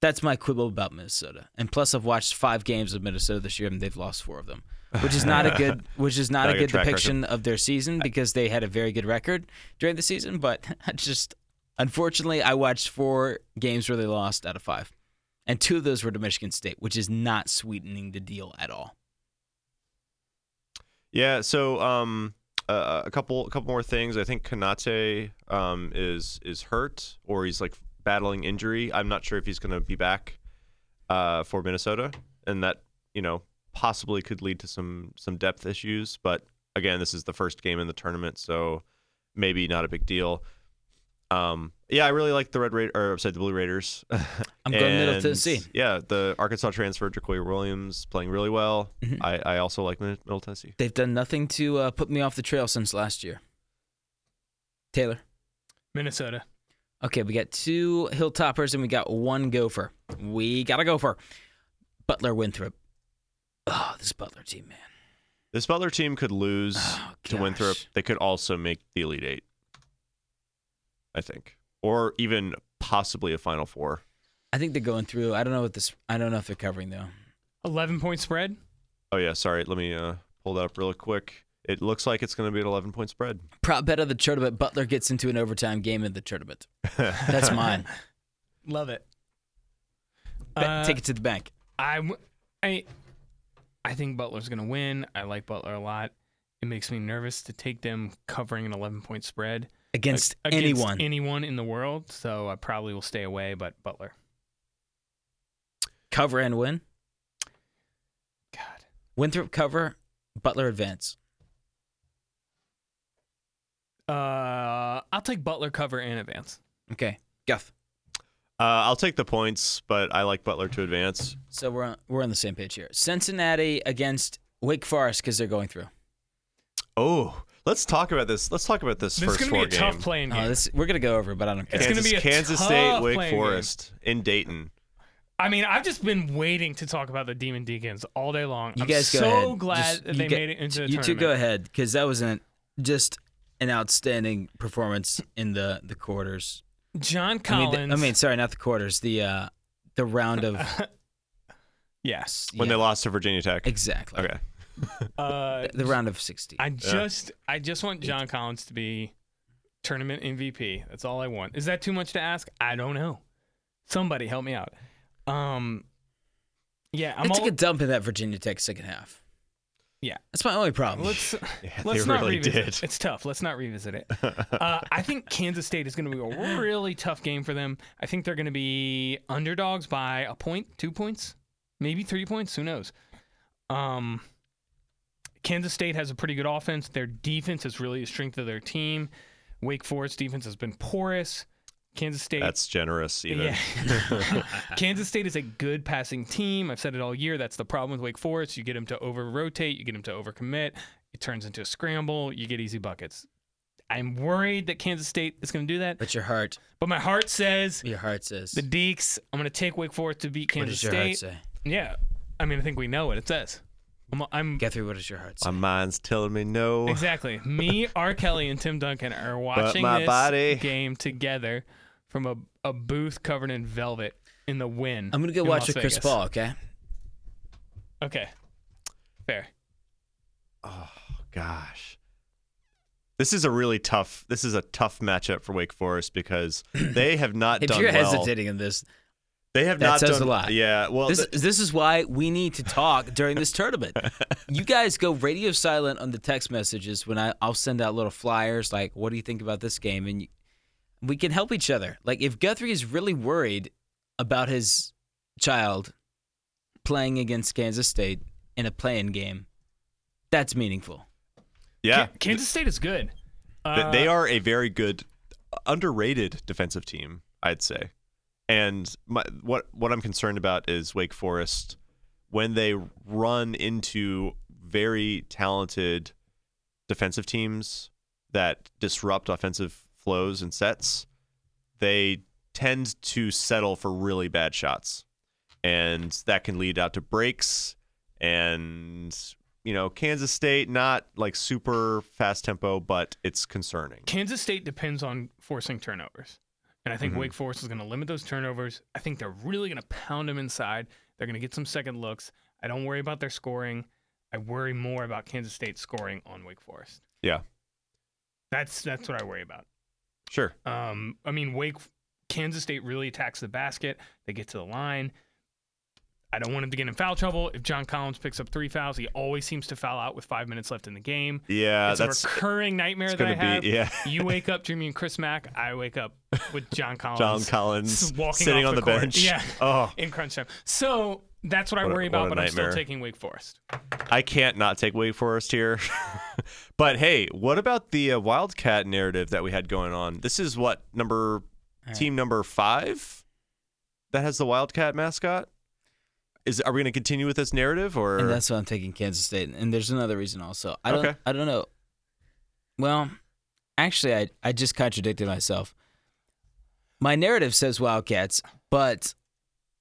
[SPEAKER 3] that's my quibble about Minnesota. And plus, I've watched five games of Minnesota this year, and they've lost four of them, which is not a good, which is not,
[SPEAKER 2] Not
[SPEAKER 3] a
[SPEAKER 2] a
[SPEAKER 3] good
[SPEAKER 2] good track
[SPEAKER 3] depiction of their season because they had a very good record during the season. But I just, unfortunately, I watched four games where they lost out of five, and two of those were to Michigan State, which is not sweetening the deal at all.
[SPEAKER 2] Yeah. So, um, uh, a couple, a couple more things. I think Kanate, um, is is hurt or he's like battling injury. I'm not sure if he's going to be back, uh, for Minnesota, and that you know possibly could lead to some some depth issues. But again, this is the first game in the tournament, so maybe not a big deal. Um, yeah, I really like the Red Raiders, or I'm sorry, the Blue Raiders.
[SPEAKER 3] I'm going Middle
[SPEAKER 2] And,
[SPEAKER 3] Tennessee.
[SPEAKER 2] Yeah, the Arkansas transfer, Jacoy Williams, playing really well.
[SPEAKER 3] Mhm.
[SPEAKER 2] I, I also like Mid- Middle Tennessee.
[SPEAKER 3] They've done nothing to uh, put me off the trail since last year. Taylor.
[SPEAKER 1] Minnesota.
[SPEAKER 3] Okay, we got two Hilltoppers and we got one Gopher. We got a Gopher. Butler Winthrop. Oh, this Butler team, man.
[SPEAKER 2] This Butler team could lose
[SPEAKER 3] Oh,
[SPEAKER 2] to Winthrop.
[SPEAKER 3] gosh.
[SPEAKER 2] They could also make the Elite Eight, I think, or even possibly a Final Four.
[SPEAKER 3] I think they're going through. I don't know what this. I don't know if they're covering though.
[SPEAKER 1] Eleven point spread.
[SPEAKER 2] Oh yeah, sorry. Let me uh, pull that up real quick. It looks like it's going to be an 11 point spread.
[SPEAKER 3] Prop bet of the tournament. Butler gets into an overtime game in the tournament. That's mine.
[SPEAKER 1] Love it.
[SPEAKER 3] Bet-
[SPEAKER 1] Uh,
[SPEAKER 3] Take it to the bank.
[SPEAKER 1] I, I, I think Butler's gonna win. I like Butler a lot. It makes me nervous to take them covering an 11 point spread
[SPEAKER 3] Against,
[SPEAKER 1] ag- against
[SPEAKER 3] anyone.
[SPEAKER 1] anyone in the world. So I probably will stay away. But Butler,
[SPEAKER 3] cover and win.
[SPEAKER 1] God,
[SPEAKER 3] Winthrop cover. Butler advance.
[SPEAKER 1] uh, I'll take Butler cover in advance.
[SPEAKER 3] Okay. Guff.
[SPEAKER 2] Uh, I'll take the points, but I like Butler to advance.
[SPEAKER 3] So we're on, we're on the same page here. Cincinnati against Wake Forest because they're going through.
[SPEAKER 2] Oh, let's talk about this. Let's talk about this,
[SPEAKER 1] This is
[SPEAKER 2] first
[SPEAKER 1] gonna be
[SPEAKER 2] four
[SPEAKER 1] a
[SPEAKER 2] game.
[SPEAKER 1] tough
[SPEAKER 3] Uh,
[SPEAKER 1] playing game.
[SPEAKER 3] Oh, this, we're gonna go over, but I don't care.
[SPEAKER 1] It's gonna
[SPEAKER 2] Kansas,
[SPEAKER 1] be a
[SPEAKER 2] Kansas
[SPEAKER 1] tough
[SPEAKER 2] State, Wake
[SPEAKER 1] playing game.
[SPEAKER 2] Forest in Dayton.
[SPEAKER 1] I mean, I've just been waiting to talk about the Demon Deacons all day long.
[SPEAKER 3] You
[SPEAKER 1] I'm
[SPEAKER 3] guys go
[SPEAKER 1] so
[SPEAKER 3] ahead.
[SPEAKER 1] glad
[SPEAKER 3] Just-
[SPEAKER 1] that
[SPEAKER 3] you
[SPEAKER 1] they
[SPEAKER 3] get-
[SPEAKER 1] made it into the
[SPEAKER 3] You two
[SPEAKER 1] tournament.
[SPEAKER 3] go ahead because that was an just an outstanding performance in the the quarters.
[SPEAKER 1] John
[SPEAKER 3] I mean,
[SPEAKER 1] Collins.
[SPEAKER 3] the- I mean, sorry, not the quarters. The uh the round of
[SPEAKER 1] yes.
[SPEAKER 2] when
[SPEAKER 3] yeah,
[SPEAKER 2] they lost to Virginia Tech.
[SPEAKER 3] exactly
[SPEAKER 2] Okay.
[SPEAKER 1] Uh,
[SPEAKER 3] the round of sixty.
[SPEAKER 1] I just, I just want John Collins to be tournament MVP. That's all I want. Is that too much to ask? I don't know. Somebody help me out. Um, yeah,
[SPEAKER 3] i
[SPEAKER 1] I'm
[SPEAKER 3] took
[SPEAKER 1] all,
[SPEAKER 3] a dump in that Virginia Tech second half.
[SPEAKER 1] Yeah.
[SPEAKER 3] that's my only problem.
[SPEAKER 1] let's
[SPEAKER 2] Yeah,
[SPEAKER 1] let's
[SPEAKER 2] they
[SPEAKER 1] not
[SPEAKER 2] really
[SPEAKER 1] revisit.
[SPEAKER 2] did.
[SPEAKER 1] It. It's tough. Let's not revisit it. Uh, I think Kansas State is going to be a really tough game for them. I think they're going to be underdogs by a point, two points, maybe three points. Who knows? Um, Kansas State has a pretty good offense. Their defense is really the strength of their team. Wake Forest defense has been porous. Kansas State
[SPEAKER 2] That's generous, even.
[SPEAKER 1] yeah. Kansas State is a good passing team. I've said it all year. That's the problem with Wake Forest. You get them to over rotate, you get them to overcommit. It turns into a scramble. You get easy buckets. I'm worried that Kansas State is going to do that,
[SPEAKER 3] but your heart,
[SPEAKER 1] but my heart says
[SPEAKER 3] your heart says.
[SPEAKER 1] the Deeks. I'm going to take Wake Forest to beat
[SPEAKER 3] what
[SPEAKER 1] Kansas
[SPEAKER 3] does your heart
[SPEAKER 1] State.
[SPEAKER 3] say,
[SPEAKER 1] Yeah, I mean, I think we know what it says. I'm, I'm
[SPEAKER 3] Guthrie? What does your heart say?
[SPEAKER 2] My mind's telling me no.
[SPEAKER 1] exactly me, R. Kelly, and Tim Duncan are watching
[SPEAKER 2] my
[SPEAKER 1] this
[SPEAKER 2] body-
[SPEAKER 1] game together from a, a booth covered in velvet in the wind.
[SPEAKER 3] I'm gonna go
[SPEAKER 1] in
[SPEAKER 3] watch
[SPEAKER 1] Las
[SPEAKER 3] with Chris
[SPEAKER 1] Vegas.
[SPEAKER 3] Paul. Okay,
[SPEAKER 1] Okay. Fair.
[SPEAKER 2] Oh, gosh. This is a really tough. This is a tough matchup for Wake Forest because they have not
[SPEAKER 3] if
[SPEAKER 2] done
[SPEAKER 3] you're
[SPEAKER 2] well.
[SPEAKER 3] hesitating in this,
[SPEAKER 2] They have
[SPEAKER 3] That
[SPEAKER 2] not
[SPEAKER 3] says
[SPEAKER 2] done
[SPEAKER 3] a lot.
[SPEAKER 2] Yeah. Well,
[SPEAKER 3] this
[SPEAKER 2] th-
[SPEAKER 3] this is why we need to talk during this tournament. you guys go radio silent on the text messages when I I'll send out little flyers like, "What do you think about this game?" and you, we can help each other. Like if Guthrie is really worried about his child playing against Kansas State in a play-in game, that's meaningful.
[SPEAKER 2] yeah.
[SPEAKER 1] Ka- Kansas State is good.
[SPEAKER 2] Th-
[SPEAKER 1] Uh,
[SPEAKER 2] they are a very good, underrated defensive team, I'd say. And my, what what I'm concerned about is Wake Forest when they run into very talented defensive teams that disrupt offensive flows and sets. They tend to settle for really bad shots, and that can lead out to breaks and. You know, Kansas State, not like super fast tempo, but it's concerning.
[SPEAKER 1] Kansas State depends on forcing turnovers. And I think
[SPEAKER 2] Mhm.
[SPEAKER 1] Wake Forest is going to limit those turnovers. I think they're really going to pound them inside. They're going to get some second looks. I don't worry about their scoring. I worry more about Kansas State scoring on Wake Forest.
[SPEAKER 2] Yeah.
[SPEAKER 1] That's that's what I worry about.
[SPEAKER 2] Sure.
[SPEAKER 1] Um, I mean, Wake, Kansas State really attacks the basket. They get to the line. I don't want him to get in foul trouble. If John Collins picks up three fouls, he always seems to foul out with five minutes left in the game.
[SPEAKER 2] Yeah,
[SPEAKER 1] it's
[SPEAKER 2] Uh, that's
[SPEAKER 1] a recurring nightmare
[SPEAKER 2] it's
[SPEAKER 1] that I
[SPEAKER 2] gonna
[SPEAKER 1] have.
[SPEAKER 2] be yeah.
[SPEAKER 1] you wake up dreaming of Chris Mack. I wake up with John Collins.
[SPEAKER 2] John Collins
[SPEAKER 1] walking
[SPEAKER 2] sitting
[SPEAKER 1] off
[SPEAKER 2] on
[SPEAKER 1] the
[SPEAKER 2] the,
[SPEAKER 1] court.
[SPEAKER 2] bench.
[SPEAKER 1] Yeah.
[SPEAKER 2] Oh,
[SPEAKER 1] in crunch time. So that's what, I
[SPEAKER 2] What a-
[SPEAKER 1] worry about,
[SPEAKER 2] what a
[SPEAKER 1] but I'm still
[SPEAKER 2] nightmare.
[SPEAKER 1] taking Wake Forest.
[SPEAKER 2] I can't not take Wake Forest here. but hey, what about the uh, Wildcat narrative that we had going on? This is what number
[SPEAKER 3] right.
[SPEAKER 2] team number five that has the Wildcat mascot. Is are we going to continue with this narrative or?
[SPEAKER 3] And that's why I'm taking Kansas State. And there's another reason also. I don't
[SPEAKER 2] Okay.
[SPEAKER 3] I don't know. Well, actually I I just contradicted myself. My narrative says Wildcats, but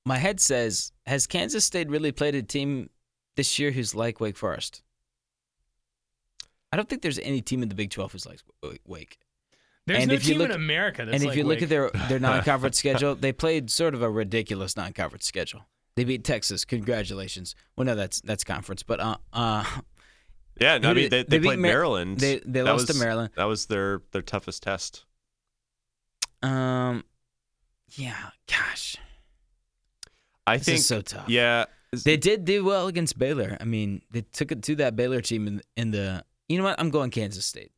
[SPEAKER 3] my head says has Kansas State really played a team this year who's like Wake Forest? I don't think there's any team in the Big 12 who's like Wake.
[SPEAKER 1] There's
[SPEAKER 3] And
[SPEAKER 1] no
[SPEAKER 3] if you
[SPEAKER 1] team in
[SPEAKER 3] look-
[SPEAKER 1] America that's
[SPEAKER 3] and if
[SPEAKER 1] like
[SPEAKER 3] you look
[SPEAKER 1] Wake.
[SPEAKER 3] at their their non-conference schedule, they played sort of a ridiculous non-conference schedule. They beat Texas. Congratulations. Well, no, that's that's conference, but uh, uh
[SPEAKER 2] yeah, no,
[SPEAKER 3] who
[SPEAKER 2] I mean
[SPEAKER 3] did-
[SPEAKER 2] they,
[SPEAKER 3] they
[SPEAKER 2] they,
[SPEAKER 3] beat
[SPEAKER 2] played
[SPEAKER 3] Mar-
[SPEAKER 2] Maryland.
[SPEAKER 3] they they
[SPEAKER 2] That
[SPEAKER 3] lost to
[SPEAKER 2] was-
[SPEAKER 3] Maryland.
[SPEAKER 2] That was their their toughest test.
[SPEAKER 3] Um, yeah, gosh,
[SPEAKER 2] I
[SPEAKER 3] this
[SPEAKER 2] think.
[SPEAKER 3] is so tough.
[SPEAKER 2] yeah,
[SPEAKER 3] they did do well against Baylor. I mean, they took it to that Baylor team in, in the. You know what? I'm going Kansas State.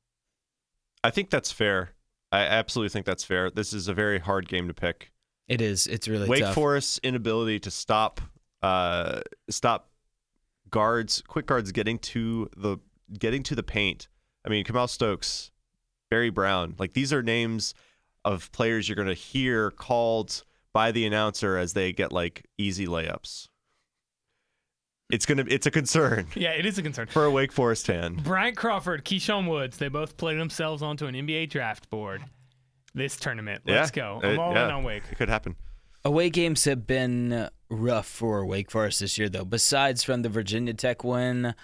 [SPEAKER 2] I think that's fair. I absolutely think that's fair. This is a very hard game to pick.
[SPEAKER 3] It is. It's really
[SPEAKER 2] Wake
[SPEAKER 3] tough.
[SPEAKER 2] Forest's inability to stop uh, stop guards, quick guards getting to the getting to the paint. I mean, Kamal Stokes, Barry Brown, like these are names of players you're going to hear called by the announcer as they get like easy layups. It's gonna it's a concern
[SPEAKER 1] yeah, it is a concern.
[SPEAKER 2] for a Wake Forest fan.
[SPEAKER 1] Bryant Crawford, Keyshawn Woods, they both play themselves onto an NBA draft board this tournament. Let's
[SPEAKER 2] Yeah,
[SPEAKER 1] go.
[SPEAKER 2] it-
[SPEAKER 1] I'm all in
[SPEAKER 2] yeah.
[SPEAKER 1] on Wake.
[SPEAKER 2] It could happen.
[SPEAKER 3] Away games have been rough for Wake Forest this year, though. Besides from the Virginia Tech win,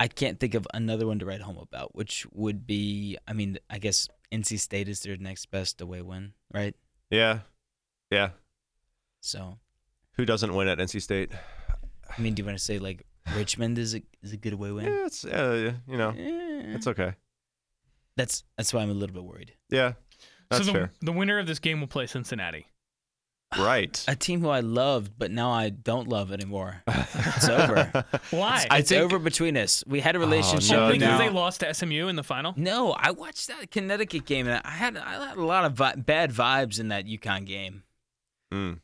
[SPEAKER 3] I can't think of another one to write home about, which would be, I mean, I guess NC State is their next best away win, right?
[SPEAKER 2] Yeah. Yeah.
[SPEAKER 3] So,
[SPEAKER 2] Who doesn't win at NC State?
[SPEAKER 3] I mean, do you want to say like Richmond is a is a good away win?
[SPEAKER 2] Yeah, it's uh, you know,
[SPEAKER 3] Eh.
[SPEAKER 2] it's okay.
[SPEAKER 3] That's that's why I'm a little bit worried.
[SPEAKER 2] Yeah. That's
[SPEAKER 1] so the,
[SPEAKER 2] fair.
[SPEAKER 1] the winner of this game will play Cincinnati.
[SPEAKER 2] Right.
[SPEAKER 3] A team who I loved, but now I don't love anymore. It's over.
[SPEAKER 1] Why?
[SPEAKER 2] I
[SPEAKER 3] it's
[SPEAKER 2] think- Oh,
[SPEAKER 3] over between us. We had a relationship.
[SPEAKER 2] no,
[SPEAKER 1] Only
[SPEAKER 2] no.
[SPEAKER 1] because
[SPEAKER 3] now-
[SPEAKER 1] they lost to SMU in the final.
[SPEAKER 3] No, I watched that Connecticut game and I had I had a lot of vi- bad vibes in that UConn game.
[SPEAKER 2] Mm.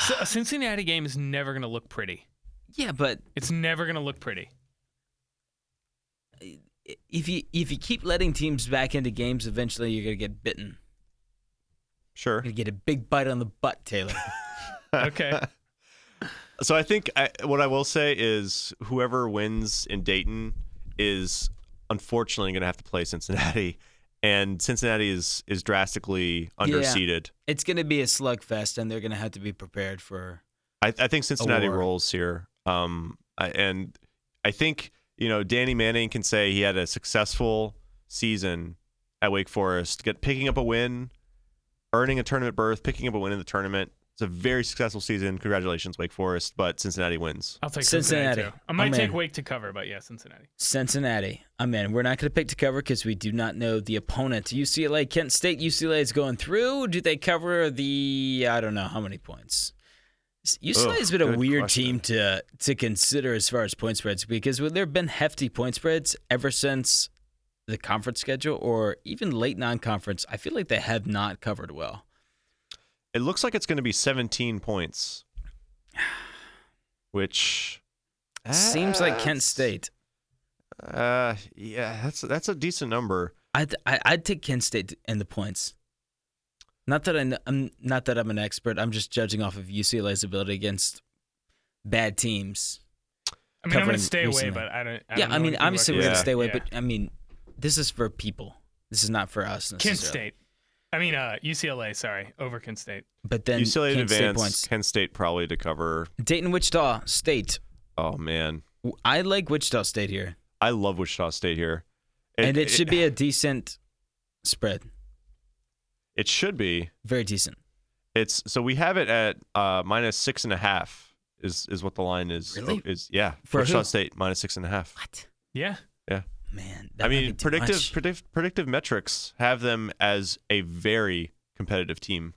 [SPEAKER 1] So a Cincinnati game is never going to look pretty.
[SPEAKER 3] Yeah, but
[SPEAKER 1] It's never going to look pretty.
[SPEAKER 3] if you if you keep letting teams back into games, eventually you're gonna get bitten.
[SPEAKER 2] Sure.
[SPEAKER 3] You're gonna get a big bite on the butt, Taylor.
[SPEAKER 1] Okay.
[SPEAKER 2] So I think I, what I will say is whoever wins in Dayton is unfortunately going to have to play Cincinnati, and Cincinnati is is drastically underseeded.
[SPEAKER 3] it's gonna be a slugfest, and they're gonna have to be prepared for.
[SPEAKER 2] I, I think Cincinnati
[SPEAKER 3] war.
[SPEAKER 2] rolls here, um, I, and I think you know Danny Manning can say he had a successful season at Wake Forest, get picking up a win, earning a tournament berth, picking up a win in the tournament. It's a very successful season. Congratulations, Wake Forest, but Cincinnati wins.
[SPEAKER 1] I'll take
[SPEAKER 3] Cincinnati.
[SPEAKER 1] Cincinnati. too. I might
[SPEAKER 3] I'm
[SPEAKER 1] take
[SPEAKER 3] in.
[SPEAKER 1] Wake to cover, but yeah, Cincinnati.
[SPEAKER 3] Cincinnati. I'm in. We're not going to pick to cover because we do not know the opponent. UCLA, Kent State, UCLA is going through. Do they cover the, I don't know, how many points? UCLA has
[SPEAKER 2] Ugh,
[SPEAKER 3] been a
[SPEAKER 2] good
[SPEAKER 3] weird
[SPEAKER 2] question.
[SPEAKER 3] team to to consider as far as point spreads because there have been hefty point spreads ever since the conference schedule or even late non conference. I feel like they have not covered well.
[SPEAKER 2] It looks like it's going to be 17 points, which
[SPEAKER 3] Seems like Kent
[SPEAKER 2] that's-
[SPEAKER 3] State.
[SPEAKER 2] Uh, yeah, that's that's a decent number.
[SPEAKER 3] I'd, I- I'd take Kent State and the points. Not that I kn- I'm not that I'm an expert. I'm just judging off of UCLA's ability against bad teams.
[SPEAKER 1] I mean, I'm going
[SPEAKER 3] Covering
[SPEAKER 1] to stay away,
[SPEAKER 3] recently.
[SPEAKER 1] but I don't. I
[SPEAKER 3] yeah,
[SPEAKER 1] don't
[SPEAKER 3] I
[SPEAKER 1] know
[SPEAKER 3] mean,
[SPEAKER 1] anything
[SPEAKER 3] obviously
[SPEAKER 1] about
[SPEAKER 3] we're gonna
[SPEAKER 2] Yeah.
[SPEAKER 1] Kent
[SPEAKER 3] stay away,
[SPEAKER 1] State.
[SPEAKER 3] but I mean, this is for people. This is not for us.
[SPEAKER 1] Yeah. Kent
[SPEAKER 3] necessarily.
[SPEAKER 1] State. I mean, uh, UCLA. Sorry, over Kent State.
[SPEAKER 3] but then
[SPEAKER 2] UCLA in
[SPEAKER 3] Kent State
[SPEAKER 2] advance,
[SPEAKER 3] points.
[SPEAKER 2] Kent State probably to cover.
[SPEAKER 3] Dayton, Wichita State.
[SPEAKER 2] Oh man,
[SPEAKER 3] W- I like Wichita State here,
[SPEAKER 2] I love Wichita State here,
[SPEAKER 3] and it, should be a decent spread.
[SPEAKER 2] It should be.
[SPEAKER 3] Very decent.
[SPEAKER 2] It's so we have it at uh minus six and a half is is what the line is. Oh,
[SPEAKER 3] Really?
[SPEAKER 2] Is yeah
[SPEAKER 3] For
[SPEAKER 2] Wichita
[SPEAKER 3] who?
[SPEAKER 2] State minus six and a half.
[SPEAKER 3] What?
[SPEAKER 1] Yeah.
[SPEAKER 3] Man, that
[SPEAKER 2] I
[SPEAKER 3] might be
[SPEAKER 2] mean,
[SPEAKER 3] too
[SPEAKER 2] predictive
[SPEAKER 3] much.
[SPEAKER 2] predict, predictive metrics have them as a very competitive team.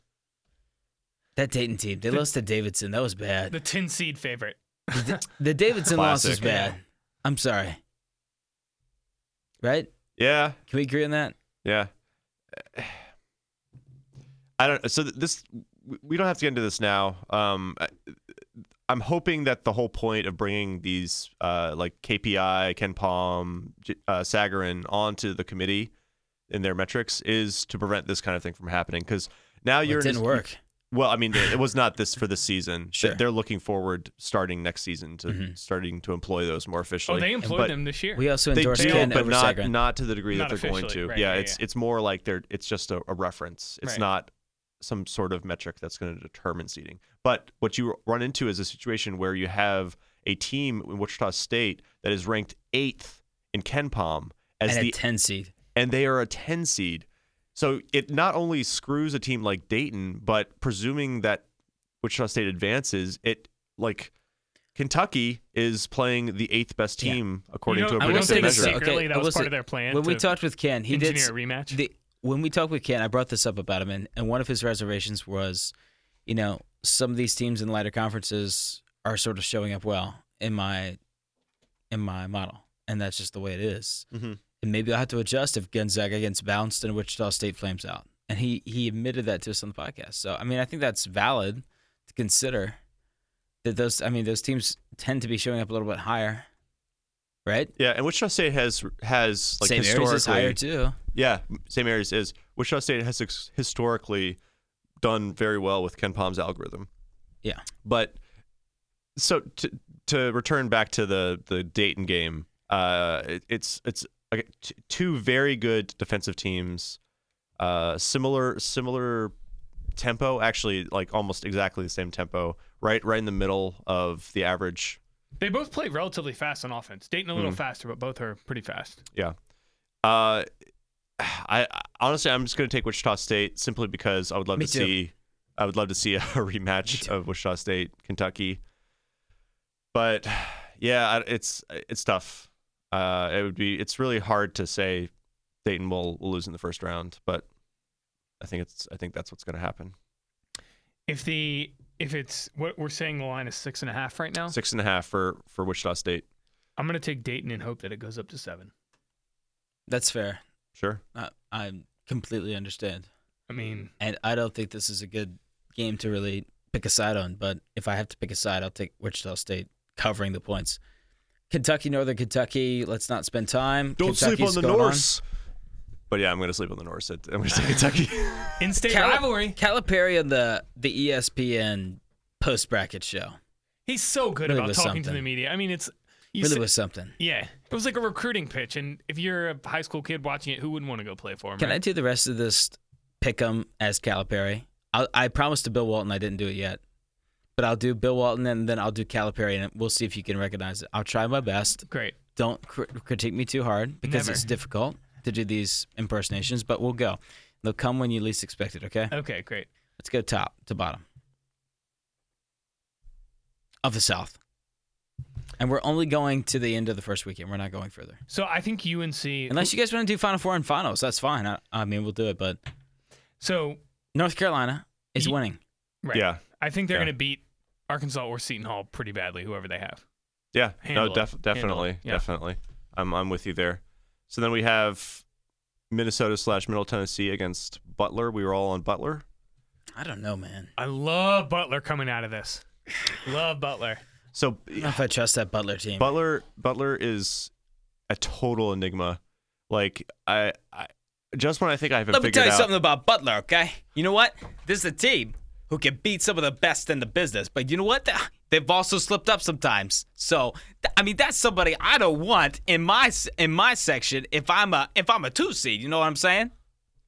[SPEAKER 3] that Dayton team. They lost to Davidson. That was bad.
[SPEAKER 1] The 10 seed favorite.
[SPEAKER 3] The Davidson loss was
[SPEAKER 2] Classic.
[SPEAKER 3] bad. I'm sorry. Right?
[SPEAKER 2] Yeah,
[SPEAKER 3] Can we agree on that?
[SPEAKER 2] Yeah. I don't. So th- this, we don't have to get into this now. Um, I, I'm hoping that the whole point of bringing these, uh, like KPI, Ken Palm, J- uh, Sagarin, onto the committee in their metrics is to prevent this kind of thing from happening. Because now
[SPEAKER 3] Well,
[SPEAKER 2] you're
[SPEAKER 3] it
[SPEAKER 2] in a-
[SPEAKER 3] didn't work.
[SPEAKER 2] Well, I mean, it was not this for this season. They-
[SPEAKER 3] Sure.
[SPEAKER 2] They're looking forward starting next season to
[SPEAKER 3] Mhm.
[SPEAKER 2] starting to employ those more officially.
[SPEAKER 1] Oh, they
[SPEAKER 2] But-
[SPEAKER 1] employed them this year.
[SPEAKER 3] We also
[SPEAKER 2] they
[SPEAKER 3] endorsed
[SPEAKER 2] do,
[SPEAKER 3] Ken
[SPEAKER 2] but
[SPEAKER 3] over
[SPEAKER 2] not
[SPEAKER 3] Sagarin.
[SPEAKER 2] not to the degree
[SPEAKER 1] Not
[SPEAKER 2] that they're going to.
[SPEAKER 1] officially, right,
[SPEAKER 2] yeah,
[SPEAKER 1] yeah,
[SPEAKER 2] it's
[SPEAKER 1] yeah.
[SPEAKER 2] it's more like they're it's just a, a reference. It's
[SPEAKER 1] Right.
[SPEAKER 2] not some sort of metric that's going to determine seeding. But what you run into is a situation where you have a team in Wichita State that is ranked eighth in Ken Palm as
[SPEAKER 3] and
[SPEAKER 2] the
[SPEAKER 3] a 10 seed.
[SPEAKER 2] and they are a 10 seed. So it not only screws a team like Dayton, but presuming that Wichita State advances, it like Kentucky is playing the eighth best
[SPEAKER 3] Yeah.
[SPEAKER 2] team according
[SPEAKER 1] you know, I
[SPEAKER 2] to a
[SPEAKER 3] will
[SPEAKER 1] don't
[SPEAKER 2] predictive
[SPEAKER 1] think
[SPEAKER 3] say-
[SPEAKER 2] measure.
[SPEAKER 1] secretly
[SPEAKER 3] Okay, I
[SPEAKER 1] that
[SPEAKER 3] will
[SPEAKER 1] was part
[SPEAKER 3] say-
[SPEAKER 1] of their plan.
[SPEAKER 3] When we
[SPEAKER 1] to
[SPEAKER 3] talked with Ken, he did.
[SPEAKER 1] engineer
[SPEAKER 3] s-
[SPEAKER 1] a rematch.
[SPEAKER 3] The, when we talked with Ken, I brought this up about him, and, and one of his reservations was, you know, some of these teams in lighter conferences are sort of showing up well in my in my model, and that's just the way it is.
[SPEAKER 2] Mhm.
[SPEAKER 3] And maybe I'll have to adjust if Gonzaga against Bounced and Wichita State flames out. And he he admitted that to us on the podcast. So I mean, I think that's valid to consider that those. I mean, those teams tend to be showing up a little bit higher, right?
[SPEAKER 2] Yeah, and Wichita State has has like
[SPEAKER 3] Same areas is
[SPEAKER 2] historically,
[SPEAKER 3] higher too.
[SPEAKER 2] yeah, same areas is Wichita State has ex- historically done very well with Ken Palm's algorithm.
[SPEAKER 3] Yeah.
[SPEAKER 2] but so to to return back to the the Dayton game, uh, it, it's it's okay, t- two very good defensive teams, uh, similar similar tempo, actually, like almost exactly the same tempo, right, right in the middle of the average.
[SPEAKER 1] They both play relatively fast on offense. Dayton a
[SPEAKER 3] Hmm.
[SPEAKER 1] little faster, but both are pretty fast.
[SPEAKER 2] Uh, I I- honestly, I'm just going to take Wichita State simply because I would love
[SPEAKER 3] Me
[SPEAKER 2] to
[SPEAKER 3] too.
[SPEAKER 2] see, I would love to see a rematch of Wichita State Kentucky. But yeah, I- it's it's tough. Uh, it would be it's really hard to say Dayton will, will lose in the first round, but I think it's I think that's what's going to happen.
[SPEAKER 1] If the if it's what we're saying, the line is six and a half
[SPEAKER 3] Oh.
[SPEAKER 1] right now.
[SPEAKER 2] Six and a half for for Wichita State.
[SPEAKER 1] I'm gonna take Dayton and hope that it goes up to seven.
[SPEAKER 3] That's fair.
[SPEAKER 2] Sure.
[SPEAKER 3] I, I completely understand.
[SPEAKER 1] I mean,
[SPEAKER 3] And I don't think this is a good game to really pick a side on, but if I have to pick a side, I'll take Wichita State covering the points. Kentucky, Northern Kentucky, let's not spend time. Kentucky's going
[SPEAKER 2] But yeah, I'm going to sleep on the Norse. It- I'm going to say Kentucky.
[SPEAKER 1] in-state
[SPEAKER 3] Cal-
[SPEAKER 1] rivalry.
[SPEAKER 3] Calipari on the, the E ESPN post bracket show.
[SPEAKER 1] He's so good
[SPEAKER 3] Really
[SPEAKER 1] about
[SPEAKER 3] was
[SPEAKER 1] talking to
[SPEAKER 3] something.
[SPEAKER 1] the media. I mean, it's you
[SPEAKER 3] really
[SPEAKER 1] say-
[SPEAKER 3] was something.
[SPEAKER 1] yeah. It was like a recruiting pitch, and if you're a high school kid watching it, who wouldn't want to go play for him?
[SPEAKER 3] Can
[SPEAKER 1] right?
[SPEAKER 3] I do the rest of this pick 'em as Calipari? I'll, I promised to Bill Walton I didn't do it yet, but I'll do Bill Walton and then I'll do Calipari and we'll see if you can recognize it. I'll try my best.
[SPEAKER 1] Great.
[SPEAKER 3] Don't cr- critique me too hard because
[SPEAKER 1] Never.
[SPEAKER 3] it's difficult to do these impersonations, but we'll go. They'll come when you least expect it. Okay,
[SPEAKER 1] Okay, great.
[SPEAKER 3] let's go top to bottom of the South, and we're only going to the end of the first weekend. We're not going further.
[SPEAKER 1] So I think UNC.
[SPEAKER 3] Unless you guys want to do Final Four and Finals, that's fine. I, I mean, we'll do it, but
[SPEAKER 1] so
[SPEAKER 3] North Carolina is
[SPEAKER 1] Ye-
[SPEAKER 3] winning.
[SPEAKER 1] right.
[SPEAKER 2] Yeah.
[SPEAKER 1] I think they're
[SPEAKER 2] Yeah.
[SPEAKER 1] going to beat Arkansas or Seton Hall pretty badly, whoever they have.
[SPEAKER 2] Yeah,
[SPEAKER 1] Handle
[SPEAKER 2] no,
[SPEAKER 1] it.
[SPEAKER 2] def-
[SPEAKER 1] Handle
[SPEAKER 2] definitely,
[SPEAKER 1] it. Yeah.
[SPEAKER 2] definitely. I'm I'm with you there. So then we have Minnesota slash Middle Tennessee against Butler. We were all on Butler.
[SPEAKER 3] I don't know, man.
[SPEAKER 1] I love Butler coming out of this. love Butler.
[SPEAKER 2] So
[SPEAKER 3] I don't know if I trust that Butler team.
[SPEAKER 2] Butler Butler is a total enigma. Like I, I just when I think I have it
[SPEAKER 3] Let me
[SPEAKER 2] figured
[SPEAKER 3] tell you
[SPEAKER 2] out,
[SPEAKER 3] something about Butler, okay? You know what? This is a team who can beat some of the best in the business, but you know what? They've also slipped up sometimes. So, th- I mean, that's somebody I don't want in my s- in my section if I'm a if I'm a two seed. You know what I'm saying?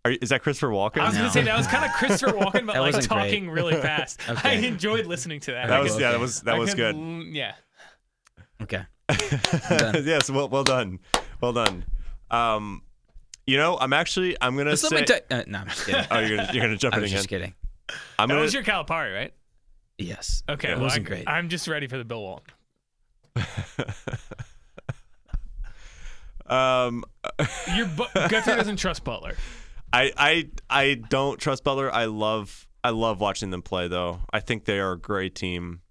[SPEAKER 2] Are- is that Christopher Walken?
[SPEAKER 1] I was going
[SPEAKER 3] No.
[SPEAKER 1] to say that was kind of Christopher Walken, but
[SPEAKER 3] That
[SPEAKER 1] like
[SPEAKER 3] wasn't great.
[SPEAKER 1] talking really fast. I
[SPEAKER 3] Okay.
[SPEAKER 1] enjoyed listening to that.
[SPEAKER 2] that
[SPEAKER 1] I
[SPEAKER 2] was
[SPEAKER 1] could-
[SPEAKER 2] yeah, that was that
[SPEAKER 1] I
[SPEAKER 2] was
[SPEAKER 1] could
[SPEAKER 2] good.
[SPEAKER 1] l- Yeah.
[SPEAKER 3] Okay.
[SPEAKER 2] yes, well well done, well done. Um, you know, I'm actually I'm gonna
[SPEAKER 3] Just
[SPEAKER 2] say.
[SPEAKER 3] let me tell. Uh, no, I'm just kidding.
[SPEAKER 2] oh, you're gonna you're gonna jump
[SPEAKER 3] I
[SPEAKER 2] in
[SPEAKER 3] was
[SPEAKER 2] again.
[SPEAKER 3] just kidding.
[SPEAKER 2] I'm
[SPEAKER 1] That
[SPEAKER 2] gonna
[SPEAKER 1] was your Calipari, right?
[SPEAKER 3] Yes.
[SPEAKER 1] Okay.
[SPEAKER 3] It
[SPEAKER 1] well,
[SPEAKER 3] wasn't
[SPEAKER 1] I,
[SPEAKER 3] great.
[SPEAKER 1] I'm just ready for the Bill Walton.
[SPEAKER 2] um.
[SPEAKER 1] Your bu- Guthrie doesn't trust Butler.
[SPEAKER 2] I I I don't trust Butler. I love I love watching them play though. I think they are a great team.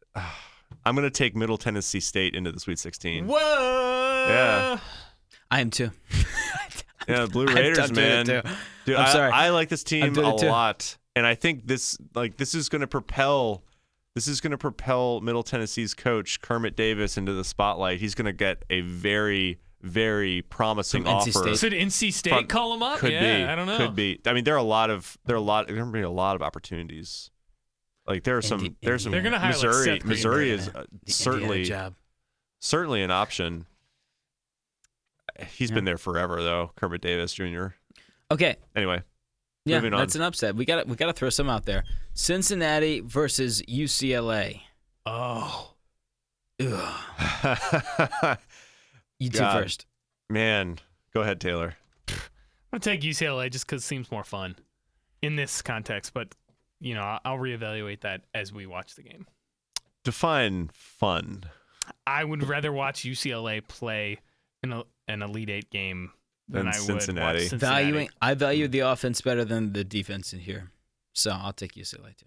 [SPEAKER 2] I'm gonna take Middle Tennessee State into the Sweet 16.
[SPEAKER 1] Whoa.
[SPEAKER 2] Yeah.
[SPEAKER 3] I am too.
[SPEAKER 2] Yeah, Blue
[SPEAKER 3] I'm
[SPEAKER 2] Raiders,
[SPEAKER 3] done doing
[SPEAKER 2] man.
[SPEAKER 3] it too.
[SPEAKER 2] Dude,
[SPEAKER 3] I'm
[SPEAKER 2] I-
[SPEAKER 3] sorry.
[SPEAKER 2] I like this team
[SPEAKER 3] doing
[SPEAKER 2] a
[SPEAKER 3] it too.
[SPEAKER 2] lot, and I think this like this is gonna propel. This is going to propel Middle Tennessee's coach Kermit Davis into the spotlight. He's going to get a very, very promising
[SPEAKER 3] From NC
[SPEAKER 2] offer.
[SPEAKER 3] State.
[SPEAKER 1] Should NC State
[SPEAKER 2] Front-
[SPEAKER 1] call him up?
[SPEAKER 2] Could
[SPEAKER 1] yeah,
[SPEAKER 2] be.
[SPEAKER 1] I don't know.
[SPEAKER 2] Could be. I mean, there are a lot of there are a lot. There are gonna be a lot of opportunities. Like there are some.
[SPEAKER 3] Indi-
[SPEAKER 2] There's some.
[SPEAKER 1] They're gonna hire, like, Seth
[SPEAKER 2] Missouri.
[SPEAKER 1] Greenberg,
[SPEAKER 2] Missouri is uh,
[SPEAKER 3] The Indiana
[SPEAKER 2] certainly
[SPEAKER 3] job.
[SPEAKER 2] certainly an option. He's
[SPEAKER 3] Yeah.
[SPEAKER 2] been there forever though, Kermit Davis Jr.
[SPEAKER 3] Okay.
[SPEAKER 2] Anyway,
[SPEAKER 3] Yeah,
[SPEAKER 2] Moving on.
[SPEAKER 3] that's an upset. We got to we got to throw some out there. Cincinnati versus UCLA.
[SPEAKER 1] Oh.
[SPEAKER 3] Ugh. You two
[SPEAKER 2] God.
[SPEAKER 3] first.
[SPEAKER 2] man, go ahead, Taylor.
[SPEAKER 1] I'm gonna take UCLA just because it seems more fun in this context, but you know I- I'll reevaluate that as we watch the game.
[SPEAKER 2] Define fun.
[SPEAKER 1] I would rather watch UCLA play in a, an Elite Eight game than
[SPEAKER 2] Than
[SPEAKER 1] I would
[SPEAKER 2] Cincinnati.
[SPEAKER 1] watch Cincinnati.
[SPEAKER 3] Valuing, I value the offense better than the defense in here, so I'll take UCLA too.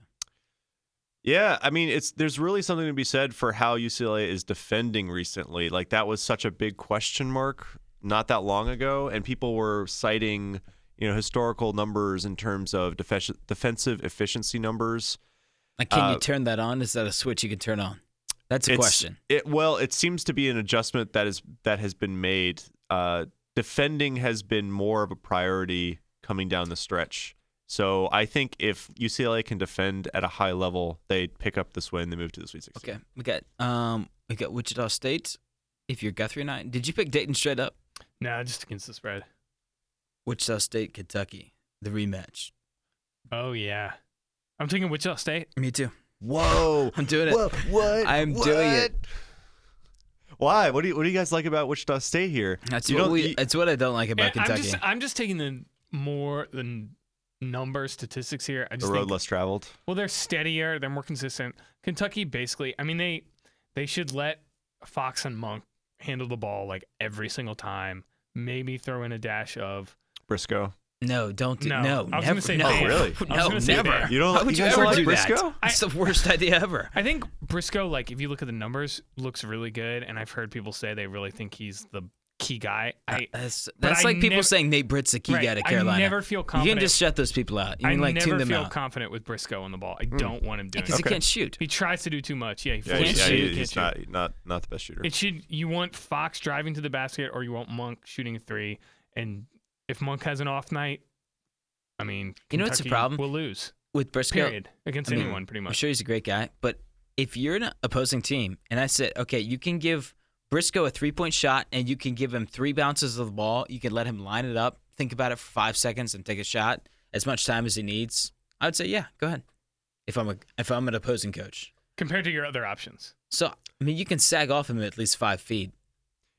[SPEAKER 2] Yeah, I mean, it's there's really something to be said for how UCLA is defending recently. Like that was such a big question mark not that long ago, and people were citing you know historical numbers in terms of def- defensive efficiency numbers.
[SPEAKER 3] Like, can
[SPEAKER 2] Uh,
[SPEAKER 3] you turn that on? Is that a switch you can turn on? That's a
[SPEAKER 2] It's-
[SPEAKER 3] question.
[SPEAKER 2] It well, it seems to be an adjustment that is that has been made. Uh, defending has been more of a priority coming down the stretch. So I think if UCLA can defend at a high level, they pick up this win. They move to the Sweet Sixteen.
[SPEAKER 3] Okay, we got um, we got Wichita State. If you're Guthrie and I, did you pick Dayton straight up?
[SPEAKER 1] No, just against the spread.
[SPEAKER 3] Wichita State, Kentucky, the rematch.
[SPEAKER 1] Oh yeah, I'm thinking Wichita State.
[SPEAKER 3] Me too.
[SPEAKER 2] Whoa.
[SPEAKER 3] I'm doing it.
[SPEAKER 2] Whoa, what?
[SPEAKER 3] I am doing it.
[SPEAKER 2] Why? What do you What do you guys like about Wichita State here?
[SPEAKER 3] That's
[SPEAKER 2] you
[SPEAKER 3] what
[SPEAKER 2] don't-
[SPEAKER 3] we.
[SPEAKER 2] you-
[SPEAKER 3] that's what I don't like about
[SPEAKER 1] And I'm
[SPEAKER 3] Kentucky.
[SPEAKER 1] just I'm just taking the more the n- number statistics here. I
[SPEAKER 2] the
[SPEAKER 1] just
[SPEAKER 2] road
[SPEAKER 1] think,
[SPEAKER 2] less traveled.
[SPEAKER 1] well they're steadier, they're more consistent. Kentucky basically, I mean they they should let Fox and Monk handle the ball like every single time. Maybe throw in a dash of
[SPEAKER 2] Briscoe.
[SPEAKER 3] no, don't. Do,
[SPEAKER 1] No,
[SPEAKER 3] no,
[SPEAKER 1] I was
[SPEAKER 3] never.
[SPEAKER 1] gonna say
[SPEAKER 3] no.
[SPEAKER 1] Baylor.
[SPEAKER 2] Oh, really?
[SPEAKER 1] I was
[SPEAKER 3] No,
[SPEAKER 1] gonna say
[SPEAKER 3] never.
[SPEAKER 1] Baylor.
[SPEAKER 2] You don't.
[SPEAKER 3] How would you,
[SPEAKER 2] guys
[SPEAKER 3] ever
[SPEAKER 2] don't like
[SPEAKER 3] do
[SPEAKER 2] Briscoe?
[SPEAKER 3] that? That's the worst idea ever.
[SPEAKER 1] I think Briscoe, like if you look at the numbers, looks really good, and I've heard people say they really think he's the key guy. I
[SPEAKER 3] That's
[SPEAKER 1] But
[SPEAKER 3] that's
[SPEAKER 1] I
[SPEAKER 3] like people
[SPEAKER 1] never-
[SPEAKER 3] saying Nate Britt's a Uh, key
[SPEAKER 1] right,
[SPEAKER 3] guy to
[SPEAKER 1] I
[SPEAKER 3] Carolina.
[SPEAKER 1] never feel
[SPEAKER 3] you
[SPEAKER 1] confident.
[SPEAKER 3] can just shut those people out. You
[SPEAKER 1] I
[SPEAKER 3] can like
[SPEAKER 1] never
[SPEAKER 3] tune them
[SPEAKER 1] feel
[SPEAKER 3] out
[SPEAKER 1] confident with Briscoe on the ball. I don't want him doing
[SPEAKER 3] because
[SPEAKER 1] it.
[SPEAKER 2] Okay.
[SPEAKER 3] he can't shoot.
[SPEAKER 1] He tries to do too much. Yeah, he
[SPEAKER 2] Mm. Yeah,
[SPEAKER 1] forces
[SPEAKER 2] he's,
[SPEAKER 1] it.
[SPEAKER 2] yeah,
[SPEAKER 1] He
[SPEAKER 2] he-
[SPEAKER 1] can't
[SPEAKER 2] he's
[SPEAKER 1] shoot.
[SPEAKER 2] not not not the best shooter.
[SPEAKER 1] It should you want Fox driving to the basket or you want Monk shooting a three. And if Monk has an off night, I mean,
[SPEAKER 3] You know what's the
[SPEAKER 1] Kentucky
[SPEAKER 3] problem?
[SPEAKER 1] We'll lose.
[SPEAKER 3] With Briscoe,
[SPEAKER 1] Period. Against
[SPEAKER 3] I mean,
[SPEAKER 1] anyone, pretty
[SPEAKER 3] I'm
[SPEAKER 1] much.
[SPEAKER 3] sure he's a great guy, but if you're an opposing team and I said, okay, you can give Briscoe a three point shot and you can give him three bounces of the ball, you can let him line it up, think about it for five seconds and take a shot as much time as he needs, I would say, yeah, go ahead. If I'm a if I'm an opposing coach.
[SPEAKER 1] Compared to your other options.
[SPEAKER 3] So I mean you can sag off him at least five feet.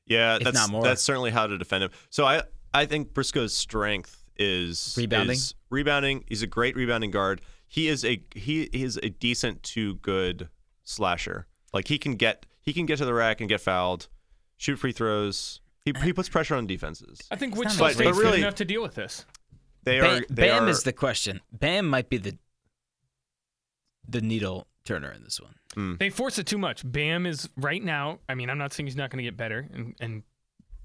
[SPEAKER 2] yeah,
[SPEAKER 3] if
[SPEAKER 2] that's
[SPEAKER 3] not more.
[SPEAKER 2] that's certainly how to defend him. So I I think Briscoe's strength is
[SPEAKER 3] Rebounding?
[SPEAKER 2] is rebounding. He's a great rebounding guard. He is a he is a decent to good slasher. Like he can get he can get to the rack and get fouled, shoot free throws. He, he puts pressure on defenses.
[SPEAKER 1] I think
[SPEAKER 3] not
[SPEAKER 1] Wichita
[SPEAKER 3] But- but
[SPEAKER 1] State's good
[SPEAKER 2] really-
[SPEAKER 1] enough to deal with this.
[SPEAKER 2] They are
[SPEAKER 3] Bam,
[SPEAKER 2] they
[SPEAKER 3] Bam
[SPEAKER 2] are,
[SPEAKER 3] is the question. Bam might be the the needle turner in this one.
[SPEAKER 1] They force it too much. Bam is right now. I mean, I'm not saying he's not going to get better and, and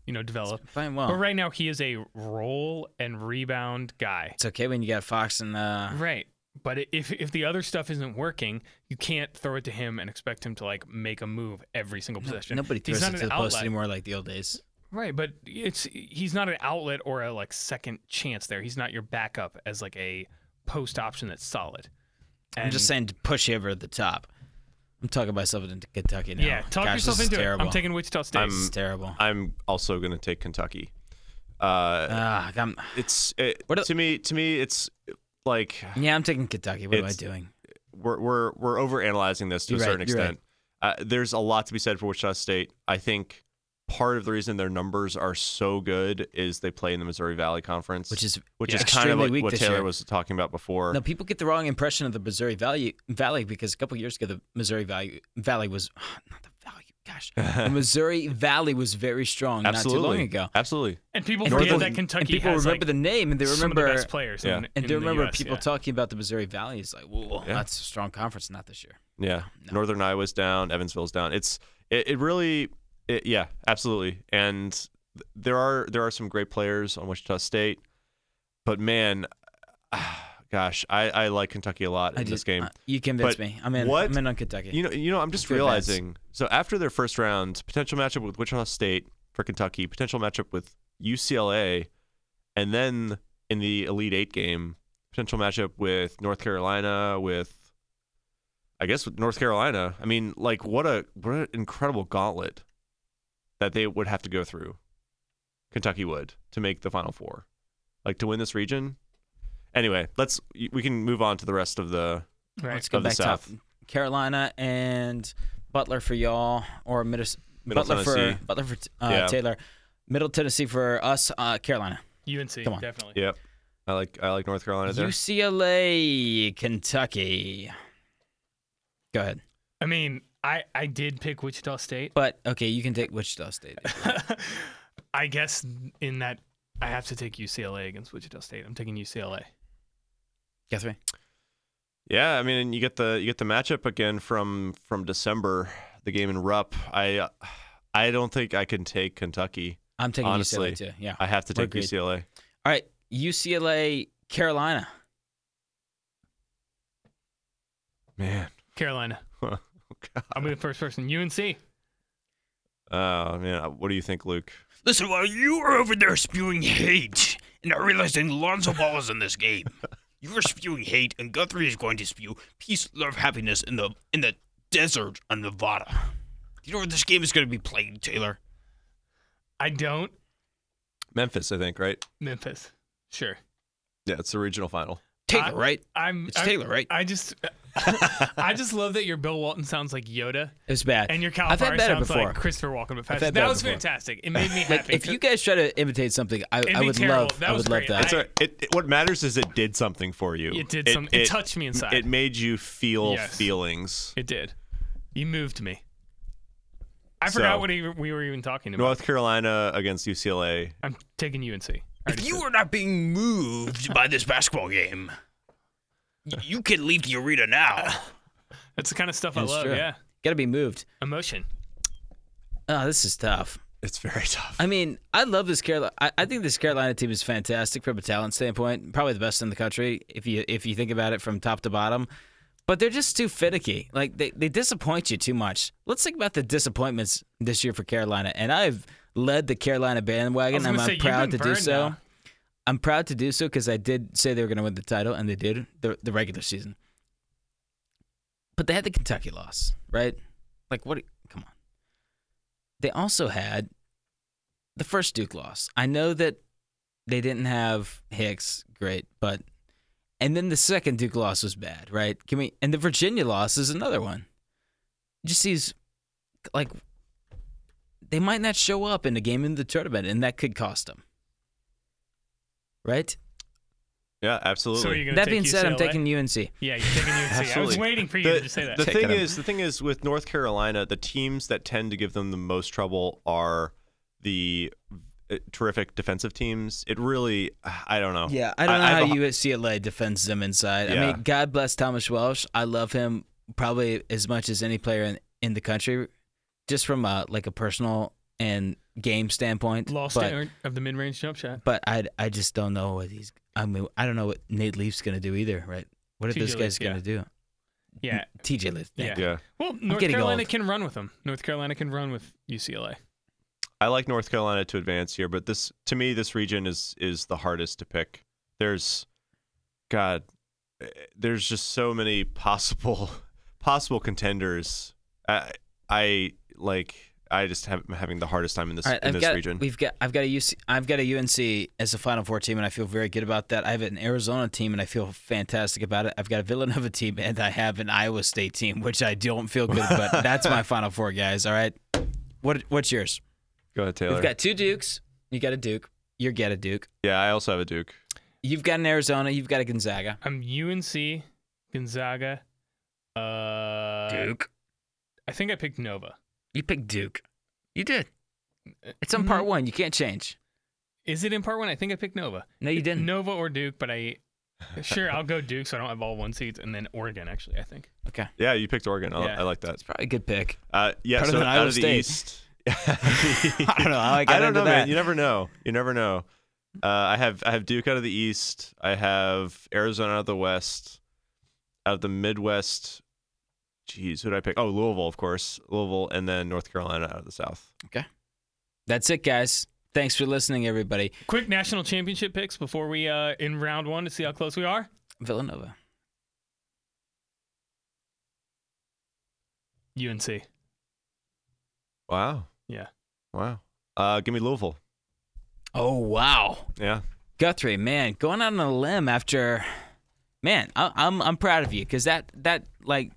[SPEAKER 1] you know develop,
[SPEAKER 3] Fine well.
[SPEAKER 1] but right now he is a roll and rebound guy.
[SPEAKER 3] It's okay when you got Fox and uh
[SPEAKER 1] Right. But i- if if the other stuff isn't working, you can't throw it to him and expect him to like make a move every single possession.
[SPEAKER 3] Nobody
[SPEAKER 1] He's
[SPEAKER 3] throws it
[SPEAKER 1] not
[SPEAKER 3] to
[SPEAKER 1] an
[SPEAKER 3] the post
[SPEAKER 1] outlet.
[SPEAKER 3] anymore like the old days.
[SPEAKER 1] Right, but it's he's not an outlet or a like second chance there. He's not your backup as like a post option that's solid.
[SPEAKER 3] I'm just saying to push you over the top. I'm talking myself into Kentucky now.
[SPEAKER 1] Yeah, talk
[SPEAKER 3] Gosh,
[SPEAKER 1] yourself
[SPEAKER 3] this is
[SPEAKER 1] into
[SPEAKER 3] terrible.
[SPEAKER 1] it. I'm taking Wichita State.
[SPEAKER 3] This is terrible.
[SPEAKER 2] I'm also going to take Kentucky. Uh,
[SPEAKER 3] Ah, I'm,
[SPEAKER 2] it's it,
[SPEAKER 3] What a-
[SPEAKER 2] to me to me it's like
[SPEAKER 3] yeah, I'm taking Kentucky. What am I
[SPEAKER 2] It's-
[SPEAKER 3] doing?
[SPEAKER 2] we're we're we're overanalyzing this to
[SPEAKER 3] You're
[SPEAKER 2] a
[SPEAKER 3] right,
[SPEAKER 2] certain
[SPEAKER 3] you're right.
[SPEAKER 2] extent. Uh, there's a lot to be said for Wichita State. I think part of the reason their numbers are so good is they play in the Missouri Valley Conference,
[SPEAKER 3] Which is
[SPEAKER 2] which
[SPEAKER 3] yeah,
[SPEAKER 2] is kind of
[SPEAKER 3] extremely
[SPEAKER 2] like
[SPEAKER 3] weak
[SPEAKER 2] what
[SPEAKER 3] this
[SPEAKER 2] Taylor
[SPEAKER 3] year.
[SPEAKER 2] was talking about before.
[SPEAKER 3] No, people get the wrong impression of the Missouri Valley Valley because a couple years ago the Missouri Valley Valley was not the Valley. Gosh, the Missouri Valley was very strong
[SPEAKER 2] Absolutely,
[SPEAKER 3] not too long ago.
[SPEAKER 2] absolutely.
[SPEAKER 1] and people
[SPEAKER 3] And
[SPEAKER 1] forget
[SPEAKER 3] people-
[SPEAKER 1] that Kentucky
[SPEAKER 3] and people
[SPEAKER 1] has
[SPEAKER 3] remember
[SPEAKER 1] like,
[SPEAKER 3] the name and they
[SPEAKER 1] some of the
[SPEAKER 3] remember
[SPEAKER 1] best players.
[SPEAKER 2] Yeah.
[SPEAKER 1] In,
[SPEAKER 3] and they
[SPEAKER 1] in the
[SPEAKER 3] remember
[SPEAKER 1] US,
[SPEAKER 3] people
[SPEAKER 1] yeah.
[SPEAKER 3] talking about the Missouri Valley. It's like, whoa,
[SPEAKER 2] Yeah.
[SPEAKER 3] that's a strong conference, not this year.
[SPEAKER 2] Yeah,
[SPEAKER 3] No.
[SPEAKER 2] Northern Iowa's down, Evansville's down. It's it, it really, it, yeah, absolutely. And th- there are there are some great players on Wichita State, but man, gosh, I, I like Kentucky a lot in this
[SPEAKER 3] just-
[SPEAKER 2] game.
[SPEAKER 3] uh, you convinced
[SPEAKER 2] But
[SPEAKER 3] me. I'm in.
[SPEAKER 2] what-
[SPEAKER 3] I'm in on Kentucky.
[SPEAKER 2] You know, you know, I'm just
[SPEAKER 3] Good advance.
[SPEAKER 2] realizing. So after their first round, potential matchup with Wichita State for Kentucky, potential matchup with UCLA, and then in the Elite Eight game, potential matchup with North Carolina, with I guess with North Carolina. I mean, like what a what an incredible gauntlet that they would have to go through. Kentucky would to make the Final Four, like to win this region. Anyway, let's we can move on to the rest of the
[SPEAKER 1] Right.
[SPEAKER 3] Let's go
[SPEAKER 2] Of the
[SPEAKER 3] back top.
[SPEAKER 2] South.
[SPEAKER 3] Carolina and Butler for y'all, or Middles-
[SPEAKER 2] Middle
[SPEAKER 3] Butler
[SPEAKER 2] Tennessee.
[SPEAKER 3] for Butler for uh,
[SPEAKER 2] Yeah.
[SPEAKER 3] Taylor, Middle Tennessee for us, uh, Carolina,
[SPEAKER 1] UNC
[SPEAKER 3] Come on.
[SPEAKER 1] definitely.
[SPEAKER 2] Yep. I like I like North Carolina there.
[SPEAKER 3] UCLA, Kentucky. Go ahead,
[SPEAKER 1] I mean, I I did pick Wichita State.
[SPEAKER 3] but okay, you can take Wichita State.
[SPEAKER 1] I guess in that I have to take UCLA against Wichita State. I'm taking UCLA.
[SPEAKER 3] Guthrie,
[SPEAKER 2] Yeah, I mean, and you get the you get the matchup again from from December, the game in Rupp. I uh, I don't think I can take Kentucky.
[SPEAKER 3] I'm taking
[SPEAKER 2] Honestly,
[SPEAKER 3] UCLA too. Yeah.
[SPEAKER 2] I have to
[SPEAKER 3] We're
[SPEAKER 2] take
[SPEAKER 3] agreed.
[SPEAKER 2] UCLA.
[SPEAKER 3] All right, UCLA, Carolina.
[SPEAKER 2] Man,
[SPEAKER 1] Carolina.
[SPEAKER 2] oh
[SPEAKER 1] I'll be the first person. UNC.
[SPEAKER 2] Uh, man, what do you think, Luke?
[SPEAKER 4] Listen, while you were over there spewing hate, and I realized that Lonzo Ball is in this game, you were spewing hate, and Guthrie is going to spew peace, love, happiness in the in the desert of Nevada. Do You know where this game is going to be played, Taylor?
[SPEAKER 1] I don't.
[SPEAKER 2] Memphis, I think, right?
[SPEAKER 1] Memphis. Sure.
[SPEAKER 2] Yeah, it's the regional final.
[SPEAKER 4] Taylor, right?
[SPEAKER 1] I'm
[SPEAKER 4] It's
[SPEAKER 1] I'm-
[SPEAKER 4] Taylor, right?
[SPEAKER 1] I just I just love that your Bill Walton sounds like Yoda
[SPEAKER 3] It was bad.
[SPEAKER 1] and your
[SPEAKER 3] I've had
[SPEAKER 1] Calipari
[SPEAKER 3] better
[SPEAKER 1] sounds
[SPEAKER 3] before.
[SPEAKER 1] like Christopher Walken. But fast.
[SPEAKER 3] had
[SPEAKER 1] that
[SPEAKER 3] better
[SPEAKER 1] was
[SPEAKER 3] before.
[SPEAKER 1] fantastic. It made me happy.
[SPEAKER 3] like if you
[SPEAKER 1] 'cause-
[SPEAKER 3] guys try to imitate something, I,
[SPEAKER 1] It'd
[SPEAKER 3] I
[SPEAKER 1] be
[SPEAKER 3] would
[SPEAKER 1] terrible.
[SPEAKER 3] love.
[SPEAKER 1] That
[SPEAKER 3] I
[SPEAKER 1] was
[SPEAKER 3] would
[SPEAKER 1] great.
[SPEAKER 3] love
[SPEAKER 2] It's
[SPEAKER 3] that.
[SPEAKER 1] I-
[SPEAKER 2] all right. it, it- what matters is it did something for you.
[SPEAKER 1] It did some- it touched me inside.
[SPEAKER 2] It made you feel
[SPEAKER 1] Yes.
[SPEAKER 2] feelings.
[SPEAKER 1] it did, you moved me. I
[SPEAKER 2] So-
[SPEAKER 1] forgot what he, we were even talking about.
[SPEAKER 2] North Carolina against UCLA.
[SPEAKER 1] I'm taking UNC. I already
[SPEAKER 4] If you
[SPEAKER 1] said-
[SPEAKER 4] are not being moved by this basketball game, y- you can leave the arena now.
[SPEAKER 1] that's the kind of stuff I
[SPEAKER 3] It's
[SPEAKER 1] love.
[SPEAKER 3] true.
[SPEAKER 1] Yeah,
[SPEAKER 3] Gotta be moved.
[SPEAKER 1] emotion.
[SPEAKER 3] Oh, this is tough.
[SPEAKER 2] It's very tough.
[SPEAKER 3] I mean, I love this Carolina. I, I think this Carolina team is fantastic from a talent standpoint. Probably the best in the country if you if you think about it from top to bottom. But they're just too finicky. Like they, they disappoint you too much. Let's think about the disappointments this year for Carolina. And I've led the Carolina bandwagon.
[SPEAKER 1] I was
[SPEAKER 3] and
[SPEAKER 1] gonna
[SPEAKER 3] I'm
[SPEAKER 1] say, you've
[SPEAKER 3] proud
[SPEAKER 1] been
[SPEAKER 3] to do
[SPEAKER 1] burned
[SPEAKER 3] so.
[SPEAKER 1] now.
[SPEAKER 3] I'm proud to do so because I did say they were going to win the title, and they did the, the regular season. But they had the Kentucky loss, right? Like what? Come on. They also had the first Duke loss. I know that they didn't have Hicks, great, but and then the second Duke loss was bad, right? Can we? And the Virginia loss is another one. It just these, like, they might not show up in a game in the tournament, and that could cost them. Right.
[SPEAKER 2] yeah, absolutely.
[SPEAKER 1] So are you gonna
[SPEAKER 3] That
[SPEAKER 1] take
[SPEAKER 3] being said, I'm
[SPEAKER 1] UCLA?
[SPEAKER 3] taking UNC.
[SPEAKER 1] Yeah, you're taking UNC. I was
[SPEAKER 2] Absolutely.
[SPEAKER 1] waiting for you
[SPEAKER 2] the,
[SPEAKER 1] to say that.
[SPEAKER 2] the
[SPEAKER 3] Taking
[SPEAKER 2] thing
[SPEAKER 3] them.
[SPEAKER 2] is, the thing is, with North Carolina, the teams that tend to give them the most trouble are the uh, terrific defensive teams. It really, I don't know.
[SPEAKER 3] Yeah, I don't know
[SPEAKER 2] Oh. I
[SPEAKER 3] how
[SPEAKER 2] have a-
[SPEAKER 3] UCLA defends them inside. I
[SPEAKER 2] Yeah.
[SPEAKER 3] mean, God bless Thomas Welsh. I love him probably as much as any player in, in the country, just from a like a personal and game standpoint.
[SPEAKER 1] Lost
[SPEAKER 3] but,
[SPEAKER 1] it of the mid-range jump shot.
[SPEAKER 3] but I I just don't know what he's. I mean, I don't know what Nate Leaf's gonna do either. Right? What are
[SPEAKER 1] TJ
[SPEAKER 3] those guys
[SPEAKER 1] Leaf,
[SPEAKER 3] gonna do?
[SPEAKER 1] Yeah,
[SPEAKER 3] TJ Leaf.
[SPEAKER 1] yeah.
[SPEAKER 2] Yeah,
[SPEAKER 1] Well, North
[SPEAKER 3] getting
[SPEAKER 1] Carolina
[SPEAKER 3] old.
[SPEAKER 1] can run with them. North Carolina can run with UCLA.
[SPEAKER 2] I like North Carolina to advance here, but this to me, this region is is the hardest to pick. There's, God, eh, there's just so many possible possible contenders. I, I like. I just have am having the hardest time in this
[SPEAKER 3] All right,
[SPEAKER 2] in
[SPEAKER 3] I've
[SPEAKER 2] this
[SPEAKER 3] got
[SPEAKER 2] region.
[SPEAKER 3] we've got I've got a UC I've got a UNC as a Final Four team, and I feel very good about that. I have an Arizona team, and I feel fantastic about it. I've got a Villanova team, and I have an Iowa State team, which I don't feel good. But that's my Final Four, guys. All right, what what's yours?
[SPEAKER 2] Go ahead, Taylor.
[SPEAKER 3] We've got two Dukes. You got a Duke. You get a Duke.
[SPEAKER 2] yeah, I also have a Duke.
[SPEAKER 3] You've got an Arizona. You've got a Gonzaga.
[SPEAKER 1] I'm UNC, Gonzaga, uh,
[SPEAKER 4] Duke.
[SPEAKER 1] I think I picked Nova.
[SPEAKER 3] You picked Duke. You did. It's
[SPEAKER 1] Mm.
[SPEAKER 3] on part one. You can't change.
[SPEAKER 1] Is it in part one? I think I picked Nova.
[SPEAKER 3] No, you didn't.
[SPEAKER 1] Nova or Duke, but I sure I'll go Duke, so I don't have all one seeds, and then Oregon actually. I think.
[SPEAKER 3] Okay,
[SPEAKER 2] Yeah, you picked Oregon. I,
[SPEAKER 1] Yeah.
[SPEAKER 2] I like that.
[SPEAKER 3] it's probably a good pick.
[SPEAKER 2] Uh, yeah,
[SPEAKER 3] Better
[SPEAKER 2] so
[SPEAKER 3] than
[SPEAKER 2] out
[SPEAKER 3] Iowa
[SPEAKER 2] of the
[SPEAKER 3] State.
[SPEAKER 2] East. I
[SPEAKER 3] don't know how I got
[SPEAKER 2] I don't
[SPEAKER 3] into
[SPEAKER 2] know,
[SPEAKER 3] that.
[SPEAKER 2] man. You never know. You never know. Uh, I have I have Duke out of the East. I have Arizona out of the West. Out of the Midwest. Jeez, who did I pick? Oh, Louisville, of course. Louisville, and then North Carolina out of the South.
[SPEAKER 3] That's it, guys. Thanks for listening, everybody.
[SPEAKER 1] Quick national championship picks before we uh, in round one to see how close we are.
[SPEAKER 3] Villanova.
[SPEAKER 1] UNC.
[SPEAKER 2] Wow.
[SPEAKER 1] Yeah.
[SPEAKER 2] Wow. Uh, give me Louisville.
[SPEAKER 3] Oh wow.
[SPEAKER 2] Yeah.
[SPEAKER 3] Guthrie, man, going out on a limb after, man, I, I'm I'm proud of you because that that like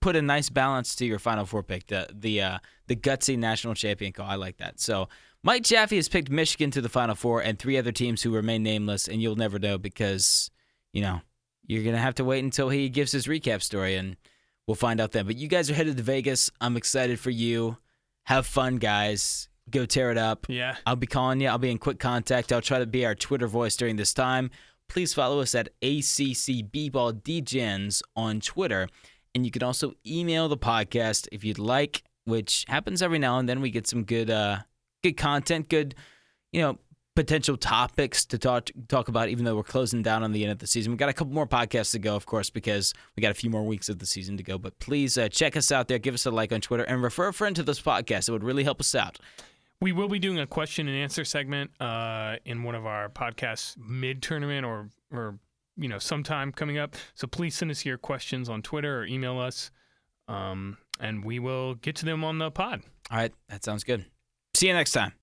[SPEAKER 3] put a nice balance to your Final Four pick, the the uh, the gutsy national champion call. I like that. So Mike Jaffe has picked Michigan to the Final Four and three other teams who remain nameless, and you'll never know because you know you're gonna have to wait until he gives his recap story, and we'll find out then. But you guys are headed to Vegas. I'm excited for you. Have fun, guys. Go tear it up.
[SPEAKER 1] Yeah.
[SPEAKER 3] I'll be calling you. I'll be in quick contact. I'll try to be our Twitter voice during this time. Please follow us at ACCBBallDgens on Twitter. And you can also email the podcast if you'd like, which happens every now and then. We get some good uh, good content, good, you know, potential topics to talk talk about, even though we're closing down on the end of the season. We've got a couple more podcasts to go, of course, because we got a few more weeks of the season to go. But please uh, check us out there. Give us a like on Twitter and refer a friend to this podcast. It would really help us out.
[SPEAKER 1] We will be doing a question and answer segment uh, in one of our podcasts mid tournament or or you know sometime coming up. So please send us your questions on Twitter or email us, um, and we will get to them on the pod.
[SPEAKER 3] All right. That sounds good. See you next time.